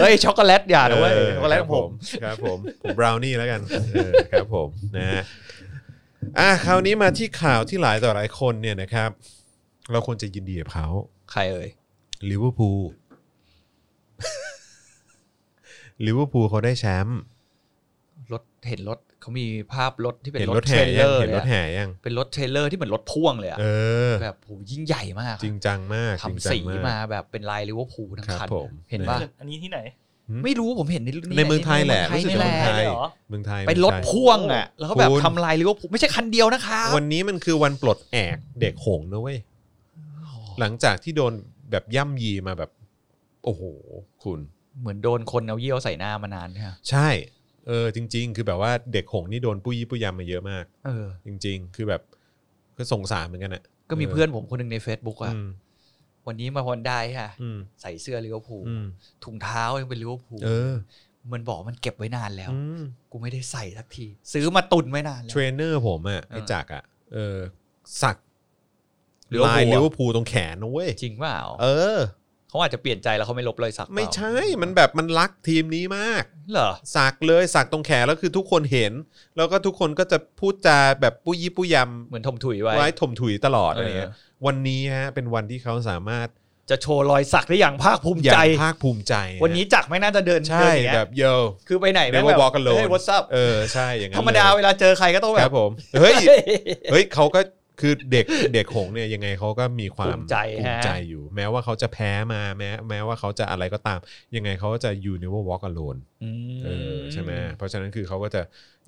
Speaker 3: เฮ้ยช็อกโกแลตอย่านะเว้ย
Speaker 2: เออ
Speaker 3: ช็อกโกแลตของผม
Speaker 2: ครับผม ผมบราวนี่แล้วกันเออครับผมนะฮะอ่ะคราวนี้มาที่ข่าวที่หลายต่อหลายคนเนี่ยนะครับ เราควรจะยินดีกับเขา
Speaker 3: ใครเอ่ย
Speaker 2: ลิเวอร์ *laughs* พูลลิเวอร์พูลเขาได้แชมป์
Speaker 3: รถเห็นรถ เขามีภาพรถที่เป็น
Speaker 2: เห็น
Speaker 3: ร
Speaker 2: ร
Speaker 3: ถ
Speaker 2: ถ
Speaker 3: เทร
Speaker 2: แห่ยั
Speaker 3: ลเลอง ร์
Speaker 2: เห็น
Speaker 3: เล
Speaker 2: ร
Speaker 3: ย
Speaker 2: ถ
Speaker 3: อะ
Speaker 2: แห่ยัง
Speaker 3: เป็นรถเทรลเลอร์ที่เหมือนรถพ่วงเลยอะ
Speaker 2: เออ
Speaker 3: แบบโหยิ่งใหญ่มาก
Speaker 2: จริงจังมากจริง
Speaker 3: ทำ
Speaker 2: จัง
Speaker 3: สี
Speaker 2: ก
Speaker 3: มาแบบเป็นลายลิเวอร์พูลทั้ง
Speaker 2: ครับ
Speaker 3: คัน
Speaker 2: ผม
Speaker 3: เห็นป่ะ
Speaker 2: นะ
Speaker 4: อันนี้ที่ไหน
Speaker 3: ไม่รู้ผมเห็นใน
Speaker 2: ในเมืองไทยแหละ
Speaker 3: ใน
Speaker 2: รู้สึกจะ
Speaker 3: เมือง
Speaker 2: เมือง
Speaker 3: ไท
Speaker 2: ไท
Speaker 3: ยนี่
Speaker 2: ย
Speaker 3: แหละ
Speaker 4: เหรอ
Speaker 2: เมืองไทย
Speaker 3: เป็นรถ
Speaker 2: มืองไทย
Speaker 3: พ่วงอะแล้วก็แบบ
Speaker 2: คุณ
Speaker 3: ทำลายลิเวอร์พูลไม่ใช่คันเดียวนะคะ
Speaker 2: วันนี้มันคือวันปลดแอกเด็กหงส์นะเว้ย หลังจากที่โดนแบบย่ำยีมาแบบ โอ้โห คุณ
Speaker 3: เหมือนโดนคนเอาเยี่ยวใส่หน้ามานานเนี่ย
Speaker 2: ใช่ เออ จริง ๆ คือแบบว่าเด็กหงส์นี่โดนปุยยี่ปุยยำมาเยอะมาก
Speaker 3: เออ
Speaker 2: จริง ๆ คือแบบก็สงสารเหมือนกันอะ
Speaker 3: ก็มีเพื่อนผมคนหนึ่งใน Facebook อะ
Speaker 2: อืม
Speaker 3: วันนี้มาฮอนได้ค่ะ
Speaker 2: อืม
Speaker 3: ใส่เสื้อลิเวอร์พูล
Speaker 2: อืม
Speaker 3: ถุงเท้ายังเป็นลิเวอร์พูล
Speaker 2: เออ
Speaker 3: มันบอกมันเก็บไว้นานแล้ว
Speaker 2: อืม
Speaker 3: กูไม่ได้ใส่สักที ซื้อมาตุนไว้นานแล้
Speaker 2: เท
Speaker 3: ว
Speaker 2: รนเนอร์ผมอะไอ้
Speaker 3: เออ
Speaker 2: จักรอะเออ สัก
Speaker 3: ลิเวอร์
Speaker 2: ลา
Speaker 3: พู
Speaker 2: ย
Speaker 3: ลอะ
Speaker 2: ลิเวอร์พูลตรงแขนนะเว้ย
Speaker 3: จริงเปล่า
Speaker 2: เออ
Speaker 3: เขาอาจจะเปลี่ยนใจแล้วเขาไม่ลบรอยสักเปล่า
Speaker 2: ไม่ใช่ มันแบบมันรักทีมนี้มาก
Speaker 3: เหรอ
Speaker 2: สักเลยสักตรงแขนแล้วคือทุกคนเห็น แล้วก็ทุกคนก็จะพูดจาแบบปุยยี่ปุยย
Speaker 3: เหมือนทมถุย
Speaker 2: ำ
Speaker 3: ไว้
Speaker 2: ไว้ถมถุยตลอดอะไรเงี้ย
Speaker 3: เอ
Speaker 2: วันนี้ฮะเป็นวันที่เขาสามารถ
Speaker 3: จะโชว์รอยสักได้อย่างภาคภูมิ
Speaker 2: อย่า
Speaker 3: ใจ
Speaker 2: งภาคภูมิใจฮะ
Speaker 3: วันนี้จักรไม่น่าจะเดิน
Speaker 2: ใช่
Speaker 3: เดินอย่างเงี้ย
Speaker 2: แบบโย
Speaker 3: คือไปไหน
Speaker 2: เด
Speaker 3: แม่ง
Speaker 2: ว
Speaker 3: แบบ
Speaker 2: บอกกันโล
Speaker 3: เฮ้ย what's up
Speaker 2: เออใช่อย่างนั้น
Speaker 3: ธรรมดา
Speaker 2: เล
Speaker 3: เวย ลาเจอใครก็ต้องแบ
Speaker 2: ครับ บผมเฮ้ยเฮ้ยเขาก็คือเด็กเด็กหงส์เนี่ยยังไงเขาก็มีความ
Speaker 3: ภูมิใจ
Speaker 2: ภูมิ
Speaker 3: ฮะ
Speaker 2: ใจอยู่ แม้ว่าเขาจะแพ้มาแม้แม้ว่าเขาจะอะไรก็ตาม ยังไงเขาก็จะ you never walk alone
Speaker 3: อืม
Speaker 2: เออใช่ไหมเพราะฉะนั้นคือเขาก็จะ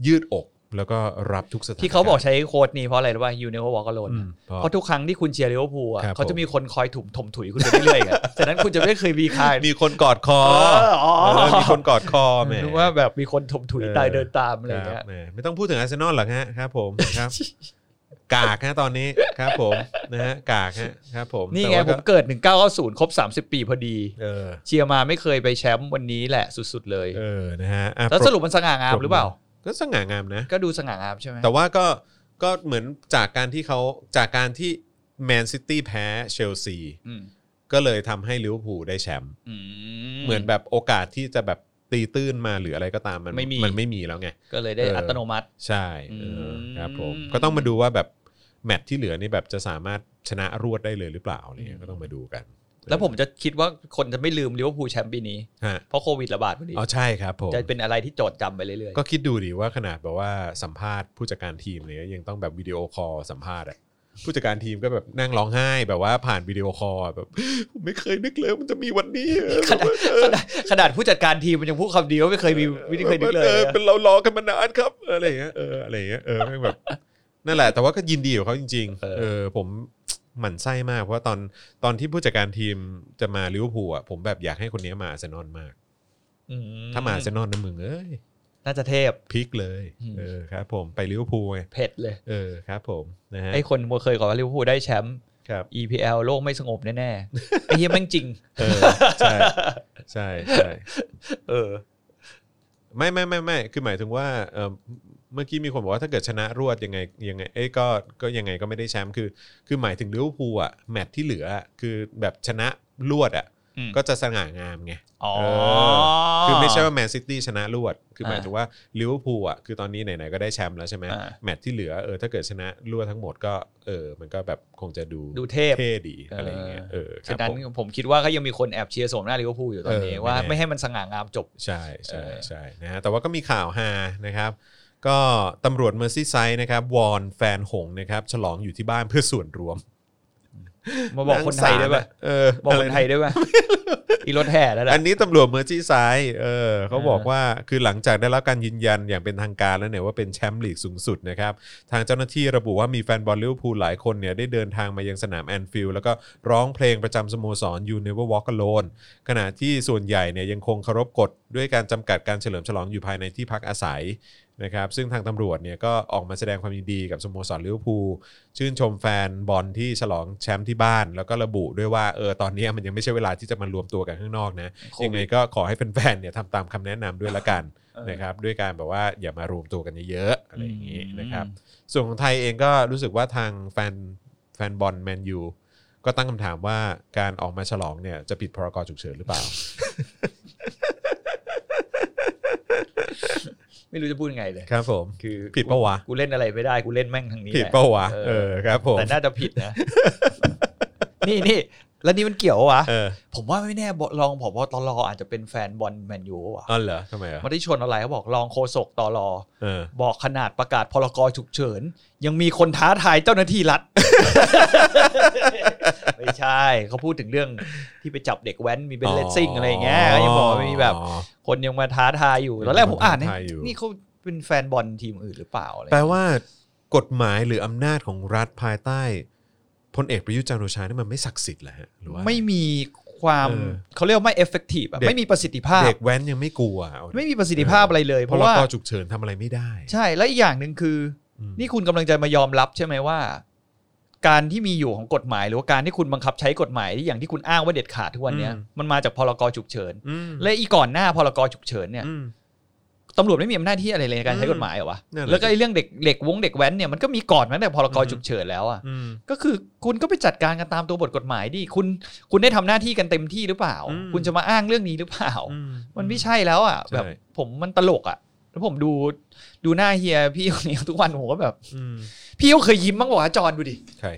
Speaker 2: ยืดอกแล้วก็รับทุกสถาน
Speaker 3: ที่เขาบอก
Speaker 2: รณ์
Speaker 3: ใช้โค้ดนี้เพราะอะไรรู้ป่ะยูเนเวอร์วอลกโลน
Speaker 2: อืมเพ
Speaker 3: เพ
Speaker 2: ราะ
Speaker 3: ราะทุกครั้งที่คุณเชียร์ลิเวอร์พูลอะ
Speaker 2: ครับ
Speaker 3: เขาจะมีคนคอยถุมถมถุยคุณไปเรื่อยๆอะ *laughs* ฉะนั้นคุณจะไม่เคยมีใคร
Speaker 2: มีคนกอดคอ
Speaker 3: เอออ๋อ
Speaker 2: เออมีคนกอดคอแหม
Speaker 3: นึกว่าแบบมีคนถมถุยตายเดินตามอะไร
Speaker 2: ค
Speaker 3: เงี้
Speaker 2: รั
Speaker 3: ย
Speaker 2: บแหมไม่ต้องพูดถึงอาร์เซนอลหรอกฮะครับ ผมครับ กากฮะตอนนี้ครับ ผมนะฮะกากฮะครับผม
Speaker 3: นี่
Speaker 2: แต่
Speaker 3: ไง
Speaker 2: ว่า
Speaker 3: ผ
Speaker 2: ก็
Speaker 3: มเกิด 1990 ครบ 30 ปีพอดี
Speaker 2: เออ
Speaker 3: เชียร์มาไม่เคยไปแชมป์วันนี้แหละสุดๆเลย
Speaker 2: เออนะฮะอ่ะ
Speaker 3: แล้ว
Speaker 2: ป
Speaker 3: ส
Speaker 2: บ
Speaker 3: รุปมันสง่างามหรือเปล่า
Speaker 2: ก็สง่างามนะ
Speaker 3: ก็ดูสง่างามใช่ไหม
Speaker 2: แต่ว่าก็ก็เหมือนจากการที่เขาจากการที่แมนซิตี้แพ้เชลซี
Speaker 3: อืม
Speaker 2: ก็เลยทำให้ลิเวอร์พูลได้แชมป์
Speaker 3: อื
Speaker 2: เหมือนแบบโอกาสที่จะแบบตีตื้นมาหรืออะไรก็ตามมัน
Speaker 3: ไม่มี
Speaker 2: มันไม่มีแล้วไง
Speaker 3: ก็เลยได้
Speaker 2: เอออั
Speaker 3: อัตโนมัติ
Speaker 2: ใช่เอออ
Speaker 3: ม
Speaker 2: ครับผมก็ต้องมาดูว่าแบบแมตช์ที่เหลือนี่แบบจะสามารถชนะรวดได้เลยหรือเปล่าอะไรเนี่ยก็ต้องมาดูกัน
Speaker 3: แล้วผมจะคิดว่าคนจะไม่ลืมลิเวอร์พูลแชมป์ปีนี้
Speaker 2: ฮะ
Speaker 3: เพราะโควิดระบาดพอดี
Speaker 2: อ๋อใช่ครับผม
Speaker 3: จะเป็นอะไรที่โจดจำไปเรื่อย
Speaker 2: ก็คิดดูดิว่าขนาดแบบว่าสัมภาษณ์ผู้จัดการทีมเนี่ยยังต้องแบบวิดีโอคอลสัมภาษณ์อะผู้จัดการทีมก็แบบนั่งร้องไห้แบบว่าผ่านวิดีโอคอลอะแบบ *gasps* ผมไม่เคยนึกเลยว่ามันจะมีวันนี้อะ
Speaker 3: ๆขนาดขนาดผู้จัดการทีมมันยังพูดคำเดียวว่าไม่เคยมีไม่เคยนึกเลย
Speaker 2: ออ
Speaker 3: อะ
Speaker 2: เป็นเรารอกันมานานครับ อะไรอย่างเงี้ยเอออะไรอย่างเงี้ยเออแม่งแบบ นั่นแหละแต่ว่าก็ยินดีกับเขาจริง
Speaker 3: เออ
Speaker 2: ๆเออผมหมั่นไส้มาก เพราะว่าตอนตอนที่ผู้จัดการทีมจะมาลิเวอร์พูลอ่ะผมแบบอยากให้คนนี้มาอาร์เซนอลมาก
Speaker 3: อื
Speaker 2: ถ้ามาอาร์เซนอลนะมึงเอ้ย
Speaker 3: น่าจะเทพ
Speaker 2: พลิกเลย
Speaker 3: อืม
Speaker 2: เออครับ ผมไปลิเวอร์พูลไง
Speaker 3: เผ็ดเลย
Speaker 2: เออครับ ผมนะฮะ
Speaker 3: ไอ้คนเคยก่อนว่าลิเวอร์พูลได้แชมป์
Speaker 2: ครับ
Speaker 3: *laughs* EPL โลกไม่สงบแน่ๆ ไอ้เหี้ยแม่งจริง
Speaker 2: เออใช่ใช่ใช่
Speaker 3: เออ
Speaker 2: ไม่ไม่ไม่ไม่คือหมายถึงว่าเออเมื่อกี้มีคนบอกว่าถ้าเกิดชนะรวดยังไงยังไงเอ้ยก็ก็ยังไงก็ไม่ได้แชมป์คือ คือหมายถึงลิเวอร์พูลอ่ะแมตช์ที่เหลืออะคือแบบชนะรวดอ่ะ
Speaker 3: อืม
Speaker 2: ก็จะสง่างามไง
Speaker 3: อ๋อ
Speaker 2: คือไม่ใช่ว่าแมนซิตี้ชนะรวด คือหมายถึงว่าลิเวอร์พูลอ่ะคือตอนนี้ไหนๆก็ได้แชมป์แล้วใช่ไหม
Speaker 3: อ่า
Speaker 2: แมตช์ที่เหลือเออถ้าเกิดชนะรวดทั้งหมดก็เออมันก็แบบคงจะดู
Speaker 3: ดูเทพ
Speaker 2: ดีอะไรอย่างเงี้ยเออค
Speaker 3: ฉะ
Speaker 2: รับ
Speaker 3: นั้น
Speaker 2: ผม
Speaker 3: ผมคิดว่าก็ยังมีคนแอบเชียร์สมหน้าลิเวอร์พูลอยู่ตอนนี้
Speaker 2: เออ
Speaker 3: ว่า
Speaker 2: แน่ๆ
Speaker 3: ไม่ให้มันสง่างามจบ
Speaker 2: ใช่ใช่
Speaker 3: เออ
Speaker 2: ใช่นะฮะแต่ว่าก็มีข่าวฮานะครับ ก็ตำรวจเมอร์ซี่ไซด์นะครับ วอนแฟนหงส์นะครับ ฉลองอยู่ที่บ้านเพื่อ *laughs* ส่วนรวม
Speaker 3: มาบอกคนไทยได้ป่ะ
Speaker 2: เออ
Speaker 3: บอกคนไทยได้ป่ะอีรถแห่แล้วแหละ
Speaker 2: อันนี้ตำรวจเมอร์ซี่ไซด์เออเขาบอกว่าคือหลังจากได้รับการยืนยันอย่างเป็นทางการแล้วเนี่ยว่าเป็นแชมป์ลีกสูงสุดนะครับ ทางเจ้าหน้าที่ระบุว่ามีแฟนบอลลิเวอร์พูลหลายคนเนี่ยได้เดินทางมายังสนามแอนฟิลด์แล้วก็ร้องเพลงประจำสโมสร You Never Walk Alone ขณะที่ส่วนใหญ่เนี่ยยังคงเคารพกฎด้วยการจำกัดการเฉลิมฉลองอยู่ภายในที่พักอาศัยนะครับซึ่งทางตำรวจเนี่ยก็ออกมาแสดงความยินดีกับสโมสรลิเวอร์พูลชื่นชมแฟนบอลที่ฉลองแชมป์ที่บ้าน แล้วก็ระบุด้วยว่าเออตอนเนี้ยมันยังไม่ใช่เวลาที่จะมารวมตัวกันข้างนอกนะยังไงก็ขอให้แฟนๆเนี่ยทำตามคำแนะนำด้วยละกันนะครับด้วยการแบบว่าอย่ามารวมตัวกันเยอะๆอะไรอย่างนี้นะครับ ส่วนของไทยเองก็รู้สึกว่าทางแฟนแฟนบอลแมนยูก็ตั้งคำถามว่าการออกมาฉลองเนี่ยจะผิดพรกฉุกเฉินหรือเปล่า
Speaker 3: ไม่รู้จะพูดยังไงเลย
Speaker 2: ครับผม
Speaker 3: คือ
Speaker 2: ผิดปะวะ
Speaker 3: กูเล่นอะไรไม่ได้กูเล่นแม่งทางนี้
Speaker 2: ผิด
Speaker 3: แหล
Speaker 2: ปะวะ
Speaker 3: เออ
Speaker 2: เออครับผม
Speaker 3: *laughs* แต่น่าจะผิดนะ นี่นี่ แล้วนี่มันเกี่ยววะ
Speaker 2: เออ
Speaker 3: ผมว่าไม่แน่บรองผบตรอาจจะเป็นแฟนบอลแมนยูวะ
Speaker 2: อ๋อเหรอทำไมอ่ะ
Speaker 3: ไม่ได้ชวนอะไรเขาบอกรองโฆษกตรอ
Speaker 2: เออ
Speaker 3: บอกขนาดประกาศพรกฉุกเฉิน ยังมีคนท้าทายเจ้าหน้าที่
Speaker 2: *laughs*
Speaker 3: รัฐ ไม่ใช่ เขาพูดถึงเรื่องที่ไปจับเด็กแว้นมีเป็นเลสซิ่งอะไรอย่างเงี้ยยังบอกว่ามีแบบ คนยังมาท้าทายอยู่ตอนแรกผมอ่านนะ
Speaker 2: ท้าทายอยู่
Speaker 3: นี่เขาเป็นแฟนบอลทีมอื่นหรือเปล่าอะไร
Speaker 2: แปลว่ากฎหมายหรืออำนาจของรัฐภายใต้พลเอกประยุทธ์จันทร์โอชานี่มันไม่ศักดิ์สิทธิ์เหรอฮะหรือว่า
Speaker 3: ไม่มีความ
Speaker 2: เออ
Speaker 3: เขาเรียกว่าไม่ effective อะ
Speaker 2: เด็ก
Speaker 3: ไม่มีประสิทธิภาพ
Speaker 2: เด็กแว้นยังไม่กลัวเอาดิ
Speaker 3: ไม่มีประสิทธิภาพอะไรเลย
Speaker 2: พ
Speaker 3: เพราะ
Speaker 2: ร
Speaker 3: ว่า
Speaker 2: กฉุกเฉินทำอะไรไม่ได้
Speaker 3: ใช่และอีกอย่างหนึ่งคือ
Speaker 2: อืม
Speaker 3: นี่คุณกำลังจะมายอมรับใช่ไหมว่า การที่มีอยู่ของกฎหมาย หรือว่าการที่คุณบังคับใช้กฎหมายที่อย่างที่คุณอ้างว่าเด็ดขาดทุกวันเนี้ยมันมาจากพรกฉุกเฉิน
Speaker 2: อืม
Speaker 3: และอีก่อนหน้าพรกฉุกเฉินเนี่ย
Speaker 2: อืม
Speaker 3: ตำรวจไม่มีอำนาจที่อะไรเลยในการใช้กฎหมายเหรอวะ
Speaker 2: นั่นแหละ
Speaker 3: แล้วก็ไอ้เรื่องเด็กเด็กวงเด็กแว้นเนี่ยมันก็มีก่อนมาตั้งแต่พรก
Speaker 2: อืม
Speaker 3: ฉุกเฉินแล้วอ่ะ
Speaker 2: อืม
Speaker 3: ก็คือคุณก็ไปจัดการกันตามตัวบทกฎหมายดิคุณคุณได้ทำหน้าที่กันเต็มที่หรือเปล่า
Speaker 2: อืม
Speaker 3: คุณจะมาอ้างเรื่องนี้หรือเปล่า
Speaker 2: อื
Speaker 3: มันไม่ใช่แล้วอ่ะ
Speaker 2: ใช่
Speaker 3: แบบผมมันตลกอ่ะแล้วผมดูดูหน้าเฮียพี่คนนี้ทุกวันผมก็แบบ
Speaker 2: อืม
Speaker 3: พี่เขาเคยยิ้มบ้างบอกว่าจอนดูดิ
Speaker 2: ใคร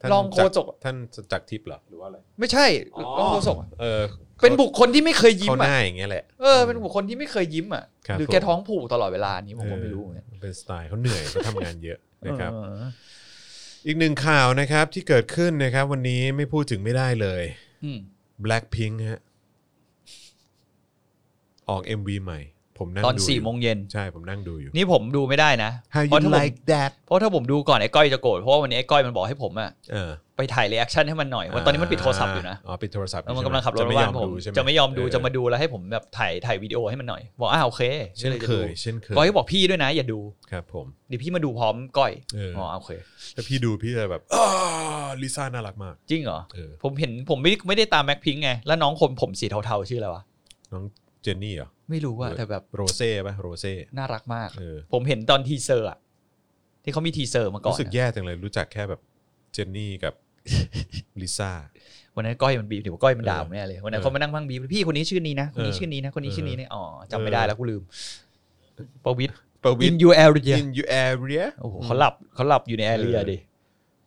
Speaker 2: ท่าน
Speaker 3: รองโฆษก
Speaker 2: ท่านจักรทิพย์เหรอหรือว่าอะไร
Speaker 3: ไม่ใช่
Speaker 2: อ๋อ
Speaker 3: รองโฆษกอะ
Speaker 2: เออ
Speaker 3: เป็นบุคคลที่ไม่เคยยิ้ม
Speaker 2: เขาห
Speaker 3: อ่ะ
Speaker 2: น้าอย่างเงี้ยแหละ
Speaker 3: เออเป็นบุคคลที่ไม่เคยยิ้มอ่ะ
Speaker 2: ครับ
Speaker 3: หรือ
Speaker 2: ผม
Speaker 3: แกท้องผูกตลอดเวลานี้ผมก็ไม่รู้เหมือนกัน
Speaker 2: เออเป็นสไตล์เขาเหนื่อยเขาทำงานเยอะนะครับ
Speaker 3: เออ
Speaker 2: อีกหนึ่งข่าวนะครับที่เกิดขึ้นนะครับวันนี้ไม่พูดถึงไม่ได้เลย
Speaker 3: อืม
Speaker 2: Blackpink ฮะออก MV ใหม่ ผมนั่ง
Speaker 3: ตอน
Speaker 2: ดูยู่
Speaker 3: สี่โมงเย็น
Speaker 2: ใช่ผมนั่งดูอยู่
Speaker 3: นี่ผมดูไม่ได้นะ
Speaker 2: How
Speaker 3: เพราะ
Speaker 2: you
Speaker 3: ถ้าผม
Speaker 2: like that
Speaker 3: เพราะถ้าผมดูก่อนไอ้ก้อยจะโกรธเพราะว่าวันนี้ไอ้ก้อยมันบอกให้ผมอ่ะ
Speaker 2: เออ
Speaker 3: ไปถ่ายรีแอคชั่นให้มันหน่อยว่าตอนนี้มันปิดโทรศัพท์อยู่นะ
Speaker 2: อ๋อปิดโทรศัพท์
Speaker 3: แล้วมันกำลังขับรถ
Speaker 2: จะไม่
Speaker 3: บ้าย
Speaker 2: อน ม
Speaker 3: ผม
Speaker 2: ดูใช่ไหม
Speaker 3: จะไม่ยอมดู
Speaker 2: เ
Speaker 3: จะมาดูแล้วให้ผมแบบถ่ายถ่ายวิดีโอให้มันหน่อยบอกอ้าวโอเค
Speaker 2: เช่นเคย
Speaker 3: ดี๋วราจะดู
Speaker 2: เช่นเคย
Speaker 3: ก้อยก็บอกพี่ด้วยนะ อย่าดู
Speaker 2: ครับ ผม
Speaker 3: เดี๋ยวพี่มาดูพร้อมก้อย
Speaker 2: เอออ๋
Speaker 3: อ๋อโอเค
Speaker 2: ถ้าพี่ดูพี่จะแบบอ้าลิซ่าน่ารักมาก
Speaker 3: จริงเหรอ
Speaker 2: เออ
Speaker 3: ผมเห็นผมไม่ได้ไม่ได้ตามแม็กพิงไง แล้วน้องคนผมสีเทาๆชื่ออะไรวะ
Speaker 2: น้องเจนนี่เหรอ
Speaker 3: ไม่รู้อะ
Speaker 2: เออ
Speaker 3: แต่แบบ
Speaker 2: โรเซ่ปะโรเซ่
Speaker 3: น่ารักมาก
Speaker 2: เออ
Speaker 3: ผมเห็นตอนทีเซอร์อะที่เขามีทีเซอร์มาก่อน
Speaker 2: รู้สึก
Speaker 3: อะ
Speaker 2: แย่จังเลยรู้จักแค่แบบเจนนี่กับ *laughs* ลิซ่า
Speaker 3: วันนั้นก้อยมันบีบเดี๋ยวก้อยมันด่า
Speaker 2: เออ
Speaker 3: ผมแน่เลย วันนั้น
Speaker 2: เออ
Speaker 3: เขามานั่งพังบีบพี่คนนี้ชื่อนี้นะคนนี้
Speaker 2: เออ
Speaker 3: ชื่อนี้นะคนนี้
Speaker 2: เออ
Speaker 3: ชื่อนี้นะอ๋อจำไม่
Speaker 2: เออ
Speaker 3: ได้แล้วกูลืมประวิทย์
Speaker 2: ประวิ
Speaker 3: in your area
Speaker 2: in your area
Speaker 3: โอ้โหเขาหลับเขาหลับอยู่ในแอเรีย
Speaker 2: เออ
Speaker 3: ดิ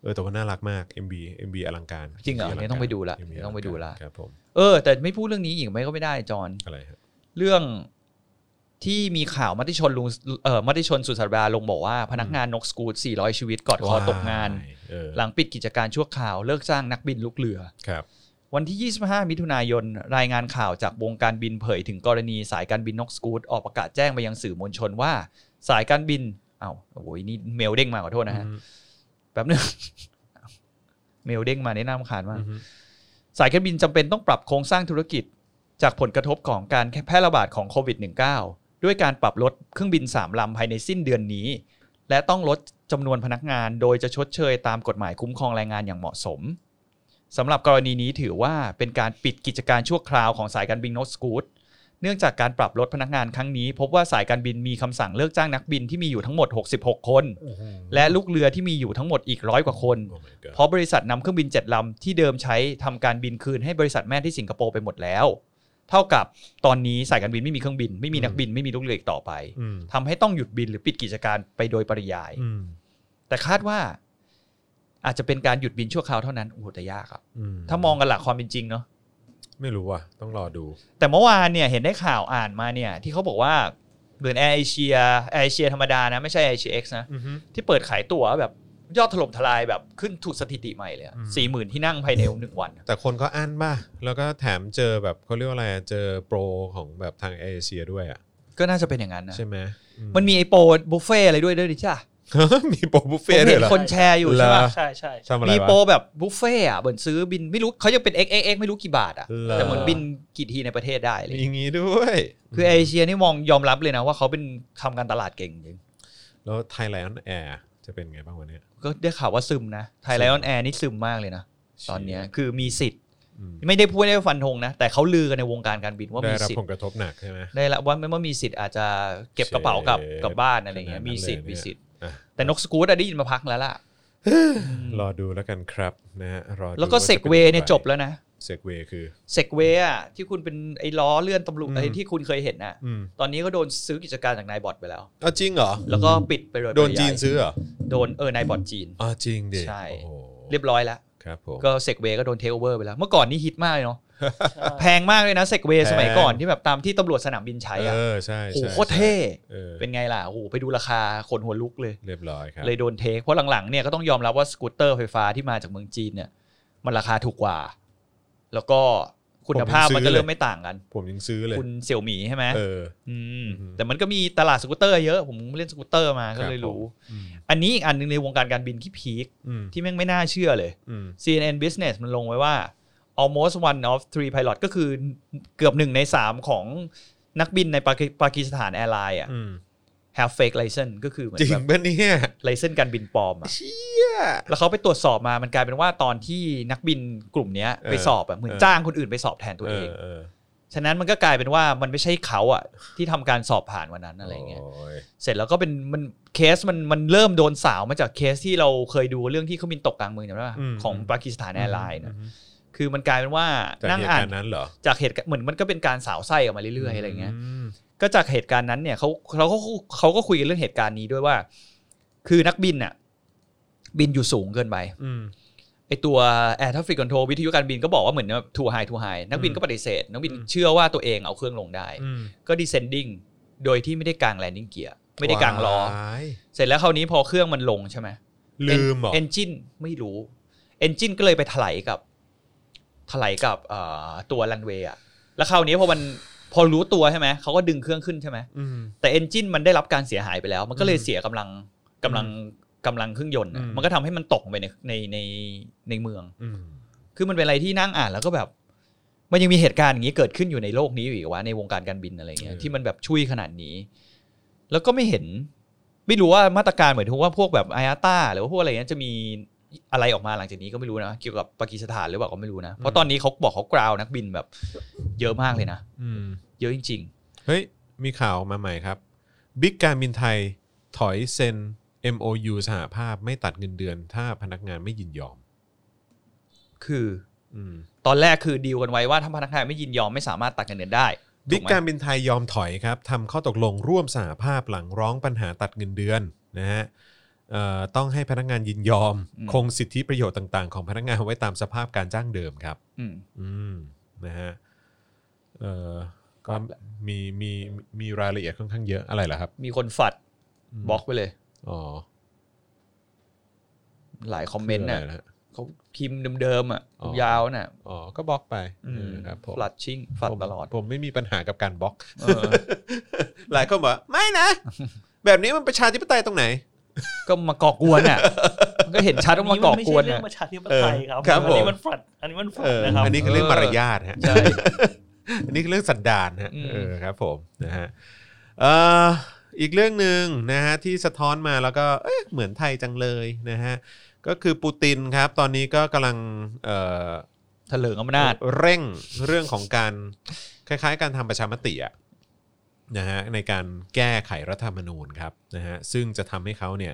Speaker 2: เออแต่ว่าน่ารักมาก MB MB อลังการ
Speaker 3: จริงเหรอ
Speaker 2: MB
Speaker 3: เนี่ยต้องไปดูละ
Speaker 2: MB
Speaker 3: ต้องไปดูละ
Speaker 2: ครับผม
Speaker 3: เออ แต่ไม่พูดเรื่องนี้อีกไม่ก็ไม่ได้จอน
Speaker 2: อะไรฮะ
Speaker 3: เรื่องที่มีข่าวมติชนลุงเอ่อมติชนสุดสัปดาห์ลงบอกว่าพนักงานนกสกูต400 ชีวิตกอดคอตกงาน
Speaker 2: เออ
Speaker 3: หลังปิดกิจการชั่วคราวเลิกจ้างนักบินลูกเรือ
Speaker 2: ครับ
Speaker 3: วันที่ 25 มิถุนายน รายงานข่าวจากวงการบินเผยถึงกรณีสายการบินนกสกูตออกประกาศแจ้งไปยังสื่อมวลชนว่า สายการบินอ้าวโอ้ยนี่เมลเด้งมาขอโทษนะฮะ
Speaker 2: อืม
Speaker 3: แป๊บนึง *laughs* เมลเด้งมาในนามขานมาก
Speaker 2: อือฮึ
Speaker 3: สายการบินจำเป็นต้องปรับโครงสร้างธุรกิจ จากผลกระทบของการแพร่ระบาดของโควิด -19 ด้วยการปรับลดเครื่องบิน 3 ลำภายในสิ้นเดือนนี้ และต้องลดจำนวนพนักงาน โดยจะชดเชยตามกฎหมายคุ้มครองแรงงานอย่างเหมาะสมสำหรับกรณีนี้ถือว่าเป็นการปิดกิจการชั่วคราวของสายการบินโนสกูตเนื่องจากการปรับลดพนักงานครั้งนี้ พบว่าสายการบินมีคำสั่งเลิกจ้างนักบินที่มีอยู่ทั้งหมด 66 คน และลูกเรือที่มีอยู่ทั้งหมดอีกร้อยกว่าคน
Speaker 2: โอ้ my god
Speaker 3: เพราะบริษัทนำเครื่องบิน 7 ลำ ที่เดิมใช้ทำการบินคืนให้บริษัทแม่ที่สิงคโปร์ไปหมดแล้ว เท่ากับตอนนี้สายการบินไม่มีเครื่องบิน ไม่มีนักบินไม่มีลูกเรืออีกต่อไป
Speaker 2: อืม
Speaker 3: ทำให้ต้องหยุดบินหรือปิดกิจการไปโดยปริยาย
Speaker 2: อืม
Speaker 3: แต่คาดว่า อาจจะเป็นการหยุดบินชั่วคราวเท่านั้นโอ้โหแต่ยากครับ
Speaker 2: อื
Speaker 3: ถ้ามองกันหลักความเป็นจริงเนาะ
Speaker 2: ไม่รู้ว่ะต้องรอดู
Speaker 3: แต่เมื่อวานเนี่ยเห็นได้ข่าวอ่านมาเนี่ย ที่เขาบอกว่าเหมือนแอร์เอเชียแอร์เอเชียธรรมดานะไม่ใช่แอร์เอเชียเอ็กซ์นะ ที่เปิดขายตั๋วแบบยอดถล่มทลายแบบขึ้นถูกสถิติใหม่เลย
Speaker 2: อืม
Speaker 3: สี่หมื่นที่นั่งภายในหนึ่งวัน
Speaker 2: แต่คนก็อั้นป่ะ แล้วก็แถมเจอแบบเขาเรียกว่าอะไรอะเจอโปรของแบบทางเอเชียด้วยอ่ะ
Speaker 3: ก็น่าจะเป็นอย่างนั้นนะ
Speaker 2: ใช่ไหมอื
Speaker 3: มันมีไอโปรบุฟเฟ่อะไรด้วยด้วยดิจ้ะ
Speaker 2: *laughs* มีโปรบุฟ
Speaker 3: ผม
Speaker 2: เฟ่ต์ด้ว
Speaker 3: เห็
Speaker 2: ย
Speaker 3: น
Speaker 2: เหรอ
Speaker 3: คนแชร์อยู่ใช่
Speaker 2: เหร
Speaker 3: ปะ
Speaker 2: อ
Speaker 4: ใช่ใช่
Speaker 2: ทำอะไร
Speaker 3: มี
Speaker 2: วะ
Speaker 3: โปรแบบบุฟเฟ่อะเหมือนซื้อบินไม่รู้เขายังเป็น x x x ไม่รู้กี่บาทอะ
Speaker 2: เหรอ
Speaker 3: แต่เหมือนบินกี่ทีในประเทศได้เล
Speaker 2: มี
Speaker 3: ย
Speaker 2: อย่างงี้ด้วย
Speaker 3: คือเอเชียนี่มองยอมรับเลยนะว่าเขาเป็นทำการตลาดเก่งจริง
Speaker 2: แล้วไทยไลออนแอร์จะเป็นไงบ้างวันเนี้ย
Speaker 3: ก็ได้ข่าวว่าซึมนะไทยไลออนแอร์นี่ซึมมากเลยนะ ตอนเนี้ยคือมีสิทธิ์
Speaker 2: อืม
Speaker 3: ไม่ได้พูดได้ฟันธงนะ แต่เขาลือกันในวงการการบินว่า
Speaker 2: ได้
Speaker 3: มี
Speaker 2: รับ
Speaker 3: สิท
Speaker 2: ผ
Speaker 3: ธิ์
Speaker 2: ลกระทบหนักใช่ไหม
Speaker 3: ได้ละว่าไม่ว่ามีสิทธิ์อาจจะเก็บกระเป๋ากลับ
Speaker 2: เชฟ
Speaker 3: กลับบ้านอะไรเงี้ย
Speaker 2: ขนาดนั้น
Speaker 3: มีสิทธิ์
Speaker 2: เลยเนี่
Speaker 3: มี
Speaker 2: ย
Speaker 3: สิทธิ์
Speaker 2: อ่ะ
Speaker 3: แต่นกสกู๊ตอะได้ยินมาพักแล้วล่ะ
Speaker 2: รอดูแล้วกันครับนะฮะรอดู
Speaker 3: แล้วก็
Speaker 2: า
Speaker 3: เซ
Speaker 2: จะ
Speaker 3: ก
Speaker 2: ป็
Speaker 3: เวย์เนี่ย
Speaker 2: อางไร
Speaker 3: จบแล้วนะ
Speaker 2: เซกเวย์คือ
Speaker 3: เซกเวย์อะที่คุณเป็นไอ้ล้อเลื่อนตำรวจ
Speaker 2: อืม
Speaker 3: ไอ้ที่คุณเคยเห็นน่ะ
Speaker 2: อืม
Speaker 3: ตอนนี้ก็โดนซื้อกิจการจากนายบอทไปแล้ว
Speaker 2: เอาจริงเหรอ
Speaker 3: แล้วก็ปิดไปเลย
Speaker 2: โดนจีนซื้อเหรอ
Speaker 3: โดนเออนายบอทจีน
Speaker 2: อ๋อจริงดิ
Speaker 3: ใช่
Speaker 2: โอ้โห
Speaker 3: เรียบร้อยแล้ว
Speaker 2: ครับผม
Speaker 3: ก็เซกเวก็โดนเทคโอเวอร์ไปแล้ว เมื่อก่อนนี่ฮิตมากเลยเนาะ
Speaker 4: ใช่
Speaker 3: แพงมากเลยนะเซกเวสมัยก่อนที่แบบตามที่ตำรวจสนามบินใช้อ่ะ
Speaker 2: เออใช่
Speaker 3: โอ้โห
Speaker 2: ใช่
Speaker 3: โคตรเท่
Speaker 2: เออ
Speaker 3: เป็นไงล่ะโอ้โหไปดูราคาขนหัวลุกเลย
Speaker 2: เรียบร้อยครับ
Speaker 3: เลยโดนเทคเพราะหลังๆเนี่ยก็ต้องยอมรับว่าสกูตเตอร์ไฟฟ้าที่มาจากเมืองจีนเนี่ย มันราคาถูกกว่า แล้วก็คุณภาพ
Speaker 2: ผมยังซื้อ
Speaker 3: มันก็เริ่มไม่ต่างกัน
Speaker 2: ผมยังซื้อเลย
Speaker 3: คุณเสี่ยวหมีใช่ไหม
Speaker 2: เออ
Speaker 3: ม
Speaker 2: อืม
Speaker 3: แต่มันก็มีตลาดสกูตเตอร์เยอะ ผมเล่นสกูตเตอร์มาก็เลยรู้
Speaker 2: อืม
Speaker 3: อันนี้อีกอันหนึงในวงการการบินที่พีค
Speaker 2: อืม
Speaker 3: ที่แม่งไม่น่าเชื่อเลย
Speaker 2: อืม
Speaker 3: CNN Business มันลงไว้ว่า almost one of three pilot ก็คือเกือบหนึ่งในสามของนักบินในปากีปากีสถานแอร์ไลน์อะ
Speaker 2: อืม
Speaker 3: have fake license ก็คือเหมือ
Speaker 2: จ
Speaker 3: น
Speaker 2: ริง
Speaker 3: แบบ
Speaker 2: ป่ะเนี่ย
Speaker 3: ไลเซนการบินปลอมอะ
Speaker 2: เชี่ย
Speaker 3: แล้วเขาไปตรวจสอบมา มันกลายเป็นว่าตอนที่นักบินกลุ่มเนี้ย
Speaker 2: เออ
Speaker 3: ไปสอบอะเหมือน
Speaker 2: เออ
Speaker 3: จ้างคนอื่นไปสอบแทนตัวเอง
Speaker 2: เออ
Speaker 3: ฉะนั้นมันก็กลายเป็นว่ามันไม่ใช่เขาอะที่ทำการสอบผ่านวันนั้น
Speaker 2: อะ
Speaker 3: อะไรเงี้ย
Speaker 2: โอ้ย
Speaker 3: เสร็จแล้วก็เป็นมันเคสมันมันเริ่มโดนสาวมาจากเคสที่เราเคยดูเรื่องที่เครื่องบินตกกลางเมืองจำได้ป่ะของปากีสถานแอร์ไลน์นะคือมันกลายเป็นว่า
Speaker 2: จาก
Speaker 3: นั่ง
Speaker 2: เหตุ
Speaker 3: อ่าน
Speaker 2: การณ์นั้นเหรอ
Speaker 3: จากเหตุการณ์เหมือนมันก็เป็นการสาวไส้ออกมาเรื่อยๆอะไรเงี้ย
Speaker 2: ม
Speaker 3: ก็จากเหตุการณ์นั้นเนี่ยเขาเขาก็เขาก็คุยกันเรื่องเหตุการณ์นี้ด้วยว่า คือนักบินอะบินอยู่สูงเกินไป
Speaker 2: อืม
Speaker 3: ไอตัว Air Traffic Control วิทยุการบินก็บอกว่าเหมือนทูไฮทูไฮนักบินก็ปฏิเสธ นักบิน
Speaker 2: อืม
Speaker 3: เชื่อว่าตัวเองเอาเครื่องลงได้
Speaker 2: อืม
Speaker 3: ก็ descending โดยที่ไม่ได้กางแลนดิ้งเกียร์ไม่ได้กางล้อ
Speaker 2: วาย
Speaker 3: เสร็จแล้วคราวนี้พอเครื่องมันลงใช่ไหม
Speaker 2: ลืมเหรอ
Speaker 3: เอนจินไม่รู้เอนจินก็เลยไปถลายกับถลายกับเอ่อตัวรันเวย์อะแล้วคราวนี้พอมันพอรู้ตัวใช่ไหมเขาก็ดึงเครื่องขึ้นใช่ไหม
Speaker 2: อืม
Speaker 3: แต่เอนจินมันได้รับการเสียหายไปแล้ว มันก็เลย
Speaker 2: อืม
Speaker 3: เสียกำลังกำลังกำลังเครื่องยนต์อะ
Speaker 2: อืม
Speaker 3: มันก็ทำให้มันตกลงไปในในในในเมือง
Speaker 2: อืม
Speaker 3: คือมันเป็นอะไรที่นั่งอ่านแล้วก็แบบ มันยังมีเหตุการณ์อย่างนี้เกิดขึ้นอยู่ในโลกนี้อยู่อีกว่าในวงการการบินอะไรเงี้ยที่มันแบบช่วยขนาดนี้ แล้วก็ไม่เห็น ไม่รู้ว่ามาตรการเหมือนทุกว่าพวกแบบไออาต้าหรือว่าพวกอะไรเงี้ยจะมีอะไรออกมาหลังจากนี้ก็ไม่รู้นะเกี่ยวกับปากีสถานหรือเปล่าก็ไม่รู้นะเพราะตอนนี้เขาบอกเขากราวนักบินแบบ เยอะมากเลยนะ
Speaker 2: อืม
Speaker 3: เยอะจริง
Speaker 2: เฮ้ย มีข่าวออกมาใหม่ครับ บิ๊กการบินไทยถอยเซ็น MOU สหภาพไม่ตัดเงินเดือน ถ้าพนักงานไม่ยินยอม
Speaker 3: ๆ คือ
Speaker 2: อืม
Speaker 3: ตอนแรกคือดีลกันไว้ว่าถ้าพนักงานไม่ยินยอมไม่สามารถตัดเงินเดือนได้ถู
Speaker 2: บิ๊ก
Speaker 3: ไหม
Speaker 2: การบินไทยยอมถอยครับทำข้อตกลงร่วมสหภาพหลังร้องปัญหาตัดเงินเดือนนะฮะเอ่อต้องให้พนักงานยินยอม คงสิทธิประโยชน์ต่างๆ ของพนักงานไว้ตามสภาพการจ้างเดิมครับ
Speaker 3: อืม
Speaker 2: อืมนะฮะเอ่อ
Speaker 3: ค
Speaker 2: ก็
Speaker 3: รับ
Speaker 2: มีมีมีรายละเอียดค่อนข้างเยอะอะไรเหรอครับ
Speaker 3: มีคนฝัดบล็อกไปเลย
Speaker 2: อ๋อ
Speaker 3: หลายคอมเมนต์
Speaker 2: อ
Speaker 3: น่ะ
Speaker 2: ไรฮ
Speaker 3: เขาพิมพ์เดิมๆอ่ะ
Speaker 2: อ๋อ
Speaker 3: ยาวๆน่ะ
Speaker 2: อ๋อ ก็บล็อกไปเออครับผม
Speaker 3: ฟลัดชิ่งฟลัด
Speaker 2: ผม
Speaker 3: ตลอด
Speaker 2: ผมไม่มีปัญหากับการบล็อก
Speaker 3: เออ
Speaker 2: หลายคนบอกว่าไม่นะ แบบนี้มันประชาธิปไตยตรงไหน
Speaker 3: ก็มาก่อกวนอ่ะ *laughs* มันก็เห็นชัดว่ามาก่อกวน
Speaker 4: อันนี้มันไม่ใช่เรื่อ
Speaker 3: อ่ะ
Speaker 4: งประชาธิปไตยครับ
Speaker 2: เออครับ
Speaker 4: อันนี้
Speaker 2: ผม
Speaker 4: มันฝัดอันนี้มันฝัด
Speaker 2: เออ
Speaker 4: นะครับ
Speaker 2: อันนี้คือเรื่องมารยาทฮะ
Speaker 3: ใช่
Speaker 2: อันนี้คือเรื่องสันดานฮะ
Speaker 3: อืม
Speaker 2: เออครับผมนะฮะเอ่ออีกเรื่องหนึ่งนะฮะที่สะท้อนมาแล้วก็เอ๊ะเหมือนไทยจังเลยนะฮะก็คือปูตินครับ ตอนนี้ก็กำลังเอ่อ
Speaker 3: เถลิงอำนาจ
Speaker 2: เร่งเรื่องของการคล้ายๆ การทำประชามติอะนะฮะในการแก้ไขรัฐธรรมนูญครับนะฮะซึ่งจะทำให้เขาเนี่ย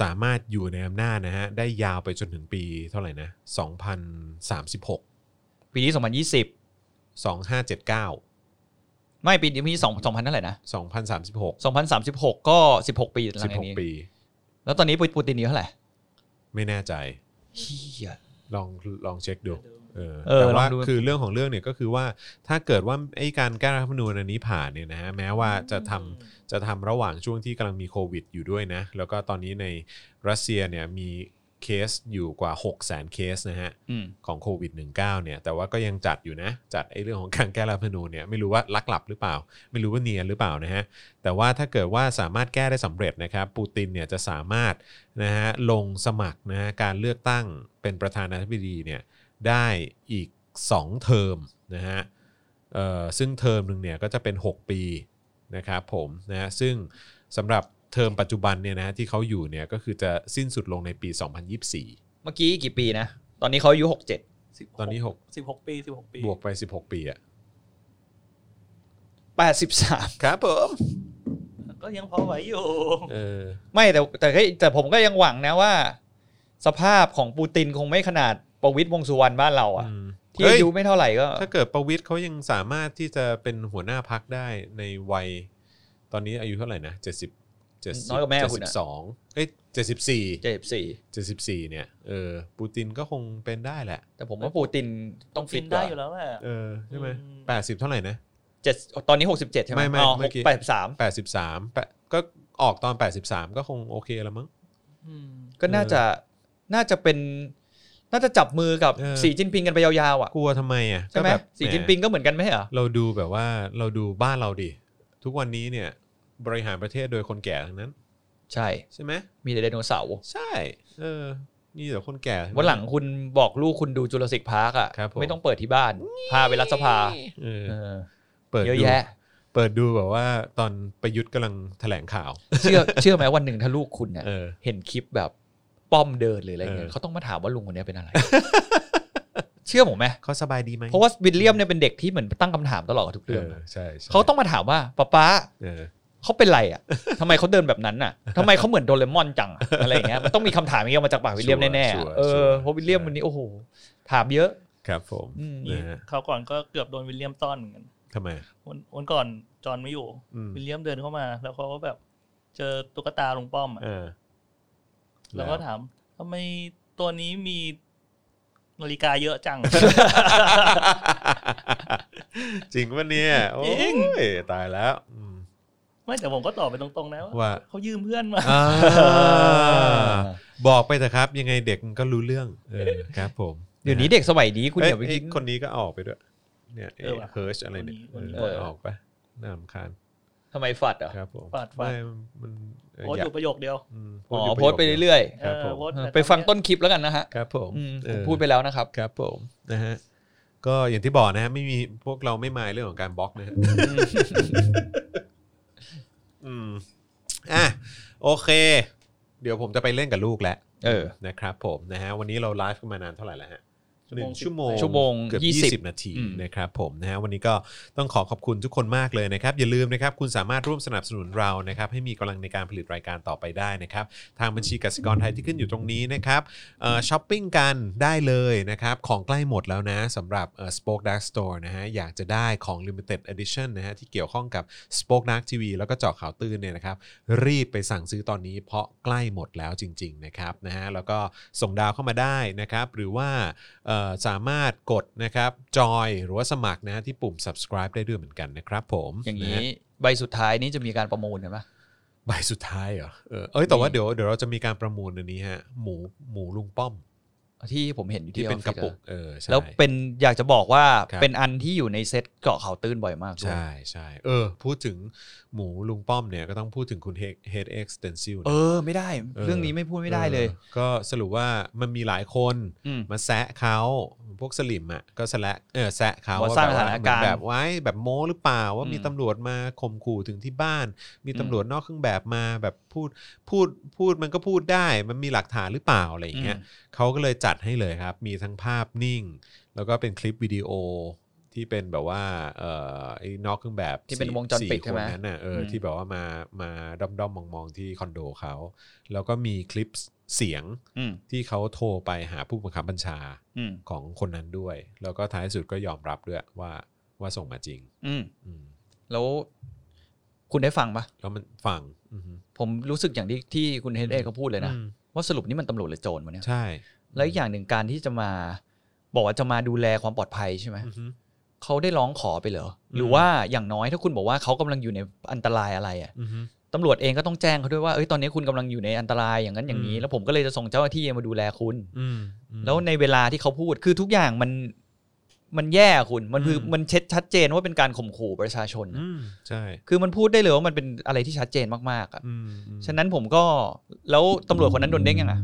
Speaker 2: สามารถอยู่ในอำนาจนะฮะได้ยาวไปจนถึงปีเท่าไหร่นะ2036
Speaker 3: ปีนี้ 2020
Speaker 2: 2579
Speaker 3: ไม่ปีนี้ปีนี้2 2000เท่าไหร่นะ
Speaker 2: 2036
Speaker 3: 2036 ก็ 16 ปีหลังจากนี้
Speaker 2: 16 ปี
Speaker 3: แล้วตอนนี้ปูตินอายู่เท่าไหร่
Speaker 2: ไม่แน่ใจ
Speaker 3: เฮีย
Speaker 2: ลองลองเช็คดูเออ
Speaker 3: เออ
Speaker 2: แต่ว่า
Speaker 3: ลองดู
Speaker 2: คือเรื่องของเรื่องเนี่ยก็คือว่าถ้าเกิดว่าไอ้การแก้รัฐธรรมนูญอันนี้ผ่านเนี่ยนะฮะแม้ว่าจะทำจะทำระหว่างช่วงที่กำลังมีโควิดอยู่ด้วยนะ แล้วก็ตอนนี้ในรัสเซียเนี่ยมีเคสอยู่กว่า 6 0 0 0 0 0 เคสนะฮะ
Speaker 3: อืม
Speaker 2: ของโควิด -19 เนี่ยแต่ว่าก็ยังจัดอยู่นะ จัดไอ้เรื่องของการแก้รัฐธรรมนูญเนี่ยไม่รู้ว่าลักหลับหรือเปล่า ไม่รู้ว่าเนียนหรือเปล่านะฮะแต่ว่าถ้าเกิดว่าสามารถแก้ได้สำเร็จนะครับปูตินเนี่ยจะสามารถนะฮะลงสมัครนะฮะการเลือกตั้งเป็นประธานาธิบดีเนี่ยได้อีก 2 เทอมนะฮะเอ่อซึ่งเทอมหนึ่งเนี่ยก็จะเป็น 6 ปีนะครับผมนะฮะซึ่งสำหรับเทอมปัจจุบันเนี่ยนะฮะที่เขาอยู่เนี่ยก็คือจะสิ้นสุดลงในปี 2024
Speaker 3: เมื่อกี้กี่ปีนะ ตอนนี้เขาอายุ 67
Speaker 2: ตอนนี้หก
Speaker 4: สิบหกปีสิบหกปี
Speaker 2: บวกไป 16 ปีอะ
Speaker 3: 83
Speaker 2: ครับผม
Speaker 4: ก็ยังพอไหวอยู่
Speaker 2: เออ
Speaker 3: ไม่แต่แต่ก็แต่ผมก็ยังหวังนะว่า สภาพของปูตินคงไม่ขนาดประวิตยวงษ์สุวรรณบ้านเราอ่ะ ที่
Speaker 2: เฮ้ย
Speaker 3: อายุไม่เท่าไหร่ก็
Speaker 2: ถ้าเกิดประวิทย์เขายังสามารถที่จะเป็นหัวหน้าพักได้ในวัย ตอนนี้อายุเท่าไหร่นะ 70 70
Speaker 3: น้อยกว่าแม่คุณอะ
Speaker 2: 72เอ้ย 74
Speaker 3: เจ็บสี่
Speaker 2: 74เนี่ยเออปูตินก็คงเป็นได้แหละ
Speaker 3: แต่ผมว่าปูตินต้องฟิ
Speaker 4: กิ
Speaker 3: ต
Speaker 4: น
Speaker 3: ก
Speaker 4: ได้
Speaker 3: ว่า
Speaker 4: อยู่แล้วแหละ
Speaker 2: เออใช่ไหม
Speaker 4: อืม
Speaker 2: แปดสิบเท่าไหร่นะ
Speaker 3: เจ็ดตอนนี้หกสิบเจ็ดใช่ไหม
Speaker 2: ไม่ไม่
Speaker 3: อ๋อ
Speaker 2: เมื่
Speaker 3: ห
Speaker 2: อก กี้
Speaker 3: แปดสิบสาม
Speaker 2: แปดสิบสามแปดก็ออกตอนแปดสิบสามก็คงโอเคแล้วมั้ง
Speaker 4: อืม
Speaker 3: ก็น่าจะน่าจะเป็น น่าจะจับมือกับ
Speaker 2: เออ
Speaker 3: สีจิ้นผิงกันไปยาวๆอ่ะ
Speaker 2: กลัวทำไมอ่ะ
Speaker 3: ใช่ไหม
Speaker 2: ก็แบบ
Speaker 3: สีจิ้นผิงก็เหมือนกันไหมใช่เหรอ
Speaker 2: เราดูแบบว่าเราดูบ้านเราดิ ทุกวันนี้เนี่ยบริหารประเทศโดยคนแก่ทั้งนั้น
Speaker 3: ใช่
Speaker 2: ใช่ไหม
Speaker 3: มีแต่ไดโนเสาร์
Speaker 2: ใช่ เออมีแต่คนแก่ทั้นั้น
Speaker 3: วันหลังคุณบอกลูกคุณดูจุลศิกพาร์กอ่ะ
Speaker 2: ครับผม
Speaker 3: ไม่ต้องเปิดที่บ้าน พาไปรัฐสภา
Speaker 2: เออ
Speaker 3: เออ
Speaker 2: เปิด
Speaker 3: เยอะ
Speaker 2: ดู
Speaker 3: แยะ
Speaker 2: เปิดดูแบบว่าตอนประยุทธ์กำลังแถลงข่าว
Speaker 3: เชื่อเชื่อไหมวันหนึ่งถ้าลูกคุณเนี่ย
Speaker 2: เออ
Speaker 3: เห็นคลิปแบบป้อมเดินหรืออะไรเงี้
Speaker 2: เอยอ
Speaker 3: เขาต้องมาถามว่าลุงคนเนี้ยเป็
Speaker 2: *laughs*
Speaker 3: นอะไร เชื่อผมไหม
Speaker 2: เขาสบายดีไหม
Speaker 3: เพราะว่าวิลเลียมเนี่ยเป็นเด็กที่เหมือนตั้งคำถามตลอดกับทุก
Speaker 2: เอ
Speaker 3: เรื่อง
Speaker 2: อใช่ใช่
Speaker 3: เขาต้องมาถามว่าป๊าป๊า
Speaker 2: เออ
Speaker 3: เขาเป็นไรอ่ะทำไมเขาเดินแบบนั้นอ่ะทำไมเขาเหมือนโดเรมอนจังอะอะไรอย่างเงี้ยมันต้องมีคำถามอย่างเงี้ยออกมาจากปากวิลเลียมแน่ๆอะเออเพราะวิลเลียมวันนี้โอ้โหถามเยอะ
Speaker 2: ครับผม
Speaker 3: อืม
Speaker 2: นะฮะ
Speaker 4: คราวก่อนก็เกือบโดนวิลเลียมต้อนเหมือนกัน
Speaker 2: ทำไม
Speaker 4: วันวันก่อนจอห์นไม่อยู่
Speaker 2: อืม
Speaker 4: วิลเลียมเดินเข้ามา แล้วเขาก็แบบ เจอตุ๊กตาลุงป้อมอะ
Speaker 2: เออ
Speaker 4: แล้วก็ถามทำไมตัวนี้มีนาฬิกาเยอะจัง
Speaker 2: จริงปะเนี่ย โอ้
Speaker 4: จริง
Speaker 2: ยตายแล้วอืม
Speaker 4: ไม่แต่ผมก็ตอบไปตรงๆนะ
Speaker 2: ว่า
Speaker 4: เขายืมเพื่อนมา
Speaker 2: อ่าบอกไปเถอะครับ ยังไงเด็กมันก็รู้เรื่องเออครับ ผม
Speaker 3: เดี๋ยวนี้เด็กสมัยนี้คุณ
Speaker 2: เอ้ย
Speaker 3: อย่าไปคิด
Speaker 2: ไอ้คนนี้ก็เอาออกไปด้วย เนี่ย
Speaker 4: เออว่ะ
Speaker 2: เฮิร์ชอะไรเนี่ย
Speaker 4: คนนี้
Speaker 2: เออ
Speaker 3: คนนี้
Speaker 2: ออกไปน่ารำคาญ
Speaker 3: ทำไมฝัดเหรอ่ะ
Speaker 2: ครับผม
Speaker 4: ฟาดฟาด
Speaker 2: ไม่มันเ
Speaker 4: โพสต์อยู่ประโยคเดียว
Speaker 2: ม
Speaker 3: อ๋
Speaker 2: ยู่
Speaker 3: อ
Speaker 2: ปะโยค
Speaker 3: โพสต์ไปเรื่อย
Speaker 2: คบ
Speaker 4: เอ
Speaker 2: ผ
Speaker 4: อ
Speaker 2: ม
Speaker 4: โพสต์
Speaker 3: ๆไปฟังต้นคลิปแล้วกันนะฮะ
Speaker 2: ครับผม
Speaker 3: อืม
Speaker 2: เอ
Speaker 3: ผม
Speaker 2: อ
Speaker 3: พูดไปแล้วนะครับ
Speaker 2: ครับผมนะฮะก็อย่างที่บอกนะฮะไม่มีพวกเราไม่มายเรื่องของการบล็อกนะฮะ อืมอ่ะโอเค เดี๋ยวผมจะไปเล่นกับลูกแล้ว
Speaker 3: เออ
Speaker 2: นะครับผมนะฮะวันนี้เราไลฟ์กันมานานเท่าไหร่แล้วฮะหนึ่งชั่วโมง
Speaker 3: ชั่วโมง
Speaker 2: เกือบ
Speaker 3: ยี่สิบ
Speaker 2: 20 นาที
Speaker 3: อืม
Speaker 2: นะครับผมนะฮะวันนี้ก็ต้องขอขอบคุณทุกคนมากเลยนะครับ อย่าลืมนะครับ คุณสามารถร่วมสนับสนุนเรานะครับ ให้มีกำลังในการผลิตรายการต่อไปได้นะครับ ทางบัญชีกสิกรไทยที่ขึ้นอยู่ตรงนี้นะครับเอ่อช้อปปิ้งกันได้เลยนะครับ ของใกล้หมดแล้วนะสำหรับเอ่อ Spoke Dark Store นะฮะอยากจะได้ของ Limited Edition นะฮะที่เกี่ยวข้องกับ Spoke Dark TV แล้วก็เจาะข่าวตื่นเนี่ยนะครับ รีบไปสั่งซื้อตอนนี้เพราะใกล้หมดแล้วจริง ๆ นะครับนะฮะแล้วก็ส่งดาวเข้ามาได้นะครับ หรือว่าเอ่อสามารถกดนะครับจอยหรือว่าสมัครนะฮะที่ปุ่ม subscribe ได้ด้วยเหมือนกันนะครับผม
Speaker 3: อย่าง
Speaker 2: นี้
Speaker 3: นี้ใบสุดท้ายนี้จะมีการประมูลเห็นไหม
Speaker 2: ใบสุดท้ายเหรอเออเอ้ยแต่ว่า
Speaker 3: มี
Speaker 2: เดี๋ยวเดี๋ยวเราจะมีการประมูลอันนี้ฮะ หมูหมูลุงป้อม
Speaker 3: ที่ผมเห็นอยู่
Speaker 2: ที่
Speaker 3: ที่
Speaker 2: เป็นกระปุก
Speaker 3: ออฟฟิศอ
Speaker 2: เออใช่
Speaker 3: แล้วเป็นอยากจะบอกว่า
Speaker 2: ครับ
Speaker 3: เป็นอันที่อยู่ในเซตเกาะเขาตื้นบ่อยมากด้วย
Speaker 2: ใช่ใช่เออ พูดถึงหมูลุงป้อมเนี่ยก็ต้องพูดถึงคุณเฮดเอ็กซ์เตนซิล
Speaker 3: เออไม่ได้ เรื่องนี้ไม่พูดไม่ได้เลย
Speaker 2: ก็สรุปว่ามันมีหลายคน
Speaker 3: อืม
Speaker 2: มาแซะเขาพวกสลิมอ่ะก็แซะเออแซะเขา
Speaker 3: ว่า
Speaker 2: ว่า
Speaker 3: สร้าง
Speaker 2: แบบ
Speaker 3: สถานการณ์
Speaker 2: เหมือแบบไว้แบบโม้หรือเปล่าว่ามี
Speaker 3: อืม
Speaker 2: ตำรวจมาข่มขู่ถึงที่บ้าน มี
Speaker 3: อืม
Speaker 2: ตำรวจนอกเครื่องแบบมาแบบพูดพูดพูดมันก็พูดได้ มันมีหลักฐานหรือเปล่าอะไรอย่างเงี้ย เขาก็เลยจัดให้เลยครับ มีทั้งภาพนิ่ง แล้วก็เป็นคลิปวิดีโอที่เป็นแบบว่าเอ่อไอ้นอกเครื่องแบบ
Speaker 3: ที่เป็นวงจรปิด
Speaker 2: สี่
Speaker 3: ใช่ไหม
Speaker 2: คนนั้นน่ะเอออ
Speaker 3: ม
Speaker 2: ที่แบบว่ามามาด้อมด้อมมองมองๆที่คอนโดเขา แล้วก็มีคลิปเสียง
Speaker 3: อืม
Speaker 2: ที่เขาโทรไปหาผู้บังคับบัญชา
Speaker 3: อืม
Speaker 2: ของคนนั้นด้วย แล้วก็ท้ายสุดก็ยอมรับด้วยว่าว่าส่งมาจริง
Speaker 3: อืม
Speaker 2: อืม
Speaker 3: แล้วคุณได้ฟังปะ
Speaker 2: แล้วมันฟังอือฮึ
Speaker 3: ผมรู้สึกอย่างที่ที่คุณเฮนเอกเขาพูดเลยนะ
Speaker 2: อืม
Speaker 3: ว่าสรุปนี่มันตำรวจหรือโจรวะเนี่ย
Speaker 2: ใช่
Speaker 3: แล้วอีกอย่างหนึ่งการที่จะมา บอกว่าจะมาดูแลความปลอดภัยใช่ไหม
Speaker 2: อือฮึ
Speaker 3: เขาได้ร้องขอไปเหรอ
Speaker 2: อืม
Speaker 3: หรือว่าอย่างน้อยถ้าคุณบอกว่าเขากำลังอยู่ในอันตรายอะไรอ่ะ
Speaker 2: อือฮึ
Speaker 3: ตำรวจเองก็ต้องแจ้งเขาด้วยว่าเอ้ยตอนนี้คุณกำลังอยู่ในอันตรายอย่างนั้นอย่างนี้
Speaker 2: อืม
Speaker 3: แล้วผมก็เลยจะส่งเจ้าหน้าที่มาดูแลคุณ
Speaker 2: อืมอืม
Speaker 3: แล้วในเวลาที่เขาพูดคือทุกอย่างมันมันแย่อะคุณมันคือ
Speaker 2: อืม
Speaker 3: มันเช็ดชัดเจนว่าเป็นการข่มขู่ประชาชน
Speaker 2: อื
Speaker 3: อะ
Speaker 2: มใช่
Speaker 3: คือมันพูดได้เลยว่ามันเป็นอะไรที่ชัดเจนมากๆอ่ะ
Speaker 2: อืมอืม
Speaker 3: ฉะนั้นผมก็แล้วตำรวจคนนั้นโดนเด้งยังอ่ะ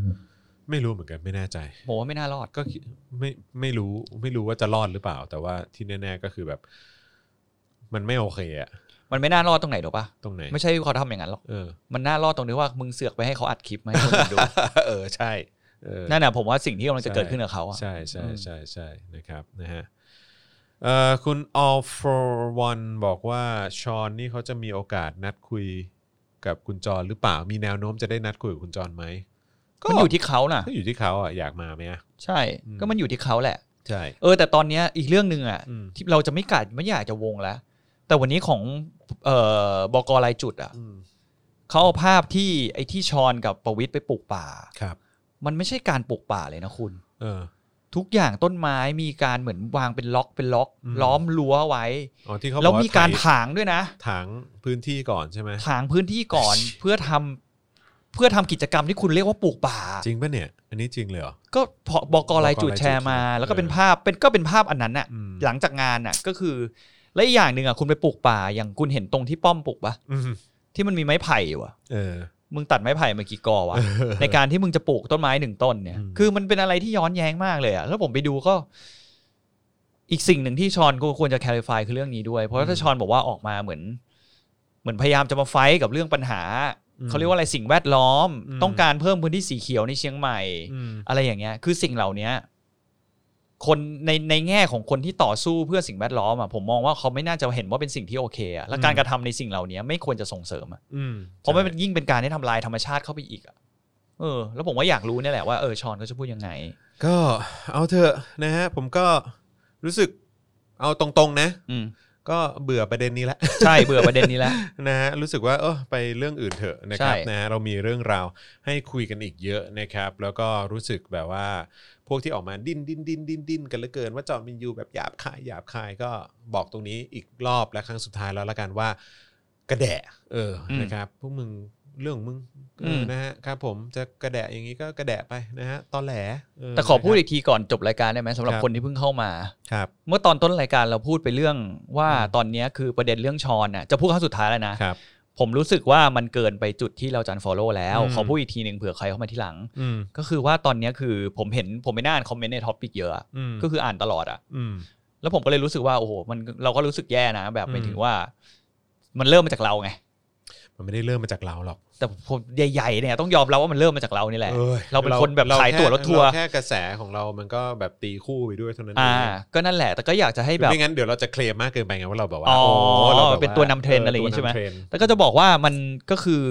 Speaker 2: ไม่รู้เหมือนกันไม่แน่ใจ
Speaker 3: ผมว่าไม่น่ารอด
Speaker 2: ก็คิดไม่ไม่รู้ไม่รู้ว่าจะรอดหรือเปล่า แต่ว่าที่แน่ ๆก็คือแบบ มันไม่โอเคอะ
Speaker 3: มันไม่น่ารอดตรงไหนหรอปะ
Speaker 2: ตรงไหน
Speaker 3: ไม่ใช่เขาทำอย่างนั้นหรอก
Speaker 2: เออ
Speaker 3: มันน่ารอดตรงที่ว่ามึงเสือกไปให้เขาอัดคลิปมาให้คนอื่นดู
Speaker 2: เออใช่เออ
Speaker 3: *laughs* นั่นน่ะผมว่าสิ่งที่กำลังจะเกิด
Speaker 2: ใช่
Speaker 3: ขึ้นกับเขาอะ
Speaker 2: ใช่ใช่
Speaker 3: อืม
Speaker 2: ใช่ใช่นะครับนะฮะเอ่อคุณ all for one บอกว่าชอนนี่เขาจะมีโอกาสนัดคุยกับคุณจรหรือเปล่า มีแนวโน้มจะได้นัดคุยกับคุณจรไหม
Speaker 3: มันอยู่ที่เขาน่ะ
Speaker 2: ก็อยู่ที่เขาอ่ะอยากมาไหมอ่ะ
Speaker 3: ใช่
Speaker 2: อืม
Speaker 3: ก็มันอยู่ที่เขาแหละ
Speaker 2: ใช่
Speaker 3: เออ แต่ตอนเนี้ยอีกเรื่องหนึ่งอะ
Speaker 2: อืม
Speaker 3: ที่เราจะไม่กัดไม่อยากจะวงแล้ว แต่วันนี้ของเอ่อบกรายจุดอะ เขาเอาภาพที่ไอ้ที่ชอนกับประวิทย์ไปปลูกป่า
Speaker 2: ครับ
Speaker 3: มันไม่ใช่การปลูกป่าเลยนะคุณ
Speaker 2: เออ
Speaker 3: ทุกอย่างต้นไม้มีการเหมือนวางเป็นล็อกเป็นล็อก
Speaker 2: อืม
Speaker 3: ล้อมรั้วไว้
Speaker 2: อ๋อที่เขาบอ
Speaker 3: แล้ว
Speaker 2: ว่
Speaker 3: มีการ
Speaker 2: ไถ
Speaker 3: ถางด้วยนะ
Speaker 2: ถางพื้นที่ก่อนใช่ไหม
Speaker 3: ถางพื้นที่
Speaker 2: *laughs*
Speaker 3: ก่อน เพื่อทำเพื่อทำกิจกรรมที่คุณเรียกว่าปลูกป่า
Speaker 2: จริงป่ะเนี่ย อันนี้จริงเลยเหรอ
Speaker 3: ก็พอบอกรายจุดแชร์มา
Speaker 2: บอกรายจุด
Speaker 3: แล้วก็เป็น
Speaker 2: เออ
Speaker 3: ภาพเป็นก็เป็นภาพอันนั้นน่ะ
Speaker 2: อืม
Speaker 3: หลังจากงานน่ะก็คือ และอีกอย่างหนึ่งอ่ะคุณไปปลูกป่า อย่างคุณเห็นตรงที่ป้อมปลูกปะ
Speaker 2: อืม
Speaker 3: ที่มันมีไม้ไผ่อยู่อะ
Speaker 2: เออ
Speaker 3: มึงตัดไม้ไผ่มากี่กอวะ
Speaker 2: เออ
Speaker 3: ในการที่มึงจะปลูกต้นไม้หนึ่งต้นเนี่ย
Speaker 2: อืม
Speaker 3: คือมันเป็นอะไรที่ย้อนแย้งมากเลยอะแล้วผมไปดูก็ อีกสิ่งหนึ่งที่ชอนก็ควรจะแคลิฟายคือเรื่องนี้ด้วย เพราะถ้าชอนบอกว่าออกมาเหมือน เหมือนพยายามจะมาไฟท์กับเรื่องปัญหา
Speaker 2: อืม
Speaker 3: เขาเรียกว่าอะไรสิ่งแวดล้อม
Speaker 2: อืม
Speaker 3: ต้องการเพิ่มพื้นที่สีเขียวในเชียงใหม่
Speaker 2: อืม
Speaker 3: อะไรอย่างเงี้ย คือสิ่งเหล่าเนี้ย คนในในแง่ของคนที่ต่อสู้เพื่อสิ่งแวดล้อมอ่ะ ผมมองว่าเขาไม่น่าจะเห็นว่าเป็นสิ่งที่โอเคอะและการกระทำในสิ่งเหล่าเนี้ยไม่ควรจะส่งเสริมอะ
Speaker 2: อืม
Speaker 3: เพราะมันเป็นยิ่งเป็นการที่ทำลายธรรมชาติเข้าไปอีกอะเออ แล้วผมว่าอยากรู้เนี่ยแหละว่าเออชอนเขาจะพูดยังไง
Speaker 2: ก็เอาเถอะนะฮะผมก็รู้สึกเอาตรงๆนะ
Speaker 3: อืม
Speaker 2: ก็เบื่อประเด็นนี้ละ
Speaker 3: ใช่เบื่อประเด็นนี้แล้ว
Speaker 2: นะฮะรู้สึกว่าเออไปเรื่องอื่นเถอะนะครับ
Speaker 3: ใช่
Speaker 2: นะฮะเรามีเรื่องราวให้คุยกันอีกเยอะนะครับ แล้วก็รู้สึกแบบว่า พวกที่ออกมาดิ้นดิ้นดิ้นดิ้นดิ้นกันเหลือเกิน ว่าจอมินยูแบบหยาบคายหยาบคายก็บอกตรงนี้อีกรอบและครั้งสุดท้ายแล้วละกันว่ากระแดะเอออ
Speaker 3: ม
Speaker 2: นะครับพวกมึงเรื่องของมึงเอออ
Speaker 3: ม
Speaker 2: นะฮะครับผมจะกระแดะอย่างนี้ก็กระแดะไปนะฮะตอแหลเ
Speaker 3: แต่ขอพูด
Speaker 2: นะครับ
Speaker 3: อีกทีก่อนจบรายการได้ไหมสำหรับ
Speaker 2: ครับ
Speaker 3: คนที่เพิ่งเข้ามา
Speaker 2: ครับ
Speaker 3: เมื่อตอนต้นรายการเราพูดไปเรื่องว่า
Speaker 2: อืม
Speaker 3: ตอนเนี้ยคือประเด็นเรื่องชอนอ่ะจะพูดครั้งสุดท้ายแล้วนะ
Speaker 2: ครับ
Speaker 3: ผมรู้สึกว่ามันเกินไปจุดที่เราจะ unfollow แล้ว
Speaker 2: อืม
Speaker 3: ขอพูดอีกทีหนึ่งเผื่อใครเข้ามาที่หลัง
Speaker 2: อืม
Speaker 3: ก็คือว่าตอนเนี้ยคือผมเห็นผมไปน่าอ่านคอมเมนต์ในท็อปิกเยอะอะ
Speaker 2: อืม
Speaker 3: ก็คืออ่านตลอดอะ
Speaker 2: อืม
Speaker 3: แล้วผมก็เลยรู้สึกว่าโอ้โหมันเราก็รู้สึกแย่นะ แบบหมายถึ
Speaker 2: อื
Speaker 3: ง
Speaker 2: ม
Speaker 3: ว่า มันเริ่มมาจากเราไง
Speaker 2: มันไม่ได้เริ่มมาจากเราหรอก
Speaker 3: แต่ผมใหญ่ๆเนี่ยต้องยอมรับว่ามันเริ่มมาจากเรานี่แหละ
Speaker 2: อ้ย
Speaker 3: เราเป็นคนแบบขายตั๋วรถทัวร์
Speaker 2: เาแค่กระแสของเรามันก็แบบตีคู่ไปด้วยเท่านั้นเอ
Speaker 3: อ่า
Speaker 2: ง
Speaker 3: ก็นั่นแหละแต่ก็อยากจะให้
Speaker 2: หรือ
Speaker 3: แบบ
Speaker 2: ไม่งั้นเดี๋ยวเราจะเคลมมากเกินไปไงว่าเราแบบว่า
Speaker 3: อ๋อ
Speaker 2: โอ้เราแบบว่า
Speaker 3: เป็นตัวนำเทรนด์อะไรอย่างงี้ใช่ไหม
Speaker 2: ตัวนำเทรนด์
Speaker 3: แต่ก็จะบอกว่ามันก็คือ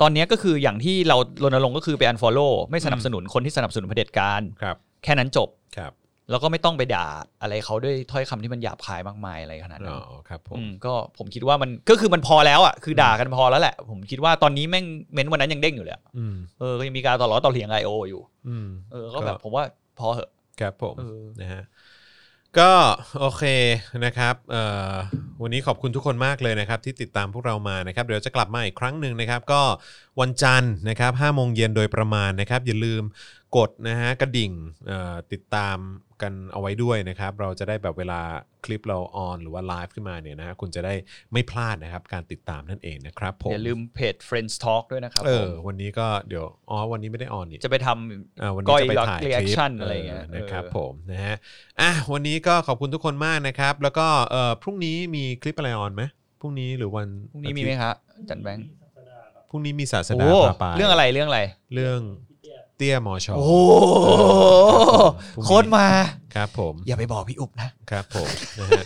Speaker 3: ตอนเนี้ยก็คืออย่างที่เรารณรงค์ก็คือไป unfollow ไม่สนับสนุนคนที่สนับสนุนเผด็จการ
Speaker 2: ครับ
Speaker 3: แค่นั้นจบ
Speaker 2: ครับ
Speaker 3: แล้วก็ไม่ต้องไปด่าอะไรเขาด้วยถ้อยคำที่มันหยาบคายมากมายอะไรขนาดนั้
Speaker 2: อ๋
Speaker 3: น
Speaker 2: อครับผม
Speaker 3: อืมก็ผมคิดว่ามันก็คือมันพอแล้วอ่ะคือด่ากันพอแล้วแหละ ผมคิดว่าตอนนี้แม่งเม้นวันนั้นยังเด้งอยู่เลยอะ
Speaker 2: อืม
Speaker 3: เออก็ยังมีการต่อล้อต่อเถียงไอโออยู่
Speaker 2: อืม
Speaker 3: เออก็แบบผมว่าพอเหอะ
Speaker 2: ครับผม
Speaker 3: เออ
Speaker 2: นะฮะก็โอเคนะครับเอ่อวันนี้ขอบคุณทุกคนมากเลยนะครับ ที่ติดตามพวกเรามานะครับ เดี๋ยวจะกลับมาอีกครั้งหนึ่งนะครับ ก็วันจันทร์นะครับห้าโมงเย็นโดยประมาณนะครับ อย่าลืม กดนะฮะกระดิ่งเอ่อติดตามกันเอาไว้ด้วยนะครับ เราจะได้แบบเวลาคลิปเราออนหรือว่าไลฟ์ขึ้นมาเนี่ยนะฮะคุณจะได้ไม่พลาดนะครับ การติดตามนั่นเองนะครับผม
Speaker 3: อย่าลืมเพจ Friends Talk ด้วยนะครับ
Speaker 2: เอ
Speaker 3: ผ
Speaker 2: อ
Speaker 3: ม
Speaker 2: วันนี้ก็เดี๋ยวอ๋อวันนี้ไม่ได้ออนนี่
Speaker 3: จะไปท
Speaker 2: อ่าวันนี้จะไปถ่าย
Speaker 3: ก้อย
Speaker 2: คลิป
Speaker 3: reaction อะไรอย่างเงี้ย
Speaker 2: ออนะครับ
Speaker 3: เออ
Speaker 2: ผมนะฮะอ่ะวันนี้ก็ขอบคุณทุกคนมากนะครับ แล้วก็เอ่อพรุ่งนี้มีคลิปอะไรออนไหมพรุ่งนี้หรือวัน
Speaker 3: ำพรุ่งนี้มีไหมครับจันแบงค์
Speaker 2: พรุ่งนี้มีศาส
Speaker 3: โอ้
Speaker 2: ดาพาไป
Speaker 3: เรื่องอะไรเรื่องอะไร
Speaker 2: เรื่องเตี้ยมอชอ
Speaker 3: โอ้โห
Speaker 2: พรุ่งนี้
Speaker 3: โค้ดมา
Speaker 2: ครับผม
Speaker 3: *laughs* อย่าไปบอกพี่อุบนะ
Speaker 2: ครับผม นะฮะ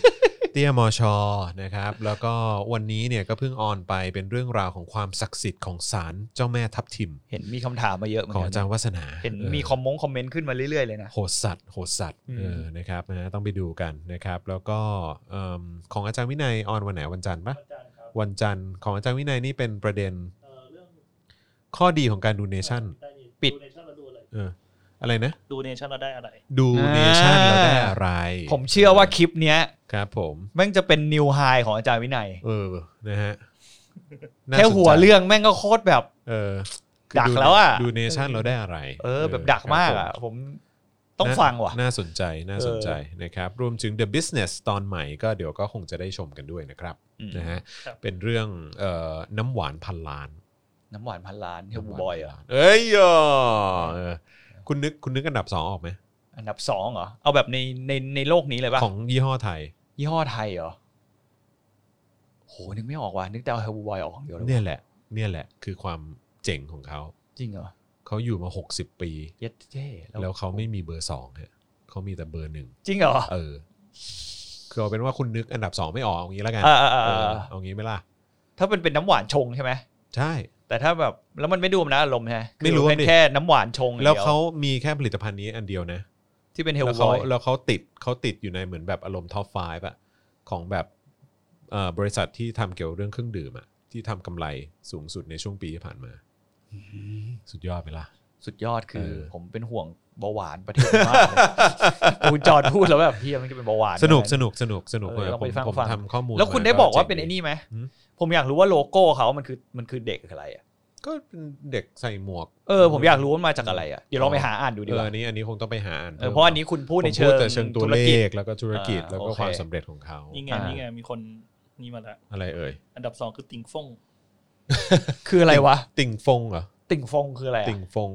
Speaker 2: เตี้ยมอชอนะครับ แล้วก็วันนี้เนี่ยก็เพิ่งออนไปเป็นเรื่องราวของความศักดิ์สิทธิ์ของศาลเจ้าแม่ทับทิม
Speaker 3: เห็นมีคำถามมาเยอะเหมือ
Speaker 2: ของ
Speaker 3: น
Speaker 2: อา
Speaker 3: กั
Speaker 2: จาร
Speaker 3: น
Speaker 2: ย์วัฒนา
Speaker 3: เห็น
Speaker 2: ออ
Speaker 3: มีคอมมงคอมเมนต์ขึ้นมาเรื่อยๆเลยนะ
Speaker 2: โหดสัตว์โหดสัตว์
Speaker 3: อืม
Speaker 2: เออนะครับนะฮะต้องไปดูกันนะครับ แล้วก็เอิ่มของอาจารย์วินัยออนวันไหนวันจันทร์ปะ
Speaker 4: อาจารย์ครับ
Speaker 2: วันจันทร์ของอาจารย์วินัยนี่เป็นประเด็น
Speaker 4: เอ่อเรื่อง
Speaker 2: ข้อดีของการดูเนชั่น
Speaker 4: ได้นี่
Speaker 3: ปิด
Speaker 4: เนชั่นเราดูอะไร
Speaker 2: เอออะไรนะ
Speaker 4: ดูเนชั่นเราได้อะไร
Speaker 2: ดู
Speaker 3: อ่า
Speaker 2: เนชั่นเราได้อะไร
Speaker 3: ผมเชื่อว่าคลิปเนี้ย
Speaker 2: ครับผม
Speaker 3: แม่งจะเป็นนิวไฮของอาจารย์วินัย
Speaker 2: เออนะฮะน่า
Speaker 3: แค่
Speaker 2: สนใจ
Speaker 3: หัวเรื่องแม่งก็โคตรแบบ
Speaker 2: เออ
Speaker 3: ดักแล้วอะ
Speaker 2: ดูเนชั่นเราได้อะไร
Speaker 3: เออแบบดักมากอ่ะ
Speaker 2: ครับผ
Speaker 3: ผมต้องฟังว่ะ
Speaker 2: น่าสนใจน่าสนใจนะครับรวมถึง The Business ตอนใหม่ก็เดี๋ยวก็คงจะได้ชมกันด้วยนะครับ
Speaker 3: อืม
Speaker 2: นะฮะ
Speaker 4: ครับ
Speaker 2: เป็นเรื่องเอ่อน้ำหวานพันล้าน
Speaker 3: น้ำหวานพันล้านเฮลบูบอยเหรอ่ะ
Speaker 2: เอ้ยเหรอเออคุณนึกคุณนึกอันดับ 2 ออกไหม
Speaker 3: อันดับสองเหรอ เอาแบบในในในโลกนี้เลยป่ะ
Speaker 2: ของยี่ห้อไทย
Speaker 3: ยี่ห้อไทยเหรอโหนึกไม่ออกว่ะนึกแต่เอาเฮลบูบอยออกอย่างเดียวเลย
Speaker 2: เนี่
Speaker 3: ว่ะ
Speaker 2: ยแหละ เนี่ยแหละคือความเจ๋งของเขา
Speaker 3: จริงเหรอ
Speaker 2: เขาอยู่มา 60 ปี
Speaker 3: เย็ดเจ้แล้
Speaker 2: แล้ว วเขาไม่มีเบอร์สองฮะเขามีแต่เบอร์หนึ่ง
Speaker 3: จริงเหรอ
Speaker 2: เออคือเอาเป็นว่าคุณนึกอันดับสองไม่ออกเอางี้แล้วกัน
Speaker 3: อ่าอ่าอ่า
Speaker 2: เออ
Speaker 3: อ่า
Speaker 2: เอางี้ไหมล่ะ
Speaker 3: ถ้าเป็นเป็นน้ำหวานชงใช่ไหม
Speaker 2: ใช่
Speaker 3: แต่ถ้าแบบแล้วมันไม่ดูมนะอารมณ์ใช่ไหม
Speaker 2: ไม่รู้อะ
Speaker 3: เป็น
Speaker 2: ดิ
Speaker 3: แค่น้ำหวานชงอย่ง
Speaker 2: แล้ว
Speaker 3: ดีย
Speaker 2: เขามีแค่ผลิตภัณฑ์นี้อันเดียวนะ
Speaker 3: ที่เป็นเฮล
Speaker 2: แล้ว
Speaker 3: บูบ
Speaker 2: เขา
Speaker 3: อย
Speaker 2: แล้วเขาติดเขาติดอยู่ในเหมือนแบบอารมณ์ท็อป5อะของแบบเอ่อบริษัทที่ทำเกี่ยวเรื่องเครื่องดื่มอะ ที่ทำกำไรสูงสุดในช่วงปีที่ผ่านมา สุดยอดไปละ
Speaker 3: สุดยอดคื
Speaker 2: เอ
Speaker 3: อ
Speaker 2: อ
Speaker 3: ผมเป็นห่วงเบาหวานประเทศมาก
Speaker 2: *laughs*
Speaker 3: เลยคุณจอดพูดแล้วแบบพี่มันจะเป็นเบาหวาน
Speaker 2: สนุกสนุกสนุกสนุก
Speaker 3: เออ
Speaker 2: เออ
Speaker 3: ลอง
Speaker 2: ผ
Speaker 3: ไป
Speaker 2: ม
Speaker 3: ฟัง
Speaker 2: ผม
Speaker 3: ฟัง
Speaker 2: ทำข้อมูล
Speaker 3: แล้วคุณได้
Speaker 2: ม
Speaker 3: บอกว่า
Speaker 2: จ๋ง
Speaker 3: เป็นไอ้
Speaker 2: ดี
Speaker 3: นี่ไหม
Speaker 2: หืม
Speaker 3: ผมอยากรู้ว่าโลโก้เขามันคือมันคือเด็กอะไรอ่ะ
Speaker 2: ก็เป็นเด็กใส่หมวก
Speaker 3: เออผมอยากรู้ว่ามันมาจากอะไรอ่ะเดี๋ยวลองไปหาอ่านดูดี
Speaker 2: เอก อ
Speaker 3: ว่า
Speaker 2: อันนี้อันนี้คงต้องไปหาอ่าน
Speaker 3: เออเพราะอันนี้คุณพูดใน
Speaker 2: ผม
Speaker 3: เชิง
Speaker 2: แต่เชิงตัว
Speaker 3: ธุร
Speaker 2: เล
Speaker 3: กิจ
Speaker 2: ขแล้วก็ธุรกิจ
Speaker 3: อ่า
Speaker 2: แล้วก็
Speaker 3: โอเค
Speaker 2: ความสำเร็จของเขา
Speaker 4: นี่ไง
Speaker 3: อ่านี่
Speaker 4: นี่ไงมีคนนี่มาละ
Speaker 2: อะไรเอ่ย
Speaker 4: อันดับสองคือติงฟง
Speaker 3: คืออะไร
Speaker 2: *laughs*
Speaker 3: วะ
Speaker 2: ติ่งฟงเหรอ
Speaker 3: ติ่งฟงคืออะไรอะ
Speaker 2: ติ่งฟง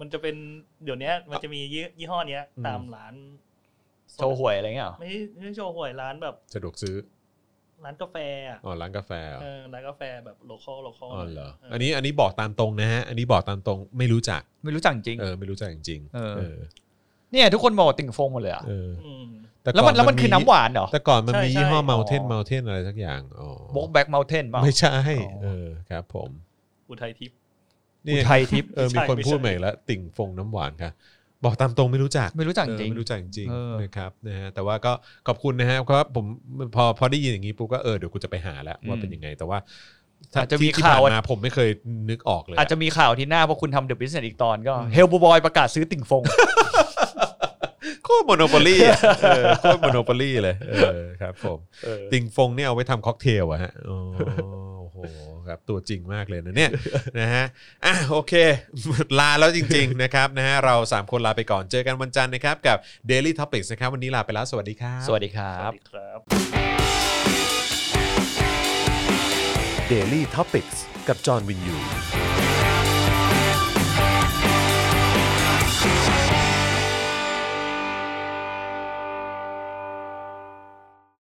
Speaker 4: มันจะเป็นเดี๋ยวเนี้ยมันจะมียี่ยี่ห้อเนี้ย
Speaker 2: อืม
Speaker 4: ตามร้าน
Speaker 3: โชว์หวยอะไรเงี้ยเหรอ
Speaker 4: ไม่ไม่ใช่โชว์หวยร้านแบบ
Speaker 2: สะดวกซื้อ
Speaker 4: ร้านกาแฟอะ
Speaker 2: อ๋อร้านกาแฟเหรอ
Speaker 4: เออร้านกาแฟแบบโลคอลโลคอล
Speaker 2: อ๋อเหรออันนี้อันนี้บอกตามตรงนะฮะอันนี้บอกตามตรงไม่รู้จัก
Speaker 3: ไม่รู้จักจริง
Speaker 2: เออไม่รู้จักจริงๆ
Speaker 3: เออ
Speaker 2: เออ
Speaker 3: เนี่ยทุกคนบอกว่าติ่งฟงหมดเลยอ่ะ
Speaker 2: เออ
Speaker 4: อืม
Speaker 2: ต่
Speaker 3: แล้วมัน
Speaker 2: ก่
Speaker 3: แล้วมันคือน้ำหวานเหรอ
Speaker 2: แต่ก่อนมัน
Speaker 4: ใช่
Speaker 2: มียี่ห้อ
Speaker 4: ใช่
Speaker 2: เมาเทนเมาเทนอะไรสักอย่างอ๋อ
Speaker 3: บ็อกแบ็กเมลเทนป่ะ
Speaker 2: ไม่ใช่
Speaker 3: อ๋อ
Speaker 2: เออครับ ผม
Speaker 4: อุทัยทิพย์
Speaker 3: อุทัยทิพย์
Speaker 2: เออ
Speaker 4: ไม่
Speaker 2: มี
Speaker 4: ใช่
Speaker 2: คนพูด
Speaker 4: ไม่ใช่
Speaker 2: ใหม่แล้วติ่งฟงน้ำหวานค่ะ บอกตามตรงไม่รู้จัก
Speaker 3: ไม่รู้จักจริง
Speaker 2: เออไม่รู้จักจริง
Speaker 3: เออ
Speaker 2: ๆนะครับนะฮะแต่ว่าก็ขอบคุณนะฮะเพราะผมพอพอได้ยินอย่างนี้ปุ๊บก็เออเดี๋ยวกูจะไปหาแล้วว่าเป็นยังไงแต่ว่าถ้
Speaker 3: อาจจะมี
Speaker 2: ที่
Speaker 3: ข่าว
Speaker 2: ที่ผ่
Speaker 3: อะ
Speaker 2: นมาผมไม่เคยนึกออกเลย
Speaker 3: อาจจะมีข่าวที่หน้าเพราะคุณทำเดอะบิสเนสอีกตอนก็เฮลบอยประกาศซื้อติ่งฟง
Speaker 2: โคตรโมโนโปลี่โคตรโมโนโปลี่เลยเออครับผมติงฟงเนี่ยเอาไว้ทำค็อกเทลอะฮะโอ้โหครับตัวจริงมากเลยนะ *laughs* เนี่ย นะฮะอ่ะโอเค ลาแล้วจริง ๆ นะครับนะฮะเราสามคนลาไปก่อนเจอกันวันจันทร์นะครับกับ Daily Topics นะครับวันนี้ลาไปแล้วสวัสดีครับ
Speaker 3: สวัสดีครั
Speaker 4: สวั
Speaker 3: บ
Speaker 4: สดีครับ
Speaker 1: Daily t o p i c กกับจอห์นวินยู